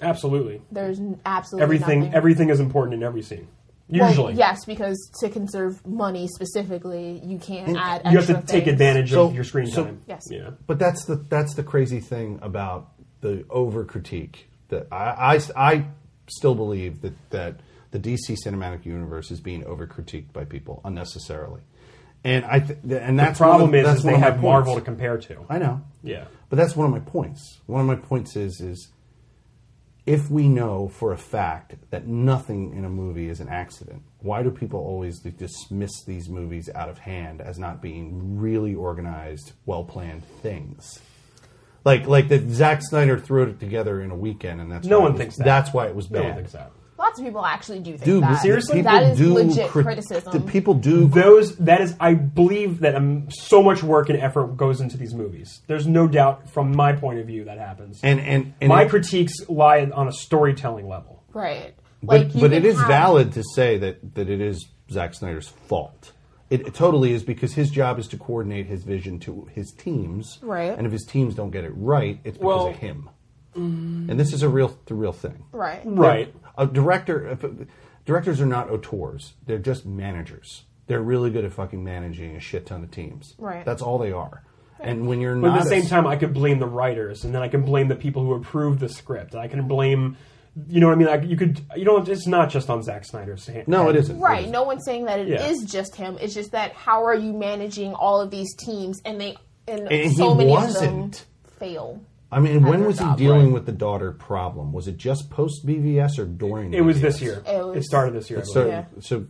Speaker 2: absolutely
Speaker 1: there's n- absolutely
Speaker 2: everything
Speaker 1: nothing.
Speaker 2: everything is important in every scene.
Speaker 1: Well,
Speaker 2: Usually,
Speaker 1: yes, because to conserve money specifically, you can't
Speaker 3: Mm.
Speaker 1: add.
Speaker 2: you have
Speaker 1: extra
Speaker 2: to take
Speaker 1: things.
Speaker 2: advantage
Speaker 3: So-
Speaker 2: of your screen
Speaker 3: so-
Speaker 2: time.
Speaker 1: Yes.
Speaker 2: Yeah.
Speaker 3: But that's the that's the crazy thing about the over critique that I, I, I still believe that that the DC cinematic universe is being over critiqued by people unnecessarily, and I th- and that's
Speaker 2: the problem
Speaker 3: one of,
Speaker 2: is,
Speaker 3: that's
Speaker 2: is
Speaker 3: one
Speaker 2: they
Speaker 3: of my
Speaker 2: have
Speaker 3: points.
Speaker 2: Marvel to compare to.
Speaker 3: I know.
Speaker 2: Yeah.
Speaker 3: But that's one of my points. One of my points is is if we know for a fact that nothing in a movie is an accident, why do people always dismiss these movies out of hand as not being really organized, well planned things? Like like that Zack Snyder threw it together in a weekend, and that's
Speaker 2: No
Speaker 3: why it
Speaker 2: one
Speaker 3: was-
Speaker 2: thinks that.
Speaker 3: That's why it was
Speaker 2: No
Speaker 3: bad.
Speaker 2: one thinks that.
Speaker 1: Lots of people actually do think
Speaker 3: Dude,
Speaker 1: that.
Speaker 3: seriously, people
Speaker 1: that is
Speaker 3: do
Speaker 1: legit
Speaker 3: crit-
Speaker 1: criticism.
Speaker 3: The people do.
Speaker 2: those that is i believe that um, so much work and effort goes into these movies there's no doubt from my point of view that happens
Speaker 3: and and, and
Speaker 2: my
Speaker 3: it-
Speaker 2: critiques lie on a storytelling level
Speaker 1: right?
Speaker 3: But,
Speaker 1: you
Speaker 3: but it
Speaker 1: can
Speaker 3: is
Speaker 1: have-
Speaker 3: valid to say that, that it is Zack Snyder's fault. It, it totally is because his job is to coordinate his vision to his teams.
Speaker 1: Right.
Speaker 3: And if his teams don't get it right, it's because
Speaker 2: Well-
Speaker 3: of him. And this is a real the real thing.
Speaker 1: right?
Speaker 2: right
Speaker 3: A director if- directors are not auteurs. They're just managers. They're really good at fucking managing a shit ton of teams.
Speaker 1: Right.
Speaker 3: That's all they are. And when you're
Speaker 2: but
Speaker 3: not
Speaker 2: at the
Speaker 3: a-
Speaker 2: same time i could blame the writers and then i can blame the people who approved the script i can blame you know what i mean like you could you don't it's not just on Zack snyder's hand
Speaker 3: No, it isn't. It
Speaker 1: Right.
Speaker 3: isn't.
Speaker 1: No one's saying that it is
Speaker 2: Yeah.
Speaker 1: just him. It's just that how are you managing all of these teams and they and,
Speaker 3: And
Speaker 1: so
Speaker 3: he
Speaker 1: many of
Speaker 3: wasn't.
Speaker 1: them fail.
Speaker 3: I mean, when
Speaker 1: their
Speaker 3: was he
Speaker 1: job,
Speaker 3: dealing with the daughter problem? Was it just post BVS or during?
Speaker 2: it was
Speaker 3: BVS?
Speaker 2: this year
Speaker 1: It
Speaker 2: it,
Speaker 1: was-
Speaker 2: started this year I
Speaker 3: So,
Speaker 2: believe.
Speaker 1: Yeah.
Speaker 3: so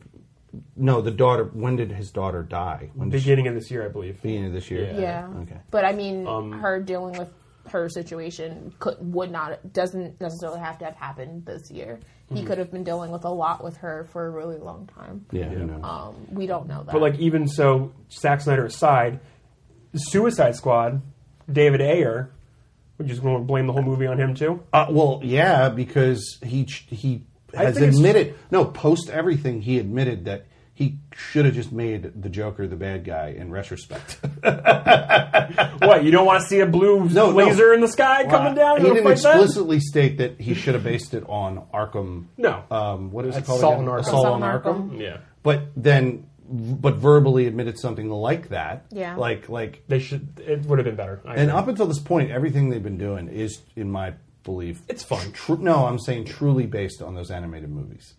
Speaker 3: no, the daughter. When did his daughter die? When did she-
Speaker 2: beginning of this year i believe
Speaker 3: beginning of this year?
Speaker 2: Yeah.
Speaker 1: Yeah.
Speaker 3: Okay.
Speaker 2: Um,
Speaker 1: But I mean, her dealing with her situation could would not doesn't necessarily have to have happened this year.
Speaker 3: Hmm.
Speaker 1: He could have been dealing with a lot with her for a really long time.
Speaker 4: Yeah, who knows?
Speaker 1: Um, we don't know that.
Speaker 2: But like even so, Zack Snyder aside, Suicide Squad, David Ayer, we're just going to blame the whole movie on him too.
Speaker 3: Uh, well, yeah, because he ch- he
Speaker 2: I
Speaker 3: has
Speaker 2: think it's-
Speaker 3: admitted no post everything. He admitted that he should have just made the Joker the bad guy in retrospect.
Speaker 2: what you don't want to see a blue
Speaker 3: No, no.
Speaker 2: laser in the sky coming down?
Speaker 3: he
Speaker 2: You
Speaker 3: didn't
Speaker 2: don't fight that?
Speaker 3: explicitly state that he should have based it on Arkham.
Speaker 2: No.
Speaker 3: um, what is it called?
Speaker 2: Assault
Speaker 3: again?
Speaker 2: on Arkham.
Speaker 3: Assault
Speaker 1: Assault
Speaker 3: on
Speaker 1: on
Speaker 3: Arkham.
Speaker 1: Arkham.
Speaker 2: Yeah.
Speaker 3: But then, but verbally admitted something like that.
Speaker 1: Yeah.
Speaker 3: Like like
Speaker 2: They should. It would have been better. I
Speaker 3: And
Speaker 2: agree.
Speaker 3: up until this point, everything they've been doing is, in my belief,
Speaker 2: It's fun.
Speaker 3: Tr- no, I'm saying truly based on those animated movies.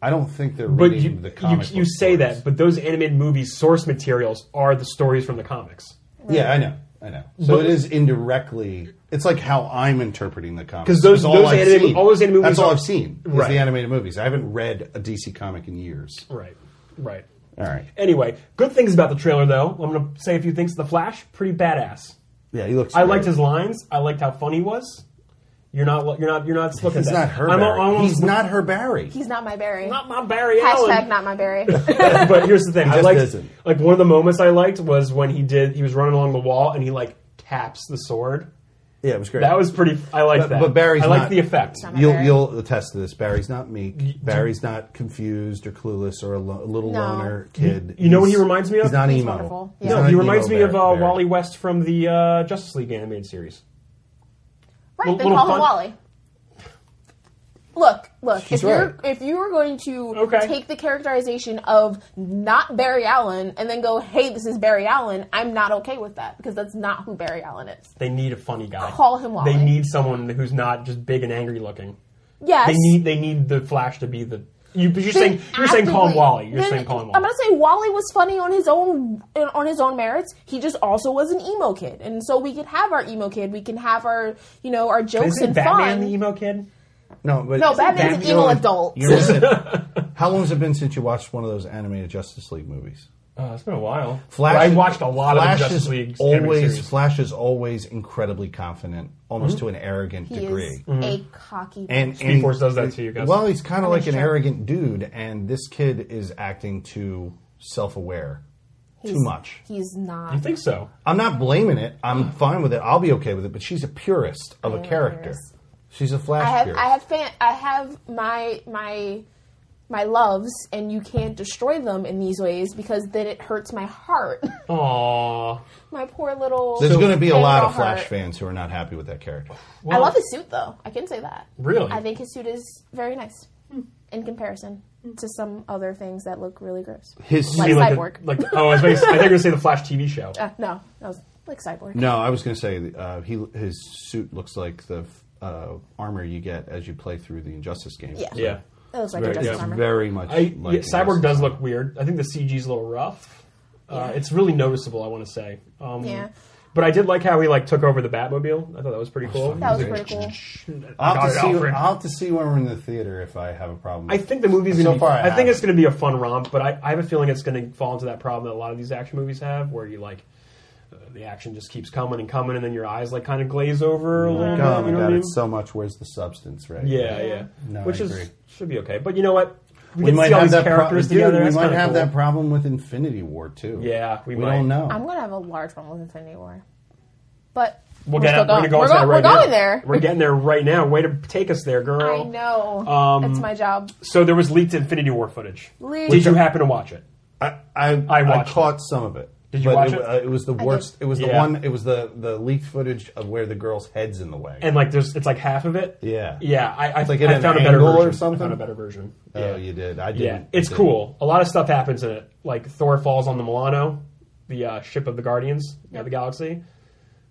Speaker 3: I don't think they're
Speaker 2: but
Speaker 3: reading
Speaker 2: you
Speaker 3: the
Speaker 2: you,
Speaker 3: comic.
Speaker 2: you
Speaker 3: book
Speaker 2: say
Speaker 3: stories.
Speaker 2: that, but those animated movies source materials are the stories from the comics.
Speaker 3: yeah, I know, I know. So
Speaker 2: But-
Speaker 3: it is indirectly. It's like how I'm interpreting the comics
Speaker 2: 'Cause those-
Speaker 3: It's all
Speaker 2: those
Speaker 3: I've
Speaker 2: animated-
Speaker 3: seen.
Speaker 2: all those animated
Speaker 3: That's
Speaker 2: movies
Speaker 3: all
Speaker 2: are-
Speaker 3: I've seen. Is
Speaker 2: Right.
Speaker 3: the animated movies. I haven't read a DC comic in years.
Speaker 2: Right. Right.
Speaker 3: All right.
Speaker 2: Anyway, good things about the trailer though. I'm gonna say a few things. The Flash, pretty badass.
Speaker 3: Yeah, he looks.
Speaker 2: I liked
Speaker 3: great.
Speaker 2: his lines. I liked how funny he was. You're not. lo- You're not. You're not looking.
Speaker 3: He's
Speaker 2: at that.
Speaker 3: not her.
Speaker 2: I'm,
Speaker 3: Barry.
Speaker 2: almost-
Speaker 3: He's not her Barry.
Speaker 1: He's not my Barry.
Speaker 2: Not my Barry
Speaker 1: Hashtag
Speaker 2: Allen.
Speaker 1: not my Barry.
Speaker 2: but here's the thing. I
Speaker 3: just
Speaker 2: liked.
Speaker 3: isn't.
Speaker 2: Like one of the moments I liked was when he did. He was running along the wall and he like taps the sword.
Speaker 3: yeah, it was great.
Speaker 2: That was pretty. I liked
Speaker 3: But-
Speaker 2: that.
Speaker 3: but Barry's
Speaker 2: I liked
Speaker 3: not-
Speaker 2: the effect.
Speaker 1: Not my
Speaker 3: You'll,
Speaker 1: Barry.
Speaker 3: you'll attest to this. Barry's not meek. Barry's not confused or clueless or a lo- little
Speaker 1: No.
Speaker 3: loner kid.
Speaker 2: You know what he
Speaker 3: He's-
Speaker 2: reminds me of?
Speaker 3: He's not
Speaker 1: He's
Speaker 3: emo.
Speaker 1: wonderful.
Speaker 3: He's
Speaker 1: Yeah.
Speaker 2: No,
Speaker 3: not
Speaker 2: he
Speaker 3: an
Speaker 2: reminds
Speaker 3: emo
Speaker 2: me of
Speaker 3: Barry-
Speaker 2: uh,
Speaker 3: Barry.
Speaker 2: Wally West from the uh, Justice League animated series.
Speaker 1: Right, then
Speaker 2: Little
Speaker 1: call him
Speaker 2: fun-
Speaker 1: Wally. Look, look. if
Speaker 3: She's
Speaker 1: you're
Speaker 3: right.
Speaker 1: if you were going to
Speaker 2: Okay.
Speaker 1: take the characterization of not Barry Allen and then go, "Hey, this is Barry Allen," I'm not okay with that because that's not who Barry Allen is.
Speaker 2: They need a funny guy.
Speaker 1: Call him Wally.
Speaker 2: They need someone who's not just big and angry looking.
Speaker 1: Yes,
Speaker 2: They need. They need the Flash to be the. You, but you're saying you're saying call him
Speaker 1: Actively-
Speaker 2: Wally. You're
Speaker 1: then
Speaker 2: saying call him
Speaker 1: I'm
Speaker 2: Wally.
Speaker 1: gonna say Wally was funny on his own on his own merits. He just also was an emo kid, and so we could have our emo kid. We can have our you know our jokes
Speaker 2: Isn't
Speaker 1: and
Speaker 2: Batman
Speaker 1: fun.
Speaker 2: the emo kid?
Speaker 3: No, but
Speaker 1: no, Batman's an
Speaker 3: You
Speaker 1: emo
Speaker 3: know-
Speaker 1: adult.
Speaker 3: you know what- how long has it been since you watched one of those animated Justice League movies?
Speaker 2: Uh, it's been a while.
Speaker 3: Flash.
Speaker 2: But I watched a lot
Speaker 3: Flash
Speaker 2: of the Justice
Speaker 3: is
Speaker 2: League animated
Speaker 3: Always,
Speaker 2: series. Mm-hmm.
Speaker 3: Flash is always incredibly confident, almost to an arrogant
Speaker 1: He
Speaker 3: degree.
Speaker 1: is a cocky.
Speaker 3: And,
Speaker 2: Speed
Speaker 3: and-
Speaker 2: Force does that to you guys.
Speaker 3: Well, he's kind of like an
Speaker 1: sure.
Speaker 3: arrogant dude, and this kid is acting too self-aware, too
Speaker 1: He's-
Speaker 3: much.
Speaker 1: He's
Speaker 2: I
Speaker 1: not.
Speaker 2: think so.
Speaker 3: I'm not blaming it. I'm fine with it. I'll be okay with it. But she's a purist of a
Speaker 1: am a
Speaker 3: character.
Speaker 1: purist.
Speaker 3: She's a flash
Speaker 1: I have
Speaker 3: purist.
Speaker 1: I have fan I have my my my loves and you can't destroy them in these ways because then it hurts my heart.
Speaker 2: Aww.
Speaker 1: my poor little
Speaker 3: There's going to be a lot
Speaker 1: Pandora
Speaker 3: of Flash
Speaker 1: heart.
Speaker 3: fans who are not happy with that character.
Speaker 1: I love his suit though. I can say that.
Speaker 2: Really?
Speaker 1: I think his suit is very nice in comparison to some other things that look really gross.
Speaker 3: His
Speaker 1: Like
Speaker 2: See, like,
Speaker 1: Cyborg.
Speaker 2: the- like the- oh, I was gonna say- I think you're gonna say the Flash TV show.
Speaker 1: Uh, no, that was like cyborg.
Speaker 3: no, I was going to say uh, he his suit looks like the uh, armor you get as you play through the Injustice game.
Speaker 1: Yeah.
Speaker 2: Yeah.
Speaker 1: That looks like
Speaker 3: Very,
Speaker 1: a Justice
Speaker 3: it's
Speaker 1: armor.
Speaker 3: very much.
Speaker 2: I,
Speaker 3: like
Speaker 2: yeah, Cyborg
Speaker 3: Injustice.
Speaker 2: does look weird. I think the CG's a little rough. Uh, it's really noticeable. I want to say. Um,
Speaker 1: Yeah.
Speaker 2: But I did like how he like took over the Batmobile. I thought that was pretty cool.
Speaker 1: that was pretty cool.
Speaker 3: I'll have,
Speaker 2: Got
Speaker 3: to
Speaker 2: it,
Speaker 3: see,
Speaker 2: Alfred.
Speaker 3: I'll have to see when we're in the theater if I have a problem.
Speaker 2: I think the movie's
Speaker 3: So
Speaker 2: gonna. be,
Speaker 3: far, I
Speaker 2: I, think
Speaker 3: haven't.
Speaker 2: it's gonna be a fun romp, but I, I have a feeling it's gonna fall into that problem that a lot of these action movies have, where you like uh, the action just keeps coming and coming, and then your eyes like kind of glaze over a little
Speaker 3: oh
Speaker 2: bit.
Speaker 3: my
Speaker 2: you know what I
Speaker 3: god,
Speaker 2: mean?
Speaker 3: it's so much. Where's the substance, right?
Speaker 2: yeah, yeah,
Speaker 3: No,
Speaker 2: which
Speaker 3: I
Speaker 2: is
Speaker 3: agree.
Speaker 2: should be okay. But you know what?
Speaker 3: We
Speaker 2: can
Speaker 3: might
Speaker 2: see all
Speaker 3: have
Speaker 2: these
Speaker 3: that pro-
Speaker 2: characters
Speaker 3: dude,
Speaker 2: together.
Speaker 3: We
Speaker 2: That's
Speaker 3: might
Speaker 2: kinda
Speaker 3: have
Speaker 2: cool.
Speaker 3: that problem with Infinity War too.
Speaker 2: Yeah, we
Speaker 3: we,
Speaker 2: might.
Speaker 3: don't know.
Speaker 1: I'm gonna have a large one with Infinity War. But
Speaker 2: We'll
Speaker 1: we're
Speaker 2: get
Speaker 1: still
Speaker 2: out, we're gonna
Speaker 1: going.
Speaker 2: go
Speaker 1: We're
Speaker 2: into that
Speaker 1: go-
Speaker 2: right
Speaker 1: we're
Speaker 2: now.
Speaker 1: going there.
Speaker 2: We're getting there right now. Way to take us there,
Speaker 1: I
Speaker 2: girl.
Speaker 1: know.
Speaker 2: Um,
Speaker 1: it's my job.
Speaker 2: So there was leaked Infinity War footage.
Speaker 1: Leaked.
Speaker 2: Did you happen to watch it?
Speaker 3: I I,
Speaker 2: I watched
Speaker 3: caught some of it.
Speaker 2: Did you
Speaker 3: but
Speaker 2: watch
Speaker 3: it?
Speaker 2: it?
Speaker 3: uh, it was the worst. It was the
Speaker 2: Yeah.
Speaker 3: one. It was the the leaked footage of where the girl's head's in the way.
Speaker 2: And like, there's it's like half of it.
Speaker 3: Yeah.
Speaker 2: yeah. I, I,
Speaker 3: like
Speaker 2: I
Speaker 3: at an
Speaker 2: found a better
Speaker 3: angle or
Speaker 2: version. I
Speaker 3: something?
Speaker 2: found a better version.
Speaker 3: oh,
Speaker 2: yeah.
Speaker 3: you did. I did.
Speaker 2: Yeah, it's cool. A lot of stuff happens in it. Like Thor falls on the Milano, the uh, ship of the Guardians of the Galaxy,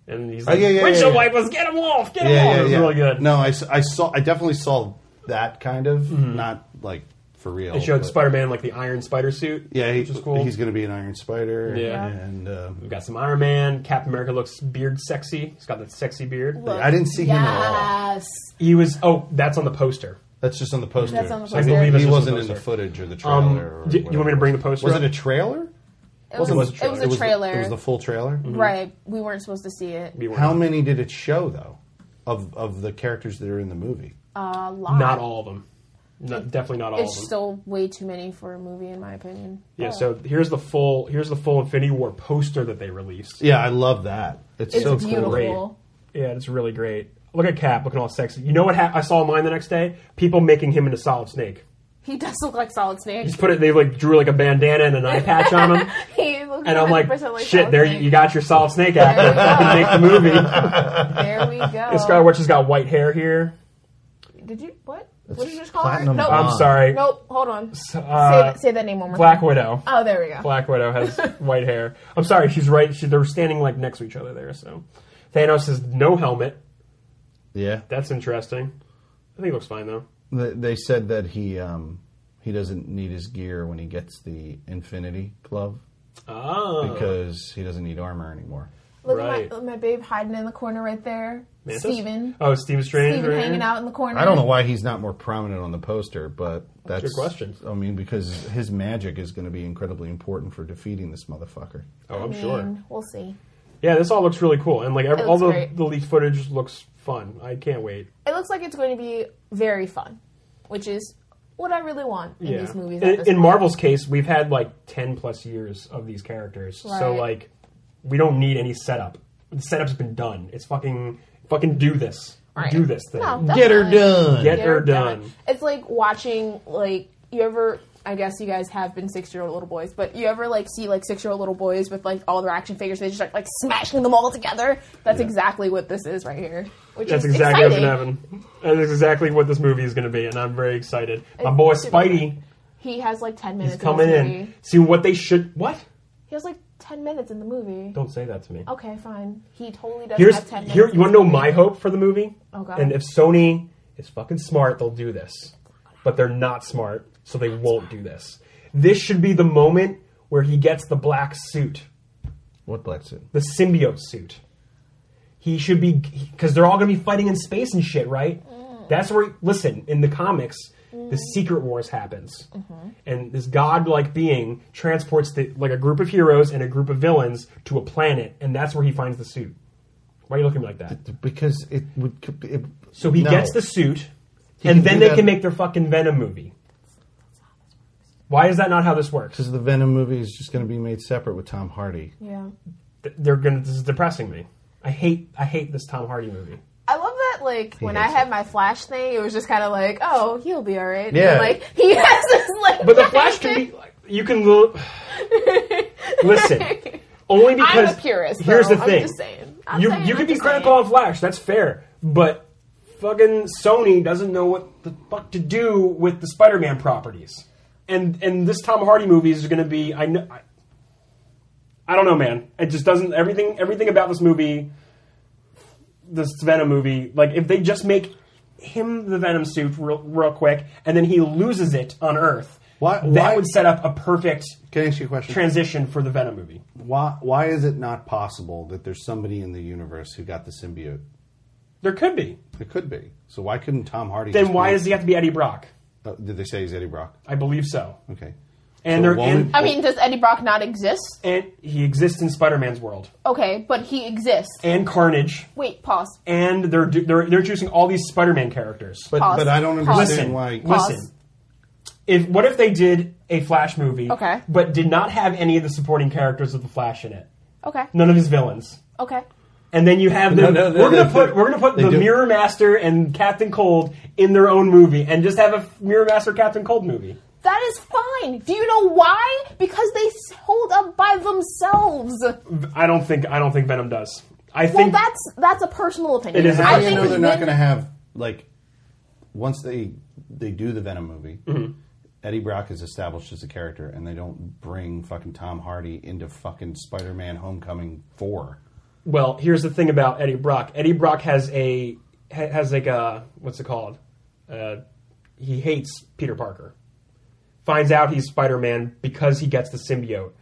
Speaker 2: and he's like,
Speaker 3: Oh, yeah, yeah,
Speaker 2: "Windshield
Speaker 3: yeah, yeah.
Speaker 2: wipers, get him off, get him
Speaker 3: Yeah,
Speaker 2: off."
Speaker 3: yeah,
Speaker 2: it was
Speaker 3: yeah.
Speaker 2: really good.
Speaker 3: No, I, s- I saw. I definitely saw that kind of. Not like for real.
Speaker 2: Mm-hmm. it showed
Speaker 3: but-
Speaker 2: Spider-Man like the Iron Spider suit.
Speaker 3: Yeah, he,
Speaker 2: which was cool.
Speaker 3: he's going to be an Iron Spider.
Speaker 2: Yeah.
Speaker 3: and uh,
Speaker 2: We've got some Iron Man. Captain America looks beard sexy. He's got that sexy beard.
Speaker 1: Look,
Speaker 3: I didn't see him at all.
Speaker 1: Yes.
Speaker 2: He was. Oh, that's on the poster.
Speaker 3: that's just on the poster.
Speaker 1: That's on the
Speaker 3: So I
Speaker 1: poster.
Speaker 3: believe
Speaker 2: That's
Speaker 3: he
Speaker 2: just on
Speaker 3: wasn't
Speaker 2: the
Speaker 3: in the
Speaker 2: poster.
Speaker 3: footage or the trailer.
Speaker 2: Um,
Speaker 3: or
Speaker 2: d- you want me to
Speaker 3: whatever.
Speaker 2: bring the poster
Speaker 3: Was
Speaker 2: up?
Speaker 3: it a trailer?
Speaker 1: It was,
Speaker 2: was a
Speaker 1: it was
Speaker 2: trailer. It
Speaker 1: a
Speaker 2: was the-
Speaker 1: trailer.
Speaker 3: It was the full trailer.
Speaker 1: right. We weren't supposed to see it.
Speaker 2: We were
Speaker 3: How many did it show though? Of of the characters that are in the movie.
Speaker 1: A lot.
Speaker 2: not all of them. Not, definitely not all
Speaker 1: It's
Speaker 2: of them.
Speaker 1: still way too many for a movie, in my opinion.
Speaker 2: yeah. So here's the full here's the full Infinity War poster that they released.
Speaker 3: Yeah, I love that. It's,
Speaker 1: It's
Speaker 3: so
Speaker 1: beautiful.
Speaker 3: cool.
Speaker 2: Yeah, it's really great. Look at Cap looking all sexy. You know what ha- I saw mine the next day? People making him into Solid Snake.
Speaker 1: He does look like Solid Snake.
Speaker 2: Just put it. They like drew like a bandana and an eye patch on him.
Speaker 1: He looks
Speaker 2: And I'm
Speaker 1: 100%
Speaker 2: like,
Speaker 1: like
Speaker 2: shit,
Speaker 1: Solid
Speaker 2: there you,
Speaker 1: Snake. Oh.
Speaker 2: you got your Solid Snake actor.
Speaker 1: There you
Speaker 2: Fucking make the movie.
Speaker 1: There we go.
Speaker 2: And Skywatcher's got white hair here.
Speaker 1: Did you what? What did you just call her?
Speaker 3: platinum
Speaker 1: Nope.
Speaker 3: blonde.
Speaker 2: I'm sorry.
Speaker 1: Nope. Hold on.
Speaker 2: uh,
Speaker 1: say, say that name one more
Speaker 2: Black
Speaker 1: time.
Speaker 2: Widow.
Speaker 1: Oh, there we go.
Speaker 2: Black Widow has white hair. I'm sorry, she's right. She, they're standing like next to each other there. So Thanos has no helmet.
Speaker 3: Yeah.
Speaker 2: That's interesting. I think it looks fine though.
Speaker 3: They they said that he um, he doesn't need his gear when he gets the Infinity Glove
Speaker 2: Oh,
Speaker 3: because he doesn't need armor anymore.
Speaker 1: Look
Speaker 2: Right.
Speaker 1: at my, look at my babe hiding in the corner right there.
Speaker 2: Mantis?
Speaker 1: Steven.
Speaker 2: Oh, Steven Strange.
Speaker 1: Steven
Speaker 2: right
Speaker 1: hanging
Speaker 2: here.
Speaker 1: out in the corner.
Speaker 3: I don't know why he's not more prominent on the poster, but that's
Speaker 2: your question.
Speaker 3: I mean, because his magic is going to be incredibly important for defeating this motherfucker.
Speaker 2: Oh, I'm
Speaker 1: I mean,
Speaker 2: sure.
Speaker 1: We'll see.
Speaker 2: Yeah, this all looks really cool, and like every,
Speaker 1: It
Speaker 2: all
Speaker 1: looks
Speaker 2: the,
Speaker 1: great.
Speaker 2: the leaked footage looks fun. I can't wait.
Speaker 1: It looks like it's going to be very fun, which is what I really want in
Speaker 2: yeah.
Speaker 1: these movies. at
Speaker 2: in,
Speaker 1: this
Speaker 2: in
Speaker 1: point.
Speaker 2: Marvel's case, we've had like ten plus years of these characters, so
Speaker 1: Right.
Speaker 2: like we don't need any setup. The setup's been done. It's fucking fucking do this,
Speaker 1: Right.
Speaker 2: do this thing.
Speaker 1: No,
Speaker 3: Get her
Speaker 1: definitely.
Speaker 3: done.
Speaker 2: Get-
Speaker 1: They're
Speaker 2: They're done.
Speaker 1: It's like watching like you ever. I guess you guys have been six year old little boys, but you ever like see like six year old little boys with like all their action figures? They just like like smashing them all together. That's exactly what this is right here. Which
Speaker 2: That's
Speaker 1: is
Speaker 2: exactly what's
Speaker 1: exciting.
Speaker 2: gonna happen. That's exactly what this movie is gonna be, and I'm very excited. My boy
Speaker 1: It's super
Speaker 2: Spidey
Speaker 1: He has like ten minutes.
Speaker 2: is
Speaker 1: in.
Speaker 2: coming
Speaker 1: This
Speaker 2: in.
Speaker 1: movie.
Speaker 2: See what they should. What?
Speaker 1: He has like ten minutes in the movie.
Speaker 2: Don't say that to me.
Speaker 1: Okay, fine. He totally doesn't
Speaker 2: Here's
Speaker 1: have ten minutes.
Speaker 2: here. You
Speaker 1: in
Speaker 2: want to
Speaker 1: this
Speaker 2: know
Speaker 1: movie.
Speaker 2: my hope for the movie?
Speaker 1: Oh, God.
Speaker 2: And if Sony is fucking smart, they'll do this. But they're not smart, so they won't do this. This should be the moment where he gets the black suit,
Speaker 3: What black suit?
Speaker 2: the symbiote suit. He should be because they're all gonna be fighting in space and shit, right? That's where. Listen, in the comics, the Secret Wars happens, and this godlike being transports the, like a group of heroes and a group of villains to a planet, and that's where he finds the suit. Why are you looking at me like that?
Speaker 3: Because it would. It,
Speaker 2: So he
Speaker 3: no.
Speaker 2: gets the suit,
Speaker 3: He
Speaker 2: and
Speaker 3: can
Speaker 2: then
Speaker 3: do
Speaker 2: they
Speaker 3: that-
Speaker 2: can make their fucking Venom movie. Why is that not how this works?
Speaker 3: Because the Venom movie is just going to be made separate with Tom Hardy.
Speaker 1: Yeah.
Speaker 2: Th- They're gonna. This is depressing me. I hate. I hate this Tom Hardy movie.
Speaker 1: I love that, like, when I
Speaker 3: hates
Speaker 1: had my Flash thing, it was just kind of like, oh, he'll be alright. And
Speaker 3: Yeah.
Speaker 1: then, like, he has this, like,
Speaker 2: But the Flash can be. like, You can lo- listen. Only because
Speaker 1: I'm a purist. though.
Speaker 2: Here's the
Speaker 1: I'm
Speaker 2: thing.
Speaker 1: Just saying. I'm
Speaker 2: you
Speaker 1: saying,
Speaker 2: you
Speaker 1: I'm
Speaker 2: can be
Speaker 1: just
Speaker 2: critical
Speaker 1: saying.
Speaker 2: on Flash. That's fair. But fucking Sony doesn't know what the fuck to do with the Spider-Man properties. And and this Tom Hardy movie is going to be. I know. I, I don't know, man. It just doesn't. Everything everything about this movie, this Venom movie. Like if they just make him the Venom suit real, real quick, and then he loses it on Earth.
Speaker 3: Why-
Speaker 2: That
Speaker 3: why-
Speaker 2: would set up a perfect
Speaker 3: Can I ask you a question?
Speaker 2: transition for the Venom movie.
Speaker 3: why, why is it not possible that there's somebody in the universe who got the symbiote?
Speaker 2: There could be.
Speaker 3: It could be. So why couldn't Tom Hardy?
Speaker 2: Then
Speaker 3: just
Speaker 2: why
Speaker 3: be-
Speaker 2: does he have to be Eddie Brock?
Speaker 3: Uh, did they say he's Eddie Brock?
Speaker 2: I believe so.
Speaker 3: Okay.
Speaker 2: And
Speaker 3: So
Speaker 2: there,
Speaker 3: won't
Speaker 2: and,
Speaker 3: it-
Speaker 1: I mean, does Eddie Brock not exist?
Speaker 2: and he exists in Spider-Man's world,
Speaker 1: Okay, but he exists.
Speaker 2: and Carnage,
Speaker 1: Wait, pause.
Speaker 2: and they're do- they're they're introducing all these Spider-Man characters.
Speaker 3: But
Speaker 1: Pause.
Speaker 3: but I don't
Speaker 1: Pause.
Speaker 2: listen,
Speaker 3: understand why.
Speaker 1: Pause.
Speaker 2: listen. If what if they did a Flash movie,
Speaker 1: Okay.
Speaker 2: but did not have any of the supporting characters of the Flash in it,
Speaker 1: Okay.
Speaker 2: none of his villains,
Speaker 1: Okay.
Speaker 2: and then you have them.
Speaker 3: No, no, no,
Speaker 2: we're gonna
Speaker 3: they-
Speaker 2: put we're gonna put
Speaker 3: they
Speaker 2: the
Speaker 3: do-
Speaker 2: Mirror Master and Captain Cold in their own movie, and just have a f- Mirror Master Captain Cold movie.
Speaker 1: That is fine. Do you know why? Because they s- hold up by themselves. Well,
Speaker 2: I don't think I don't think Venom does. I think
Speaker 1: that's that's a personal opinion.
Speaker 2: It is a
Speaker 1: I
Speaker 3: How
Speaker 2: personal
Speaker 3: do you
Speaker 1: think
Speaker 3: know they're not
Speaker 1: when-
Speaker 3: going to have like once they they do the Venom movie?
Speaker 1: Mm-hmm.
Speaker 3: Eddie Brock is established as a character, and they don't bring fucking Tom Hardy into fucking Spider-Man: Homecoming four.
Speaker 2: Well, here's the thing about Eddie Brock. Eddie Brock has a ha- has like a what's it called? Uh, he hates Peter Parker. Finds out he's Spider Man because he gets the symbiote.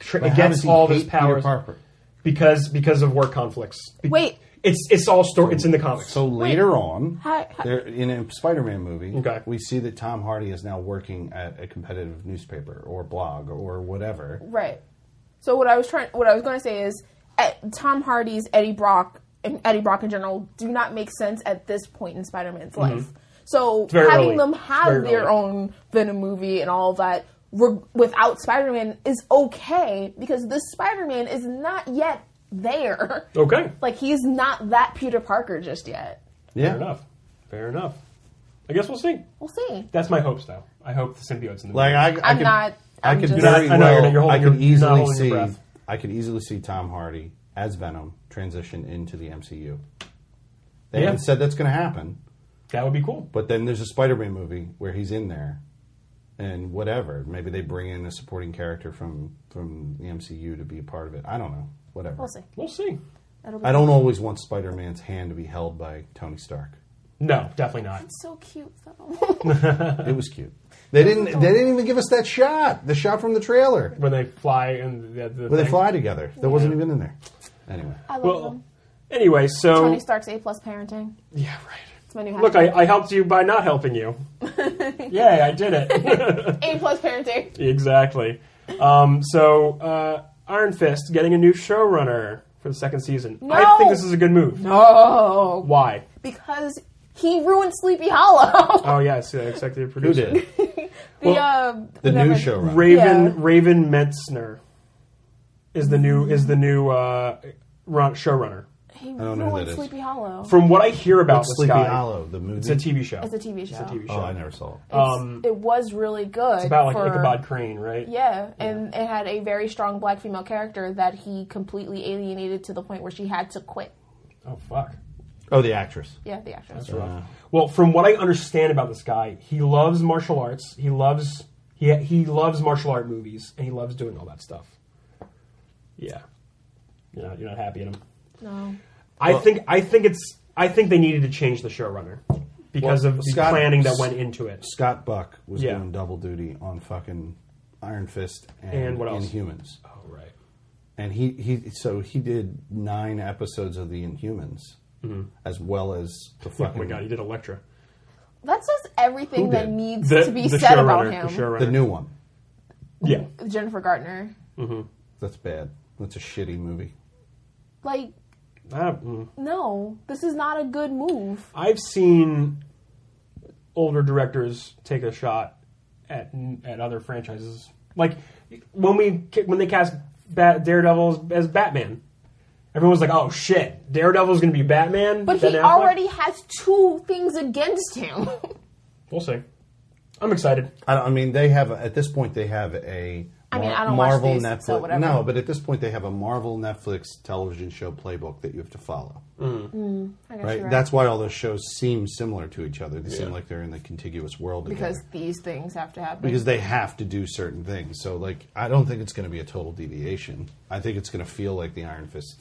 Speaker 2: Tr-
Speaker 3: But
Speaker 2: it
Speaker 3: how
Speaker 2: gets
Speaker 3: does he
Speaker 2: all
Speaker 3: hate
Speaker 2: his
Speaker 3: Peter
Speaker 2: powers
Speaker 3: Parker?
Speaker 2: because because of work conflicts. Be-
Speaker 1: Wait.
Speaker 2: it's it's all story. It's in the comics.
Speaker 3: So later on,
Speaker 1: Hi- hi-
Speaker 3: there in a Spider-Man movie,
Speaker 2: Okay.
Speaker 3: we see that Tom Hardy is now working at a competitive newspaper or blog or whatever,
Speaker 1: Right. So what I was trying, what I was going to say is, at Tom Hardy's Eddie Brock and Eddie Brock in general do not make sense at this point in Spider-Man's life. So
Speaker 2: very
Speaker 1: having
Speaker 2: early.
Speaker 1: them
Speaker 2: Mm-hmm. It's
Speaker 1: have
Speaker 2: very
Speaker 1: their
Speaker 2: early.
Speaker 1: own Venom movie and all that re- without Spider-Man is okay because this Spider-Man is not yet there.
Speaker 2: Okay.
Speaker 1: Like he's not that Peter Parker just yet.
Speaker 5: Yeah.
Speaker 2: Fair enough. Fair enough. I guess we'll see.
Speaker 1: We'll see.
Speaker 2: That's my hopes, though. I hope the symbiote's in the
Speaker 3: Like
Speaker 2: movie.
Speaker 3: I, I
Speaker 1: I'm
Speaker 3: could,
Speaker 1: not-
Speaker 3: I
Speaker 1: I'm
Speaker 3: could
Speaker 1: just-
Speaker 3: very
Speaker 2: I know you're-
Speaker 3: well.
Speaker 2: you're holding
Speaker 3: I could
Speaker 2: your- you're not
Speaker 3: easily
Speaker 2: holding
Speaker 3: see.
Speaker 2: your breath.
Speaker 3: I could easily see Tom Hardy as Venom transition into the MCU. They
Speaker 2: Yeah.
Speaker 3: haven't said that's going to happen,
Speaker 2: that would be cool.
Speaker 3: but then there's a Spider-Man movie where he's in there, and whatever. Maybe they bring in a supporting character from from the MCU to be a part of it. I don't know. Whatever.
Speaker 1: We'll see.
Speaker 2: We'll see.
Speaker 1: That'll be
Speaker 3: I don't always want Spider-Man's hand to be held by Tony Stark.
Speaker 2: No, definitely not.
Speaker 1: so cute though.
Speaker 3: It was cute. They didn't. They didn't even give us that shot. The shot from the trailer
Speaker 2: When they fly and the, the
Speaker 3: where they
Speaker 2: thing.
Speaker 3: fly together. That wasn't even in there. Anyway.
Speaker 1: I love
Speaker 2: Well, um,
Speaker 1: them.
Speaker 2: anyway, so
Speaker 1: Tony Stark's A plus parenting.
Speaker 2: yeah, right.
Speaker 1: It's my new
Speaker 2: Look,
Speaker 1: hashtag.
Speaker 2: I, I helped you by not helping you. Yay, I did it.
Speaker 1: A plus parenting.
Speaker 2: exactly. Um, so uh, Iron Fist getting a new showrunner for the second season. I
Speaker 1: No!
Speaker 2: think this is a good move.
Speaker 1: Oh,
Speaker 2: Why?
Speaker 1: because he ruined Sleepy Hollow.
Speaker 2: Oh yes, yeah, executive
Speaker 3: Who
Speaker 2: producer.
Speaker 3: did?
Speaker 1: the uh,
Speaker 3: The new
Speaker 1: whatever.
Speaker 3: showrunner.
Speaker 2: Raven
Speaker 1: Yeah.
Speaker 2: Raven Metzner is the new is the new uh, run, showrunner.
Speaker 1: He
Speaker 3: don't know who
Speaker 1: ruined
Speaker 3: that is.
Speaker 1: Sleepy Hollow.
Speaker 2: From what I hear about this
Speaker 3: Sleepy
Speaker 2: guy,
Speaker 3: Hollow, the movie.
Speaker 2: it's a TV show.
Speaker 1: it's a TV show.
Speaker 2: It's a TV show.
Speaker 3: oh, I never saw it.
Speaker 1: It's-
Speaker 2: Um,
Speaker 1: it was really good.
Speaker 2: It's about like
Speaker 1: for,
Speaker 2: Ichabod Crane, right?
Speaker 1: Yeah, and it had a very strong black female character that he completely alienated to the point where she had to quit.
Speaker 2: Oh fuck.
Speaker 3: Oh, the actress.
Speaker 1: Yeah, the actress.
Speaker 2: Well, from what I understand about this guy, he loves martial arts. He loves he he loves martial art movies, and he loves doing all that stuff. Yeah, you're not, you're not happy at him.
Speaker 1: No.
Speaker 2: I think I think it's I think they needed to change the showrunner because
Speaker 3: Well,
Speaker 2: of the
Speaker 3: Scott-
Speaker 2: planning that went into it.
Speaker 3: Scott Buck was
Speaker 2: Yeah.
Speaker 3: doing double duty on fucking Iron Fist and,
Speaker 2: And what else?
Speaker 3: Inhumans.
Speaker 2: Oh right.
Speaker 3: And he, he so he did nine episodes of the Inhumans,
Speaker 2: Mm-hmm.
Speaker 3: as well as the
Speaker 2: Oh
Speaker 3: fucking
Speaker 2: my god, he did Electra.
Speaker 1: That says everything
Speaker 3: Who
Speaker 1: that
Speaker 3: did?
Speaker 1: needs
Speaker 2: The-
Speaker 1: to be
Speaker 2: the
Speaker 1: said
Speaker 2: showrunner,
Speaker 1: about
Speaker 2: The
Speaker 1: him.
Speaker 2: showrunner.
Speaker 3: the new one.
Speaker 2: yeah.
Speaker 1: Jennifer Gardner.
Speaker 3: That's bad. That's a shitty movie.
Speaker 1: Like,
Speaker 2: Ah, mm.
Speaker 1: no, this is not a good move.
Speaker 2: I've seen older directors take a shot at at other franchises. Like when we when they cast Bat, Daredevil as Batman, everyone was like, "Oh shit, Daredevil's going to be Batman."
Speaker 1: But
Speaker 2: Ben
Speaker 1: he
Speaker 2: Affleck?"
Speaker 1: already has two things against him.
Speaker 2: We'll see. I'm excited.
Speaker 3: I, don't- I mean, they have a, at this point they have a
Speaker 1: I mean,
Speaker 3: Mar-
Speaker 1: I don't watch
Speaker 3: Marvel
Speaker 1: these, so
Speaker 3: Netflix.
Speaker 1: whatever.
Speaker 3: No, but at this point they have a Marvel Netflix television show playbook that you have to follow.
Speaker 2: Mm.
Speaker 1: I guess
Speaker 3: Right?
Speaker 1: you're right.
Speaker 3: That's why all those shows seem similar to each other. They
Speaker 2: Yeah.
Speaker 3: seem like they're in the contiguous world
Speaker 1: because
Speaker 3: together.
Speaker 1: these things have to happen.
Speaker 3: because they have to do certain things. So, like, I don't think it's going to be a total deviation. I think it's going to feel like the Iron Fist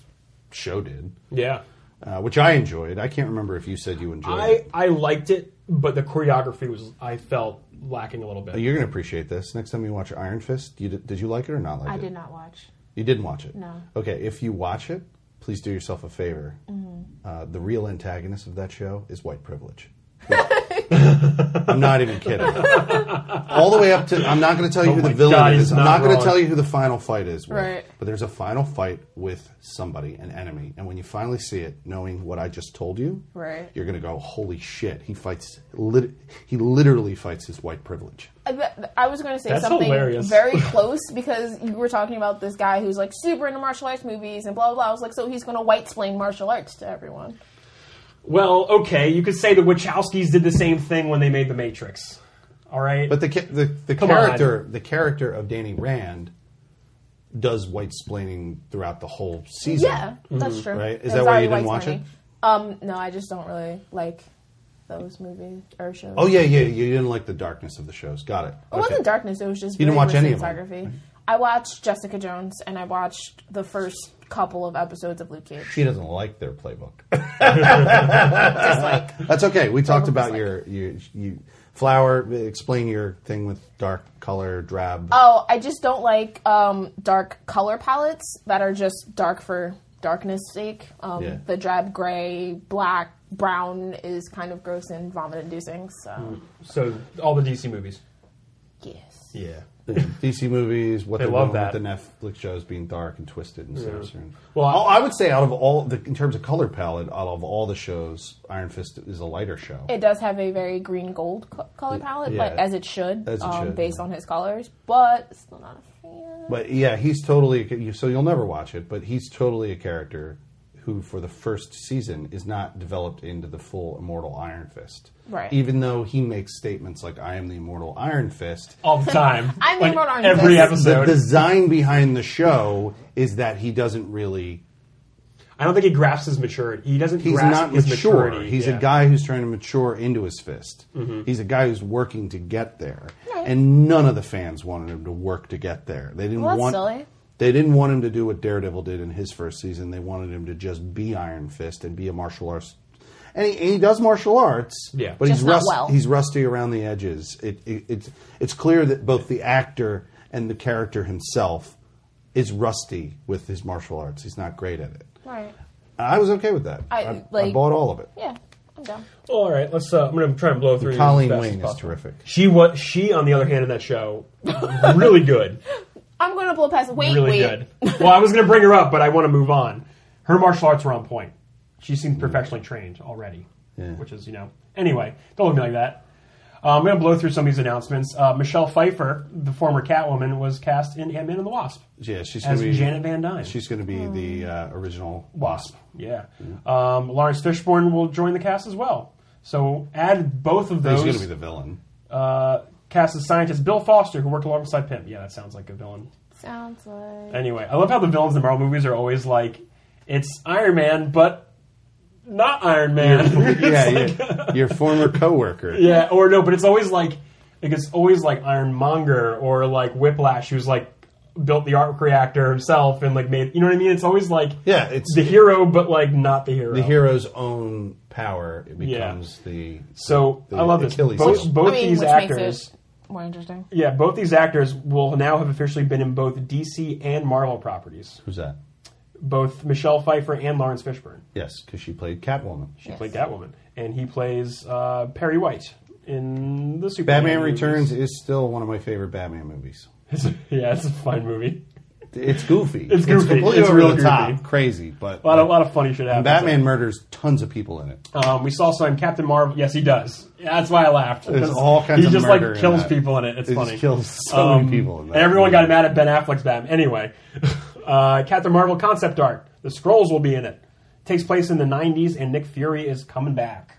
Speaker 3: show did,
Speaker 2: Yeah,
Speaker 3: uh, which I enjoyed. I can't remember if you said you enjoyed
Speaker 2: I
Speaker 3: it.
Speaker 2: I liked it, but the choreography was I felt lacking a little bit.
Speaker 3: You're going to appreciate this. Next time you watch Iron Fist, you did, did you like it or not like
Speaker 1: I
Speaker 3: it?
Speaker 1: did not watch.
Speaker 3: You didn't watch it?
Speaker 1: No.
Speaker 3: Okay, if you watch it, please do yourself a favor.
Speaker 1: Mm-hmm.
Speaker 3: Uh, the real antagonist of that show is white privilege. I'm not even kidding. All the way up to, I'm not going to tell you
Speaker 2: Oh
Speaker 3: who
Speaker 2: my
Speaker 3: the villain
Speaker 2: God, he's
Speaker 3: is. I'm
Speaker 2: not
Speaker 3: not going
Speaker 2: wrong.
Speaker 3: to tell you who the final fight is. with,
Speaker 1: Right.
Speaker 3: But there's a final fight with somebody, an enemy. And when you finally see it, knowing what I just told you,
Speaker 1: Right.
Speaker 3: you're going to go, holy shit, he fights, lit- he literally fights his white privilege.
Speaker 1: I bet- I was going to say
Speaker 2: That's
Speaker 1: something
Speaker 2: hilarious.
Speaker 1: very close because you were talking about this guy who's like super into martial arts movies and blah blah. blah. I was like, so he's going to white explain martial arts to everyone.
Speaker 2: Well, okay, you could say the Wachowskis did the same thing when they made The Matrix. All right,
Speaker 3: But the ca- the, the
Speaker 2: Come
Speaker 3: character the character of Danny Rand does white splaining throughout the whole season.
Speaker 1: Yeah,
Speaker 2: Mm-hmm.
Speaker 1: that's true.
Speaker 3: Right? Is
Speaker 1: It's
Speaker 3: that why
Speaker 1: already
Speaker 3: you didn't watch it?
Speaker 1: white-splaining. Um, no, I just don't really like those movies or shows.
Speaker 3: Oh yeah, yeah. You didn't like the darkness of the shows. Got it.
Speaker 1: It wasn't darkness. It was just
Speaker 3: You didn't
Speaker 1: really
Speaker 3: watch
Speaker 1: rich
Speaker 3: any of them,
Speaker 1: cinematography. I watched Jessica Jones and I watched the first couple of episodes of Luke Cage.
Speaker 3: She doesn't like their playbook.
Speaker 1: Just like
Speaker 3: That's okay. We talked
Speaker 1: Playbook
Speaker 3: about
Speaker 1: is
Speaker 3: your you you flower. Explain your thing with dark color drab.
Speaker 1: Oh, I just don't like um, dark color palettes that are just dark for darkness sake. Um,
Speaker 3: Yeah.
Speaker 1: The drab gray, black,
Speaker 3: Mm.
Speaker 1: brown is kind of gross and vomit inducing. So
Speaker 2: so all the DC movies.
Speaker 1: Yes.
Speaker 2: Yeah.
Speaker 3: DC movies, what
Speaker 2: They
Speaker 3: they
Speaker 2: love that.
Speaker 3: love the Netflix shows being dark and twisted and sinister.
Speaker 2: Well,
Speaker 3: Well,
Speaker 2: I-
Speaker 3: I, would say out of all the in terms of color palette, out of all the shows, Iron Fist is a lighter show.
Speaker 1: It does have a very green gold co- color palette, but
Speaker 3: yeah.
Speaker 1: as it should,
Speaker 3: As it
Speaker 1: um,
Speaker 3: should,
Speaker 1: based
Speaker 3: yeah.
Speaker 1: on his colors. But still not a fan.
Speaker 3: But yeah, he's totally a- you- so you'll never watch it, but he's totally a character who for the first season is not developed into the full immortal Iron Fist.
Speaker 1: Right.
Speaker 3: Even though he makes statements like I am the immortal Iron Fist,
Speaker 2: All the time.
Speaker 1: I'm
Speaker 2: On
Speaker 1: Immortal Iron
Speaker 2: Every
Speaker 1: Fist.
Speaker 3: the
Speaker 2: episode.
Speaker 3: design behind the show is that he doesn't really
Speaker 2: I don't think he grasps his maturity. He doesn't
Speaker 3: he's
Speaker 2: grasp
Speaker 3: not
Speaker 2: his
Speaker 3: mature.
Speaker 2: maturity.
Speaker 3: He's
Speaker 2: Yeah. Mm-hmm.
Speaker 3: a guy who's trying to mature into his fist. He's a guy who's working to get there, and none of the fans wanted him to work to get there. They didn't
Speaker 1: Well, that's
Speaker 3: want.
Speaker 1: silly.
Speaker 3: They didn't want him to do what Daredevil did in his first season. They wanted him to just be Iron Fist and be a martial arts. And he, and he does martial arts,
Speaker 2: Yeah.
Speaker 3: but
Speaker 1: Just
Speaker 3: he's
Speaker 1: not
Speaker 3: rust,
Speaker 1: well.
Speaker 3: he's rusty around the edges. It, it, it's it's clear that both the actor and the character himself is rusty with his martial arts. He's not great at it.
Speaker 1: Right.
Speaker 3: And I was okay with that.
Speaker 1: I,
Speaker 3: I, I
Speaker 1: like-
Speaker 3: bought all of it.
Speaker 1: Yeah, I'm down.
Speaker 2: All right, let's. Uh, I'm going to try and blow through. these
Speaker 3: Colleen
Speaker 2: as fast
Speaker 3: Wing
Speaker 2: as
Speaker 3: is
Speaker 2: possible.
Speaker 3: terrific.
Speaker 2: She was. She, on the other hand, in that show, really good.
Speaker 1: I'm going to blow past. Wait,
Speaker 2: really
Speaker 1: wait.
Speaker 2: good. Well, I was going to bring her up, but I want to move on. Her martial arts were on point. She seemed professionally trained already,
Speaker 3: Mm. Yeah.
Speaker 2: which is you know. Anyway, don't look at me like that. Uh, I'm going to blow through some of these announcements. Uh, Michelle Pfeiffer, the former Catwoman, was cast in Ant Man and the Wasp.
Speaker 3: Yeah, she's
Speaker 2: as
Speaker 3: gonna be
Speaker 2: Janet Van Dyne.
Speaker 3: She's going to be the uh, original
Speaker 2: Wasp. Yeah. Um, Lawrence Fishburne will join the cast as well. So add both of
Speaker 3: He's
Speaker 2: those.
Speaker 3: going to be the villain.
Speaker 2: uh, cast as scientist Bill Foster, who worked alongside Pym. Yeah, that sounds like a villain.
Speaker 1: Sounds like.
Speaker 2: Anyway, I love how the villains in the Marvel movies are always like, it's Iron Man, but not Iron Man.
Speaker 3: yeah, your, your former coworker.
Speaker 2: yeah, or no, but it's always like, like it's always like Ironmonger or like Whiplash, who's like built the arc reactor himself and like made, you know what I mean? It's always like
Speaker 3: Yeah, it's
Speaker 2: the hero, but like not the hero.
Speaker 3: the hero's own power it
Speaker 2: Yeah.
Speaker 3: becomes the.
Speaker 2: So
Speaker 3: the
Speaker 2: I love this.
Speaker 3: Achilles
Speaker 2: Both,
Speaker 3: heel.
Speaker 2: both
Speaker 1: I mean,
Speaker 2: these
Speaker 1: which
Speaker 2: actors.
Speaker 1: makes it more interesting.
Speaker 2: Yeah, both these actors will now have officially been in both DC and Marvel properties.
Speaker 3: Who's that?
Speaker 2: Both Michelle Pfeiffer and Lawrence Fishburne.
Speaker 3: Yes, because she played Catwoman.
Speaker 2: She played Catwoman, and he plays uh, Perry White in the Superman.
Speaker 3: Batman
Speaker 2: movies.
Speaker 3: Returns is still one of my favorite Batman movies.
Speaker 2: yeah, it's a fun movie.
Speaker 3: It's goofy.
Speaker 2: It's goofy.
Speaker 3: completely
Speaker 2: It's
Speaker 3: over
Speaker 2: real
Speaker 3: the top,
Speaker 2: goofy.
Speaker 3: crazy, but
Speaker 2: A lot, of, a lot of funny shit happens.
Speaker 3: Batman murders tons of people in it.
Speaker 2: Um, we saw some Captain Marvel. Yes, he does. That's why I laughed.
Speaker 3: There's
Speaker 2: Because
Speaker 3: all kinds
Speaker 2: He
Speaker 3: of
Speaker 2: just
Speaker 3: murder
Speaker 2: like
Speaker 3: in
Speaker 2: kills
Speaker 3: that.
Speaker 2: people in it. It's
Speaker 3: It just
Speaker 2: funny.
Speaker 3: kills so many people in
Speaker 2: and
Speaker 3: that
Speaker 2: everyone got
Speaker 3: movie.
Speaker 2: mad at Ben Affleck's Batman. Anyway, uh, Captain Marvel concept art. The scrolls will be in it. Takes place in the '90s, and Nick Fury is coming back.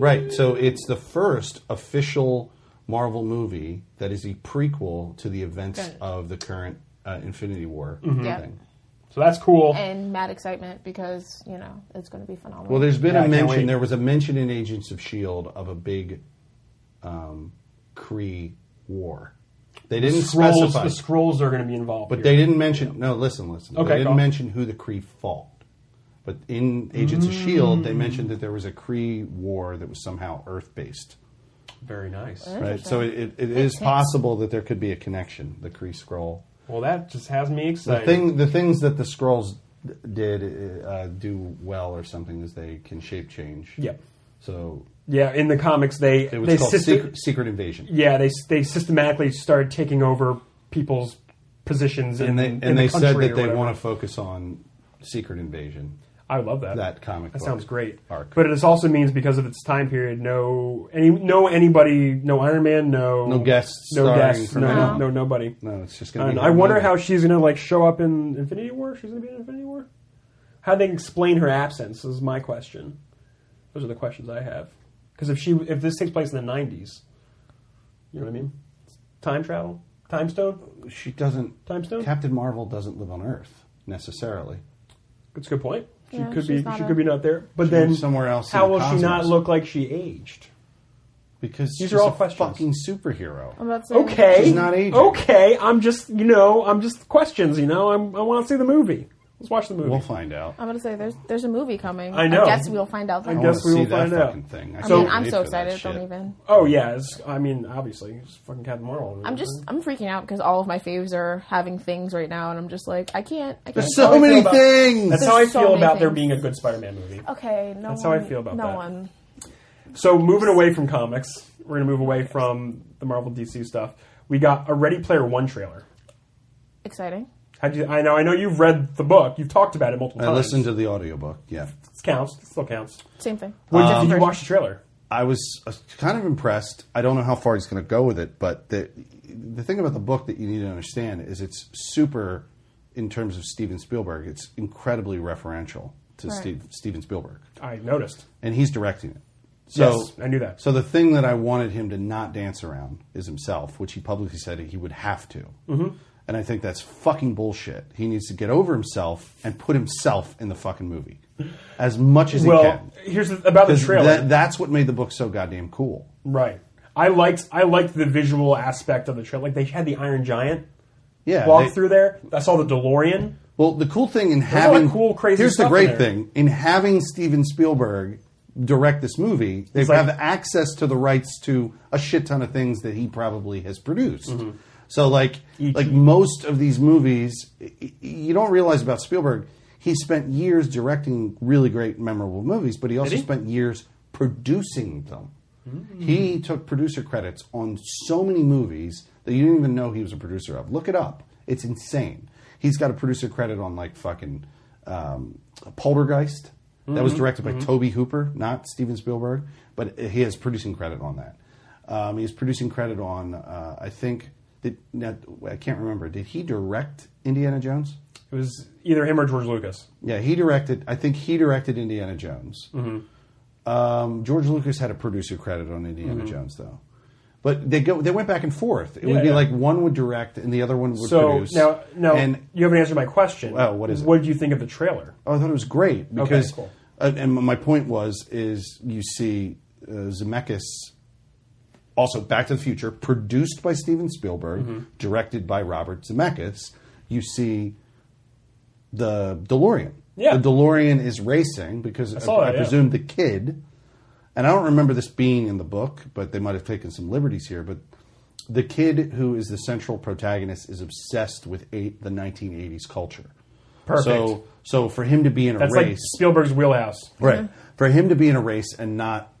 Speaker 3: Right. So it's the first official Marvel movie that is a prequel to the events
Speaker 1: Right.
Speaker 3: of the current uh, Infinity War
Speaker 2: Mm-hmm.
Speaker 1: Yeah.
Speaker 3: thing.
Speaker 2: So that's cool.
Speaker 1: And mad excitement because, you know, it's going to be phenomenal.
Speaker 3: Well, there's been
Speaker 2: Yeah, I
Speaker 3: a
Speaker 2: can't wait.
Speaker 3: mention. There was a mention in Agents of Shield E of a big um, Kree war. They didn't
Speaker 2: Scrolls.
Speaker 3: specify,
Speaker 2: The scrolls are going to be involved.
Speaker 3: but
Speaker 2: here.
Speaker 3: they didn't mention. No, listen, listen.
Speaker 2: Okay,
Speaker 3: they
Speaker 2: go on.
Speaker 3: didn't mention who the Kree fought. But in Agents of Shield, E
Speaker 2: Mm.
Speaker 3: they mentioned that there was a Kree war that was somehow Earth based.
Speaker 2: very nice.
Speaker 3: Right. So it, it, it is
Speaker 1: sense.
Speaker 3: possible that there could be a connection. The Kree scroll.
Speaker 2: Well, that just has me
Speaker 3: The
Speaker 2: excited.
Speaker 3: thing, the things that the scrolls d- did uh, do well or something is they can shape change.
Speaker 2: Yep.
Speaker 3: So
Speaker 2: yeah, in the comics they
Speaker 3: it was
Speaker 2: they
Speaker 3: called
Speaker 2: system-
Speaker 3: secret, secret invasion.
Speaker 2: yeah they they systematically started taking over people's positions in
Speaker 3: And they
Speaker 2: in
Speaker 3: and
Speaker 2: the
Speaker 3: they said
Speaker 2: country
Speaker 3: that
Speaker 2: or
Speaker 3: they
Speaker 2: whatever.
Speaker 3: want to focus on secret invasion.
Speaker 2: I would love that
Speaker 3: that comic
Speaker 2: That
Speaker 3: book
Speaker 2: sounds great.
Speaker 3: arc.
Speaker 2: But it also means because of its time period, no any no anybody, no Iron Man, no
Speaker 3: No guests
Speaker 2: no
Speaker 3: starring
Speaker 2: guests,
Speaker 3: from
Speaker 2: no,
Speaker 3: anyone.
Speaker 2: no nobody.
Speaker 3: No, it's just going
Speaker 2: And
Speaker 3: to.
Speaker 2: I wonder how she's gonna like show up in Infinity War. She's gonna be in Infinity War. How they explain her absence is my question. Those are the questions I have. Because if she if this takes place in the nineties, you know what I mean? Time travel, time stone.
Speaker 3: she doesn't.
Speaker 2: Time stone?
Speaker 3: Captain Marvel doesn't live on Earth necessarily.
Speaker 2: That's a good point. She
Speaker 1: Yeah,
Speaker 2: could
Speaker 1: she's
Speaker 2: be
Speaker 1: not
Speaker 2: she
Speaker 1: a-
Speaker 2: could be not there. But
Speaker 3: She
Speaker 2: then
Speaker 3: lives somewhere else in
Speaker 2: How
Speaker 3: the
Speaker 2: will she not
Speaker 3: cosmos.
Speaker 2: look like she aged?
Speaker 3: Because
Speaker 2: These
Speaker 3: she's
Speaker 2: are all
Speaker 3: a
Speaker 2: questions.
Speaker 3: fucking superhero.
Speaker 1: I'm about to say,
Speaker 2: Okay.
Speaker 3: She's not aging.
Speaker 2: Okay, I'm just you know I'm just questions. You know I'm, I want to see the movie. Let's watch the movie.
Speaker 3: We'll find out.
Speaker 1: I'm going to say there's there's a movie coming.
Speaker 2: I know.
Speaker 1: I guess we'll find out.
Speaker 2: I
Speaker 1: then.
Speaker 2: guess we
Speaker 3: wanna
Speaker 2: will
Speaker 3: see that
Speaker 2: find out.
Speaker 3: fucking thing. I
Speaker 1: I
Speaker 3: can't
Speaker 1: mean, I'm
Speaker 3: wait
Speaker 1: so
Speaker 3: for that
Speaker 1: excited. Don't
Speaker 3: shit.
Speaker 1: even.
Speaker 2: Oh yeah, it's, I mean obviously it's fucking Captain Marvel.
Speaker 1: I'm just I'm freaking out because all of my faves are having things right now, and I'm just like I can't. I can't.
Speaker 3: There's so many things.
Speaker 2: That's how I
Speaker 1: There's so
Speaker 2: feel
Speaker 1: many
Speaker 2: about there
Speaker 1: things.
Speaker 2: being a good Spider-Man movie.
Speaker 1: Okay, no.
Speaker 2: That's how I
Speaker 1: one,
Speaker 2: feel about
Speaker 1: no
Speaker 2: that.
Speaker 1: one.
Speaker 2: So moving away from comics, we're gonna move away from the Marvel DC stuff. we got a Ready Player One trailer.
Speaker 1: Exciting.
Speaker 2: How do you, I know I know you've read the book. You've talked about it multiple
Speaker 3: I
Speaker 2: times.
Speaker 3: listened to the audiobook. Yeah.
Speaker 2: This counts. This still counts.
Speaker 1: Same thing.
Speaker 2: What did
Speaker 1: Different
Speaker 2: you, did you
Speaker 1: version.
Speaker 2: watch the trailer?
Speaker 3: I was uh, kind of impressed. I don't know how far he's going to go with it, but the the thing about the book that you need to understand is it's super in terms of Steven Spielberg. It's incredibly referential to
Speaker 1: Right.
Speaker 3: Steve, Steven Spielberg,
Speaker 2: I noticed.
Speaker 3: and he's directing it. So
Speaker 2: Yes, I knew that.
Speaker 3: So the thing that I wanted him to not dance around is himself, which he publicly said he would have to. Mm-hmm. And I think that's fucking bullshit. He needs to get over himself and put himself in the fucking movie as much as he
Speaker 2: Well,
Speaker 3: can.
Speaker 2: here's the, about the
Speaker 3: 'Cause
Speaker 2: trailer.
Speaker 3: that- that's what made the book so goddamn cool.
Speaker 2: right. I liked I liked the visual aspect of the trailer. Like they had the Iron Giant
Speaker 3: Yeah.
Speaker 2: walk
Speaker 3: they-
Speaker 2: through there. I saw the DeLorean.
Speaker 3: Well, the cool thing
Speaker 2: a
Speaker 3: in
Speaker 2: lot of
Speaker 3: having
Speaker 2: cool, crazy
Speaker 3: here's
Speaker 2: stuff
Speaker 3: the great
Speaker 2: in there.
Speaker 3: thing in having Steven Spielberg direct this movie, they
Speaker 2: like-
Speaker 3: have access to the rights to a shit ton of things that he probably has produced.
Speaker 2: Mm-hmm.
Speaker 3: So, like, like most of these movies, y- y- you don't realize about Spielberg, he spent years directing really great, memorable movies, but he also spent years producing them.
Speaker 2: Mm.
Speaker 3: He took producer credits on so many movies that you didn't even know he was a producer of. Look it up; it's insane. He's got a producer credit on like fucking um, Poltergeist that
Speaker 2: Mm-hmm.
Speaker 3: was directed by Toby Hooper, not Steven Spielberg, but he has producing credit on that. Um, he has producing credit on uh, I think did, now, I can't remember. Did he direct Indiana Jones?
Speaker 2: It was either him or George Lucas.
Speaker 3: Yeah, he directed. I think he directed Indiana Jones.
Speaker 2: Mm-hmm.
Speaker 3: Um, George Lucas had a producer credit on Indiana Jones, though. But they go. They went back and forth. It
Speaker 2: Yeah,
Speaker 3: would be
Speaker 2: yeah.
Speaker 3: like one would direct and the other one would
Speaker 2: So
Speaker 3: produce.
Speaker 2: now, now
Speaker 3: and
Speaker 2: you haven't answered my question.
Speaker 3: Well, what is it?
Speaker 2: What did you think of the trailer?
Speaker 3: Oh, I thought it was great because,
Speaker 2: cool.
Speaker 3: uh, and my point was, is you see uh, Zemeckis, also Back to the Future, produced by Steven Spielberg,
Speaker 2: Mm-hmm.
Speaker 3: directed by Robert Zemeckis. You see the DeLorean.
Speaker 2: Yeah.
Speaker 3: the DeLorean is racing because I,
Speaker 2: saw that,
Speaker 3: I
Speaker 2: yeah.
Speaker 3: presume the kid, and I don't remember this being in the book, but they might have taken some liberties here, but. The kid who is the central protagonist is obsessed with eight, the 1980s culture.
Speaker 2: Perfect.
Speaker 3: So, so for him to be in a
Speaker 2: That's like
Speaker 3: race,
Speaker 2: Spielberg's wheelhouse.
Speaker 3: right? For him to be in a race and not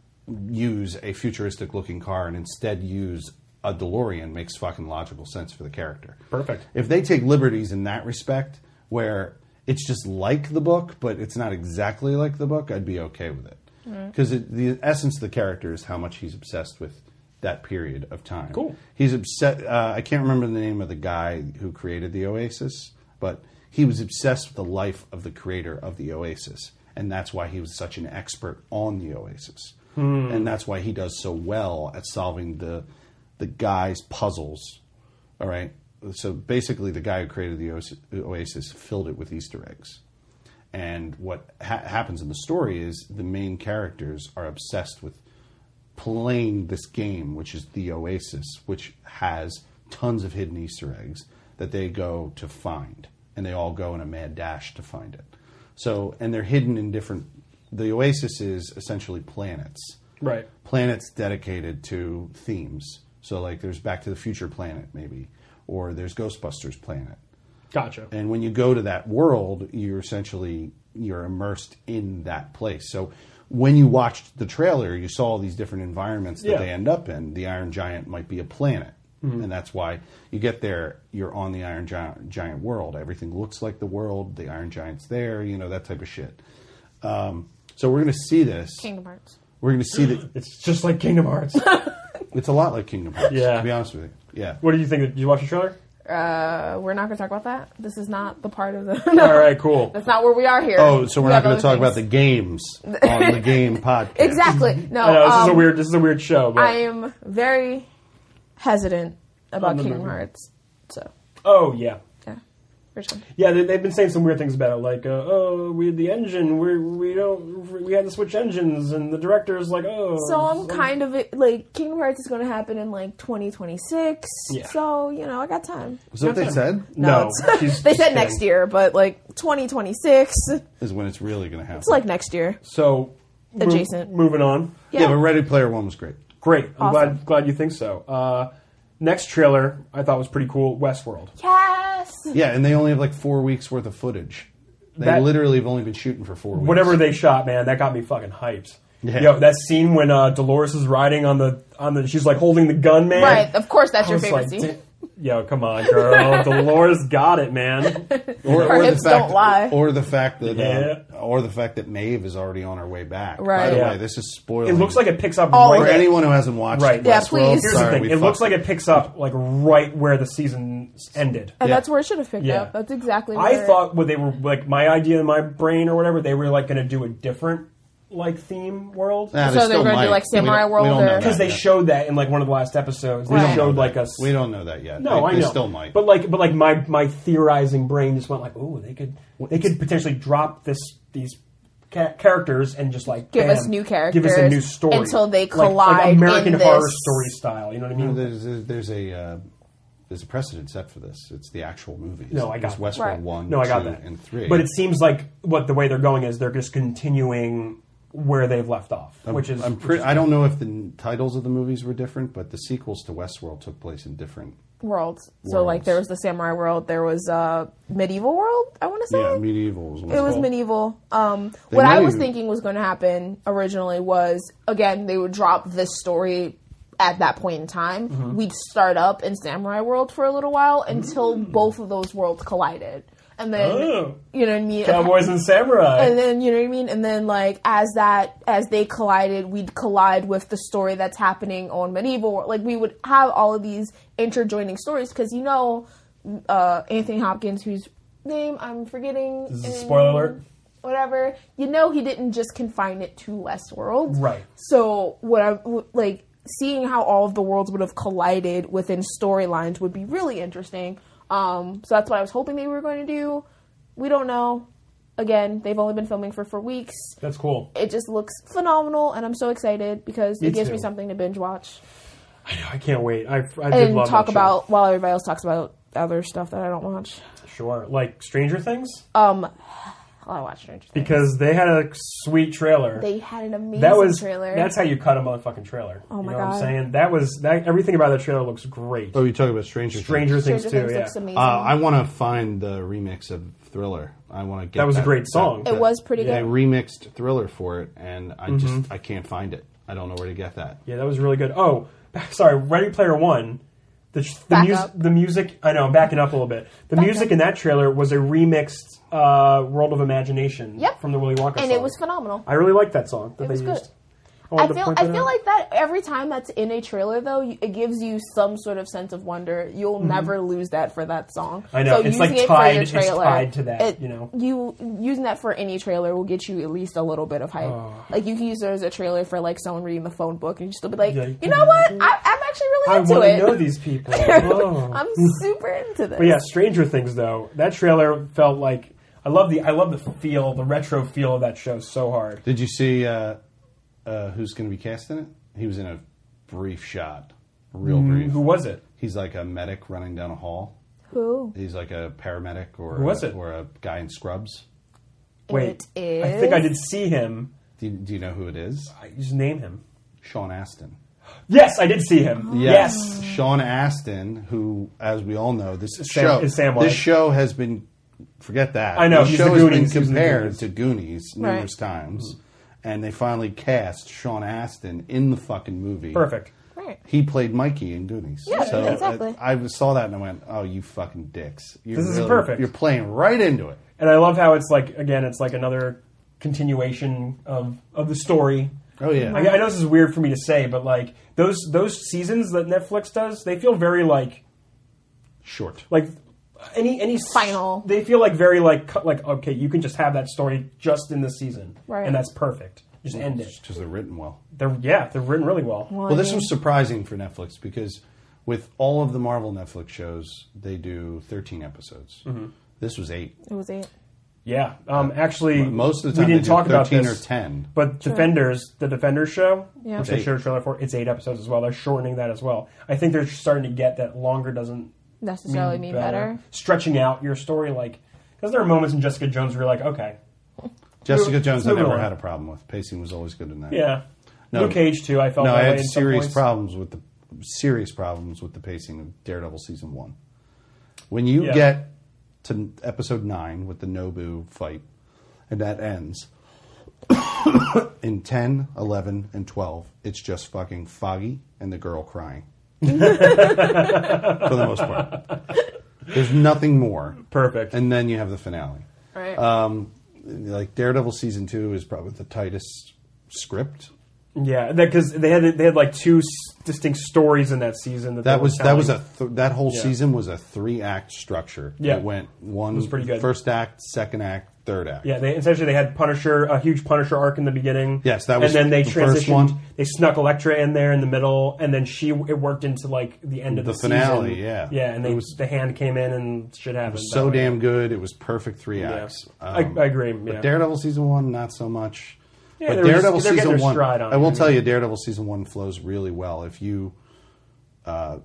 Speaker 3: use a futuristic-looking car and instead use a DeLorean makes fucking logical sense for the character.
Speaker 2: Perfect.
Speaker 3: If they take liberties in that respect, where it's just like the book but it's not exactly like the book, I'd be okay with it because the essence of the character is how much he's obsessed with that period of time.
Speaker 2: Cool.
Speaker 3: He's obsessed. Uh, I can't remember the name of the guy who created the Oasis, but he was obsessed with the life of the creator of the Oasis, and that's why he was such an expert on the Oasis, and that's why he does so well at solving the the guy's puzzles. All right. So basically, the guy who created the Oas- Oasis filled it with Easter eggs. And what ha- happens in the story is the main characters are obsessed with playing this game, which is the Oasis, which has tons of hidden Easter eggs that they go to find, and they all go in a mad dash to find it. So, and they're hidden in different. The Oasis is essentially planets
Speaker 2: Right.
Speaker 3: planets dedicated to themes. So like there's Back to the Future planet maybe, or there's Ghostbusters planet.
Speaker 2: Gotcha.
Speaker 3: And when you go to that world, you're essentially you're immersed in that place. So when you watched the trailer, you saw all these different environments that
Speaker 2: Yeah.
Speaker 3: they end up in. The Iron Giant might be a planet. And that's why you get there, you're on the Iron Giant, Giant world. Everything looks like the world. The Iron Giant's there, you know, that type of shit. Um, so we're going to see this.
Speaker 1: Kingdom Hearts.
Speaker 3: We're going to see that
Speaker 2: It's just like Kingdom Hearts.
Speaker 3: it's a lot like Kingdom Hearts.
Speaker 2: Yeah.
Speaker 3: To be honest with you. Yeah.
Speaker 2: what do you think? Did you watch the trailer?
Speaker 1: Uh, we're not going to talk about that. This is not the part of the. No,
Speaker 2: All right, cool.
Speaker 1: that's not where we are here.
Speaker 3: Oh, so we're
Speaker 1: We have
Speaker 3: not going
Speaker 1: other
Speaker 3: to talk about the
Speaker 1: things.
Speaker 3: games on the game podcast.
Speaker 1: Exactly. No,
Speaker 2: I know, this is a
Speaker 1: um,
Speaker 2: weird. This is a weird show. But,
Speaker 1: I am very hesitant about
Speaker 2: no, no,
Speaker 1: Kingdom
Speaker 2: no.
Speaker 1: Hearts. So,
Speaker 2: oh yeah,
Speaker 1: yeah. Richmond.
Speaker 2: yeah. They, they've been saying some weird things about it, like uh, oh, we had the engine. We we don't. We had to switch engines, and the director's like, oh.
Speaker 1: So I'm kind of like Kingdom Hearts is going to happen in like 2026.
Speaker 2: Yeah.
Speaker 1: So you know I got time.
Speaker 3: Is that what they said?
Speaker 2: No,
Speaker 1: it's-
Speaker 2: she's
Speaker 1: they
Speaker 2: just
Speaker 1: said
Speaker 2: kidding.
Speaker 1: next year, but like 2026. It's
Speaker 3: Is when it's really going to happen.
Speaker 1: like next year.
Speaker 2: So mo-
Speaker 1: Adjacent.
Speaker 2: moving on.
Speaker 1: Yeah.
Speaker 3: yeah, but Ready Player One was great.
Speaker 2: Great. I'm
Speaker 1: Awesome.
Speaker 2: glad glad you think so. Uh, next trailer I thought was pretty cool. Westworld.
Speaker 1: yes.
Speaker 3: Yeah, and they only have like four weeks worth of footage. They
Speaker 2: That-
Speaker 3: literally have only been shooting for four weeks.
Speaker 2: Whatever they shot, man, that got me fucking hyped.
Speaker 3: Yeah.
Speaker 2: Yo, that scene when uh, Dolores is riding on the on the, she's like holding the gun, man.
Speaker 1: Right, of course that's
Speaker 2: I
Speaker 1: your
Speaker 2: was
Speaker 1: favorite
Speaker 2: like,
Speaker 1: scene.
Speaker 2: "Di- Yo, come on, girl. Dolores got it, man.
Speaker 3: Or,
Speaker 1: Her hips
Speaker 3: fact,
Speaker 1: don't lie.
Speaker 3: Or the fact that, um,
Speaker 2: Yeah.
Speaker 3: or the fact that Maeve is already on her way back. By
Speaker 1: Right.
Speaker 3: the
Speaker 2: Yeah.
Speaker 3: way, this is spoiling.
Speaker 2: It looks like it picks up
Speaker 1: All
Speaker 2: right
Speaker 1: of
Speaker 3: for
Speaker 1: it.
Speaker 3: anyone who hasn't watched.
Speaker 2: Right.
Speaker 1: Yeah,
Speaker 3: Westworld,
Speaker 1: please.
Speaker 2: Here's
Speaker 3: sorry,
Speaker 2: the
Speaker 3: we
Speaker 2: thing. It looks
Speaker 3: fucked
Speaker 2: like it picks up like right where the season ended.
Speaker 1: And
Speaker 3: Yeah.
Speaker 1: that's where it should have picked
Speaker 2: Yeah.
Speaker 1: up. That's exactly where
Speaker 2: I thought what they were like my idea in my brain or whatever they were like going to do a different like theme world
Speaker 3: Nah, they
Speaker 1: So they're
Speaker 3: still
Speaker 1: gonna do,
Speaker 3: might.
Speaker 1: like,
Speaker 3: We don't-
Speaker 1: Samurai
Speaker 3: we
Speaker 1: World
Speaker 3: don't
Speaker 1: or-
Speaker 3: know that
Speaker 2: because they
Speaker 3: yet.
Speaker 2: showed that in like one of the last episodes. They
Speaker 1: We don't
Speaker 2: showed
Speaker 1: know
Speaker 2: like us.
Speaker 3: We don't know that yet.
Speaker 2: No,
Speaker 3: they,
Speaker 2: I
Speaker 3: they
Speaker 2: know.
Speaker 3: still might.
Speaker 2: But like, but like my my theorizing brain just went like, oh, they could they could potentially drop this these ca- characters and just like
Speaker 1: Give
Speaker 2: bam,
Speaker 1: us new
Speaker 2: give us a new
Speaker 1: characters
Speaker 2: story
Speaker 1: until they
Speaker 2: Like- like
Speaker 1: collide
Speaker 2: American
Speaker 1: in
Speaker 2: horror
Speaker 1: this-
Speaker 2: story style. You know what I mean?
Speaker 3: there's, there's, there's a uh, there's a precedent set for this. It's the actual movies.
Speaker 2: No, I got
Speaker 3: It's
Speaker 2: that.
Speaker 3: Westworld
Speaker 1: Right.
Speaker 3: one,
Speaker 2: no, I got
Speaker 3: two,
Speaker 2: that.
Speaker 3: and three.
Speaker 2: But it seems like what the way they're going is they're just continuing where they've left off, which is
Speaker 3: I'm pre- I don't know if the n- titles of the movies were different, but the sequels to Westworld took place in different.
Speaker 1: worlds. So like
Speaker 3: Worlds.
Speaker 1: there was the samurai world, there was uh medieval world, I wanna say.
Speaker 3: Yeah, medieval was.
Speaker 1: Mm. it was medieval. Um,
Speaker 3: They
Speaker 1: what I
Speaker 3: might
Speaker 1: was
Speaker 3: even-
Speaker 1: thinking was going to happen originally was again they would drop this story at that point in time. We'd start up in Samurai World for a little while until both of those worlds collided, and then
Speaker 2: Oh.
Speaker 1: you know what I mean.
Speaker 2: Cowboys and Samurai.
Speaker 1: And then you know what I mean, and then like as that as they collided, we'd collide with the story that's happening on medieval. World. Like we would have all of these interjoining stories because you know uh, Anthony Hopkins, whose name I'm forgetting.
Speaker 2: This is a
Speaker 1: in-
Speaker 2: spoiler alert.
Speaker 1: Whatever you know, he didn't just confine it to Westworld,
Speaker 2: Right.
Speaker 1: So what I w- like seeing how all of the worlds would have collided within storylines would be really interesting. Um, so that's what I was hoping they were going to do. We don't know. Again, they've only been filming for four weeks.
Speaker 2: That's cool.
Speaker 1: It just looks phenomenal, and I'm so excited because
Speaker 2: Me
Speaker 1: it gives me
Speaker 2: too.
Speaker 1: something to binge watch
Speaker 2: I can't wait. I, I did
Speaker 1: and
Speaker 2: love
Speaker 1: talk
Speaker 2: that show.
Speaker 1: about while everybody else talks about other stuff that I don't watch.
Speaker 2: sure like Stranger Things
Speaker 1: Oh. I watch Stranger Things.
Speaker 2: because they had a sweet trailer.
Speaker 1: they had an amazing
Speaker 2: that was
Speaker 1: trailer.
Speaker 2: that's how you cut a motherfucking trailer. Oh
Speaker 1: my
Speaker 2: you know What I'm
Speaker 1: God.
Speaker 2: saying that was that everything about that trailer looks great.
Speaker 4: Oh, you talking about Stranger Things.
Speaker 2: Stranger Things
Speaker 1: Stranger
Speaker 2: too.
Speaker 1: Things
Speaker 2: yeah,
Speaker 1: looks amazing.
Speaker 4: Uh, I want to find the remix of Thriller. I want to get
Speaker 2: That was a great song.
Speaker 1: it was pretty
Speaker 4: They
Speaker 1: good.
Speaker 4: remixed Thriller for it, and I just
Speaker 2: Mm-hmm.
Speaker 4: I can't find it. I don't know where to get that.
Speaker 2: yeah, that was really good. Oh, sorry, Ready Player One. The the,
Speaker 1: Back
Speaker 2: mus-
Speaker 1: up.
Speaker 2: the music. I know. I'm backing up a little bit. The music in that trailer was a remixed uh, World of Imagination
Speaker 1: Yep.
Speaker 2: from the Willy Wonka song.
Speaker 1: and it was phenomenal.
Speaker 2: I really liked that song that
Speaker 1: It
Speaker 2: they
Speaker 1: was good.
Speaker 2: used.
Speaker 1: I
Speaker 2: wanted to
Speaker 1: feel
Speaker 2: point
Speaker 1: I
Speaker 2: that
Speaker 1: feel
Speaker 2: out.
Speaker 1: like that every time that's in a trailer though, you- it gives you some sort of sense of wonder. You'll never lose that for that song.
Speaker 2: Mm-hmm. I know.
Speaker 1: So
Speaker 2: It's,
Speaker 1: using
Speaker 2: like,
Speaker 1: it for your
Speaker 2: tied- it's
Speaker 1: trailer,
Speaker 2: tied to that,
Speaker 1: it-
Speaker 2: you know.
Speaker 1: you using that for any trailer will get you at least a little bit of hype.
Speaker 2: Oh.
Speaker 1: Like you can use it as a trailer for like someone reading the phone book, and you still be like,
Speaker 2: Yeah.
Speaker 1: you know what? I, I'm actually really
Speaker 2: I
Speaker 1: into
Speaker 2: want to
Speaker 1: it.
Speaker 2: know these people. Oh.
Speaker 1: I'm super into this.
Speaker 2: But yeah, Stranger Things though, that trailer felt like I love the I love the feel, the retro feel of that show so hard.
Speaker 3: Did you see uh, uh, who's going to be cast in it? He was in a brief shot, real brief.
Speaker 2: Who was it?
Speaker 3: He's like a medic running down a hall.
Speaker 1: Who
Speaker 3: He's like a paramedic or
Speaker 2: Who was
Speaker 3: a,
Speaker 2: it?
Speaker 3: or a guy in scrubs.
Speaker 2: Wait,
Speaker 1: It is.
Speaker 2: I think I did see him.
Speaker 3: Do you, do you know who it is?
Speaker 2: I just name him.
Speaker 3: Sean Astin.
Speaker 2: Yes, I did see him. Yes. Mm.
Speaker 3: Sean Astin, who, as we all know, this
Speaker 2: Sam-
Speaker 3: show
Speaker 2: is Samwise.
Speaker 3: this show has been forget that.
Speaker 2: I know,
Speaker 3: The
Speaker 2: he's
Speaker 3: show
Speaker 2: the
Speaker 3: has
Speaker 2: Goonies,
Speaker 3: been
Speaker 2: he's the
Speaker 3: compared
Speaker 2: Goonies.
Speaker 3: to Goonies
Speaker 1: Right.
Speaker 3: numerous times, and they finally cast Sean Astin in the fucking movie.
Speaker 2: Perfect.
Speaker 1: Right.
Speaker 3: He played Mikey in Goonies.
Speaker 1: Yeah,
Speaker 3: so uh,
Speaker 1: yeah, exactly.
Speaker 3: I, I saw that and I went, "Oh, you fucking dicks! You're
Speaker 2: This is perfect.
Speaker 3: You're playing right into it."
Speaker 2: And I love how it's like again, it's like another continuation of of the story.
Speaker 3: Oh yeah,
Speaker 2: I, I know this is weird for me to say, but like those those seasons that Netflix does, they feel very like
Speaker 3: short.
Speaker 2: like any any s-
Speaker 1: Final.
Speaker 2: They feel like very like cu- like okay, you can just have that story just in this season,
Speaker 1: Right.
Speaker 2: And that's perfect. Just end it.
Speaker 3: because they're written well.
Speaker 2: They're yeah, they're written really well.
Speaker 3: Well, this was surprising for Netflix because with all of the Marvel Netflix shows, they do 13 episodes.
Speaker 2: Mm-hmm.
Speaker 3: This was eight.
Speaker 1: It was eight.
Speaker 2: Yeah, um, actually,
Speaker 3: Most of the time,
Speaker 2: we didn't
Speaker 3: they do
Speaker 2: talk about
Speaker 3: 13
Speaker 2: this,
Speaker 3: or 10.
Speaker 2: But Defenders, the Defenders show,
Speaker 1: Yeah.
Speaker 2: which
Speaker 1: It's
Speaker 2: they
Speaker 3: eight.
Speaker 2: showed a trailer for, it's eight episodes as well. They're shortening that as well. I think they're starting to get that longer doesn't
Speaker 1: Necessarily mean better.
Speaker 2: Stretching out your story, like because there are moments in Jessica Jones where you're like, okay,
Speaker 3: Jessica
Speaker 2: Let's
Speaker 3: Jones, I
Speaker 2: move
Speaker 3: never
Speaker 2: on.
Speaker 3: had a problem with. Pacing was always good in that.
Speaker 2: yeah,
Speaker 3: No.
Speaker 2: Luke Cage too. I felt
Speaker 3: No,
Speaker 2: that
Speaker 3: I
Speaker 2: way
Speaker 3: had
Speaker 2: in some
Speaker 3: serious
Speaker 2: points.
Speaker 3: problems with the serious problems with the pacing of Daredevil season one. When you
Speaker 2: Yeah.
Speaker 3: get to episode nine with the Nobu fight, and that ends, in 10, 11, and 12, it's just fucking Foggy and the girl crying. For the most part. There's nothing more.
Speaker 2: Perfect.
Speaker 3: And then you have the finale.
Speaker 1: Right.
Speaker 3: Um, like Daredevil season two is probably the tightest script.
Speaker 2: yeah, because they had they had like two s- distinct stories in that season. That,
Speaker 3: That
Speaker 2: they
Speaker 3: was
Speaker 2: were
Speaker 3: that was
Speaker 2: telling.
Speaker 3: a th- that whole
Speaker 2: Yeah.
Speaker 3: season was a three act structure.
Speaker 2: Yeah.
Speaker 3: it went one
Speaker 2: was pretty good.
Speaker 3: first act, second act, third act.
Speaker 2: Yeah, they essentially they had Punisher, a huge Punisher arc in the beginning.
Speaker 3: Yes, that was
Speaker 2: And then they
Speaker 3: the
Speaker 2: transitioned.
Speaker 3: first one.
Speaker 2: They snuck Elektra in there in the middle, and then she it worked into like the end of the,
Speaker 3: The finale,
Speaker 2: season.
Speaker 3: yeah.
Speaker 2: yeah, and they,
Speaker 3: It was-
Speaker 2: the hand came in and shit happened.
Speaker 3: so
Speaker 2: that way.
Speaker 3: damn good. It was perfect three acts. Um,
Speaker 2: I- I agree, yeah.
Speaker 3: But Daredevil season one, not so much.
Speaker 2: Yeah, they
Speaker 3: but
Speaker 2: were just-
Speaker 3: Daredevil
Speaker 2: they're getting
Speaker 3: season
Speaker 2: their
Speaker 3: one,
Speaker 2: stride on
Speaker 3: I
Speaker 2: it,
Speaker 3: will
Speaker 2: I
Speaker 3: tell
Speaker 2: mean.
Speaker 3: you, Daredevil season one flows really well. If you, uh,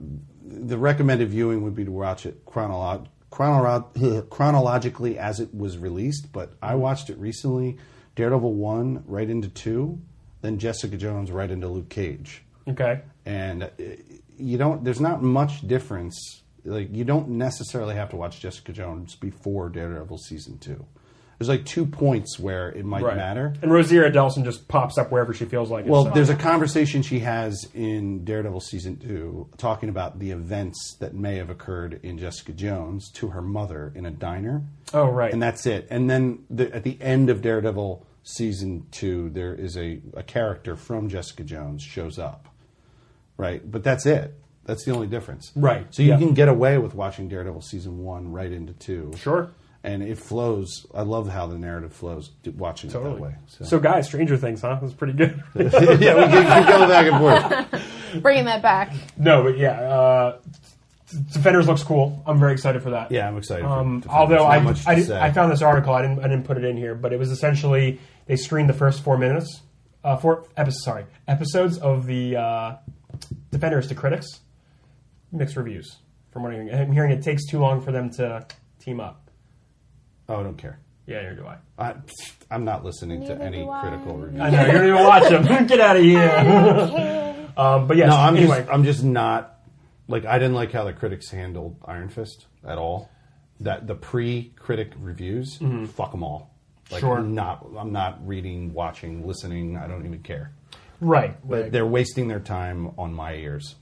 Speaker 3: the recommended viewing would be to watch it chronolo- chronolo- chronologically as it was released. But I watched it recently. Daredevil one, right into two, then Jessica Jones, right into Luke Cage
Speaker 2: Okay.
Speaker 3: and uh, you don't there's not much difference like you don't necessarily have to watch jessica jones before daredevil season two there's like two points where it might
Speaker 2: Right.
Speaker 3: matter
Speaker 2: And Rosaria Dawson just pops up wherever she feels like. it,
Speaker 3: well
Speaker 2: so-
Speaker 3: there's a conversation she has in daredevil season two talking about the events that may have occurred in jessica jones to her mother in a diner
Speaker 2: Oh, right.
Speaker 3: and that's it and then the, at the end of daredevil season two there is a, a character from jessica jones shows up right? But that's it. That's the only difference,
Speaker 2: Right,
Speaker 3: So you
Speaker 2: yeah.
Speaker 3: can get away with watching Daredevil season one right into two,
Speaker 2: Sure.
Speaker 3: and it flows. I love how the narrative flows d- watching it that way. So,
Speaker 2: So guys, Stranger Things, huh? That's pretty good.
Speaker 3: yeah, we can keep going back and forth.
Speaker 1: Bringing that back.
Speaker 2: no, but yeah, uh, Defenders looks cool. I'm very excited for that.
Speaker 3: Yeah, I'm excited. for
Speaker 2: Um,
Speaker 3: Defenders.
Speaker 2: although
Speaker 3: Not
Speaker 2: I,
Speaker 3: much to
Speaker 2: I,
Speaker 3: say.
Speaker 2: I found this article, I didn't, I didn't put it in here, but it was essentially they screened the first four minutes, uh, four episodes, sorry, episodes of the uh, Defenders to critics, mixed reviews. From what I'm hearing, I'm hearing it takes too long for them to team up.
Speaker 3: oh, I don't care.
Speaker 2: Yeah, neither do I.
Speaker 3: I, I'm not listening to
Speaker 1: Neither
Speaker 3: any
Speaker 1: do I.
Speaker 3: critical review.
Speaker 2: I know you're gonna watch them. Get out of here. um, but yes,
Speaker 3: No, I'm
Speaker 2: anyway,
Speaker 3: just I'm just not like I didn't like how the critics handled Iron Fist at all. That the pre-critic reviews, fuck 'em fuck them all. Like,
Speaker 2: Mm-hmm. Sure.
Speaker 3: Not I'm not reading, watching, listening. I don't even care.
Speaker 2: right.
Speaker 3: But
Speaker 2: right.
Speaker 3: they're wasting their time on my ears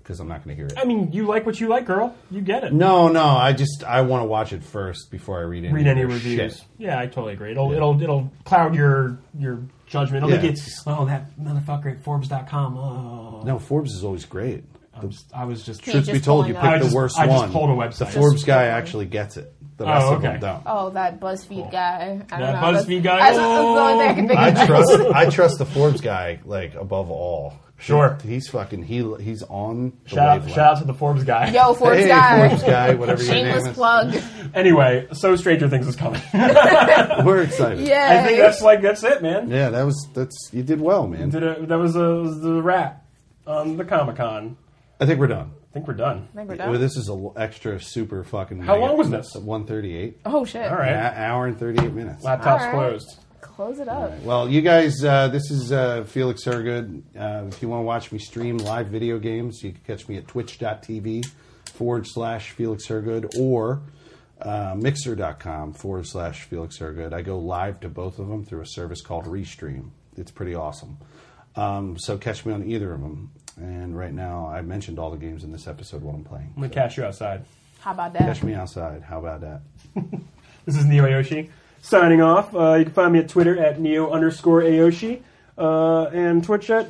Speaker 3: because I'm not going to hear it.
Speaker 2: I mean, you like what you like, girl. You get it.
Speaker 3: no, no, I just I want to watch it first before I read any
Speaker 2: read any
Speaker 3: of their
Speaker 2: reviews.
Speaker 3: shit.
Speaker 2: Yeah, I totally agree. It'll it'll it'll cloud your your judgment. It'll
Speaker 3: Yeah.
Speaker 2: make it oh that motherfucker at Forbes.com. Oh.
Speaker 3: No, Forbes is always great.
Speaker 2: I'm just- I was just
Speaker 1: He
Speaker 3: Truth
Speaker 1: just
Speaker 3: be told, you
Speaker 1: pulling up.
Speaker 3: picked
Speaker 2: I
Speaker 3: the
Speaker 2: just-
Speaker 3: worst
Speaker 2: I just
Speaker 3: one.
Speaker 2: pulled a website.
Speaker 3: The
Speaker 2: Just
Speaker 3: Forbes guy
Speaker 1: pulling.
Speaker 3: actually gets it. The rest
Speaker 2: Oh,
Speaker 3: of them
Speaker 2: okay.
Speaker 3: don't.
Speaker 1: Oh, that BuzzFeed guy. I
Speaker 2: That
Speaker 1: don't know. That's-
Speaker 2: BuzzFeed guy? Oh.
Speaker 1: That's, that's the only thing I can think
Speaker 3: I
Speaker 1: of.
Speaker 3: trust I trust the Forbes guy like above all.
Speaker 2: Sure.
Speaker 3: He- he's fucking he he's on. The
Speaker 2: shout out
Speaker 3: wavelength.
Speaker 2: shout out to the Forbes guy.
Speaker 1: Yo, Forbes
Speaker 3: hey,
Speaker 1: guy.
Speaker 3: Forbes guy, whatever your name
Speaker 1: Shameless
Speaker 3: is.
Speaker 1: plug.
Speaker 2: Anyway, so Stranger Things is coming.
Speaker 3: We're excited.
Speaker 1: Yeah.
Speaker 2: I think that's like that's it, man.
Speaker 3: yeah. That was that's you did well, man.
Speaker 2: Did a, that was, a, was the wrap on the Comic Con.
Speaker 3: I think we're done.
Speaker 2: I think we're done.
Speaker 1: I think we're
Speaker 3: Well,
Speaker 1: done.
Speaker 3: this is an extra super fucking.
Speaker 2: How long was this?
Speaker 3: One thirty-eight.
Speaker 1: Oh shit.
Speaker 2: All right.
Speaker 3: An hour and thirty-eight minutes.
Speaker 2: Laptop's
Speaker 1: All right.
Speaker 2: closed.
Speaker 1: Close it up.
Speaker 3: Well, you guys, uh, this is uh, Felix Hergood. Uh, if you want to watch me stream live video games, you can catch me at twitch.tv forward slash Felix Hergood or uh, mixer.com forward slash Felix Hergood. I go live to both of them through a service called Restream. It's pretty awesome. Um, so catch me on either of them. And right now, I mentioned all the games in this episode while I'm playing.
Speaker 2: I'm gonna catch you outside.
Speaker 1: How about that?
Speaker 3: Catch me outside. How about that?
Speaker 2: This is Neo Ayoshi signing off. Uh, you can find me at Twitter at Neo underscore Ayoshi uh, and Twitch at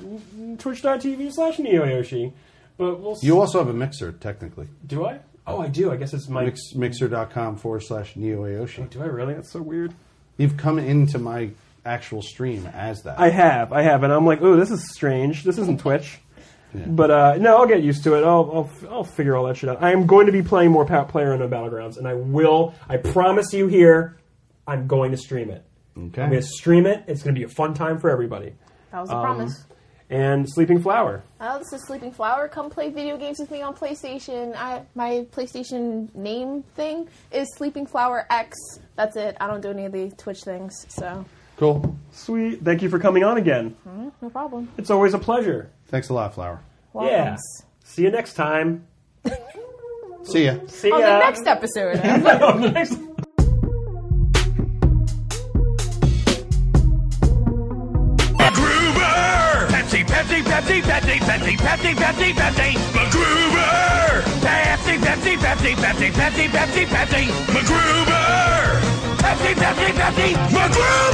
Speaker 2: twitch.tv slash Neo Ayoshi. But we'll see.
Speaker 3: You also have a mixer, technically.
Speaker 2: do I? Oh, I do. I guess it's my.
Speaker 3: Mix, mixer.com forward slash Neo Aoshi.
Speaker 2: Do I really? That's so weird.
Speaker 3: You've come into my actual stream as that.
Speaker 2: I have, I have, and I'm like, oh, this is strange. This isn't Twitch. But uh, no, I'll get used to it. I'll, I'll I'll figure all that shit out. I am going to be playing more pa- player unknown battlegrounds, and I will. I promise you here, I'm going to stream it.
Speaker 3: Okay.
Speaker 2: I'm going to stream it. It's going to be a fun time for everybody.
Speaker 1: That was a
Speaker 2: Um,
Speaker 1: promise.
Speaker 2: And Sleeping Flower.
Speaker 1: Oh, this is Sleeping Flower. Come play video games with me on PlayStation. I my PlayStation name thing is Sleeping Flower X. That's it. I don't do any of the Twitch things, so
Speaker 3: Cool.
Speaker 2: Sweet. Thank you for coming on again.
Speaker 1: no problem.
Speaker 2: It's always a pleasure.
Speaker 3: Thanks a lot, Flower.
Speaker 2: Yeah. See you next time.
Speaker 3: See ya.
Speaker 2: See
Speaker 1: On Oh, the
Speaker 2: ya.
Speaker 1: next episode.
Speaker 2: On the next-
Speaker 6: Pepsi, Pepsi, Pepsi, Pepsi, Pepsi, Pepsi, MacGruber. Pepsi, Pepsi, Pepsi, Pepsi, Pepsi, Pepsi, Pepsi, MacGruber. Pepsi, Pepsi, Pepsi, MacGruber.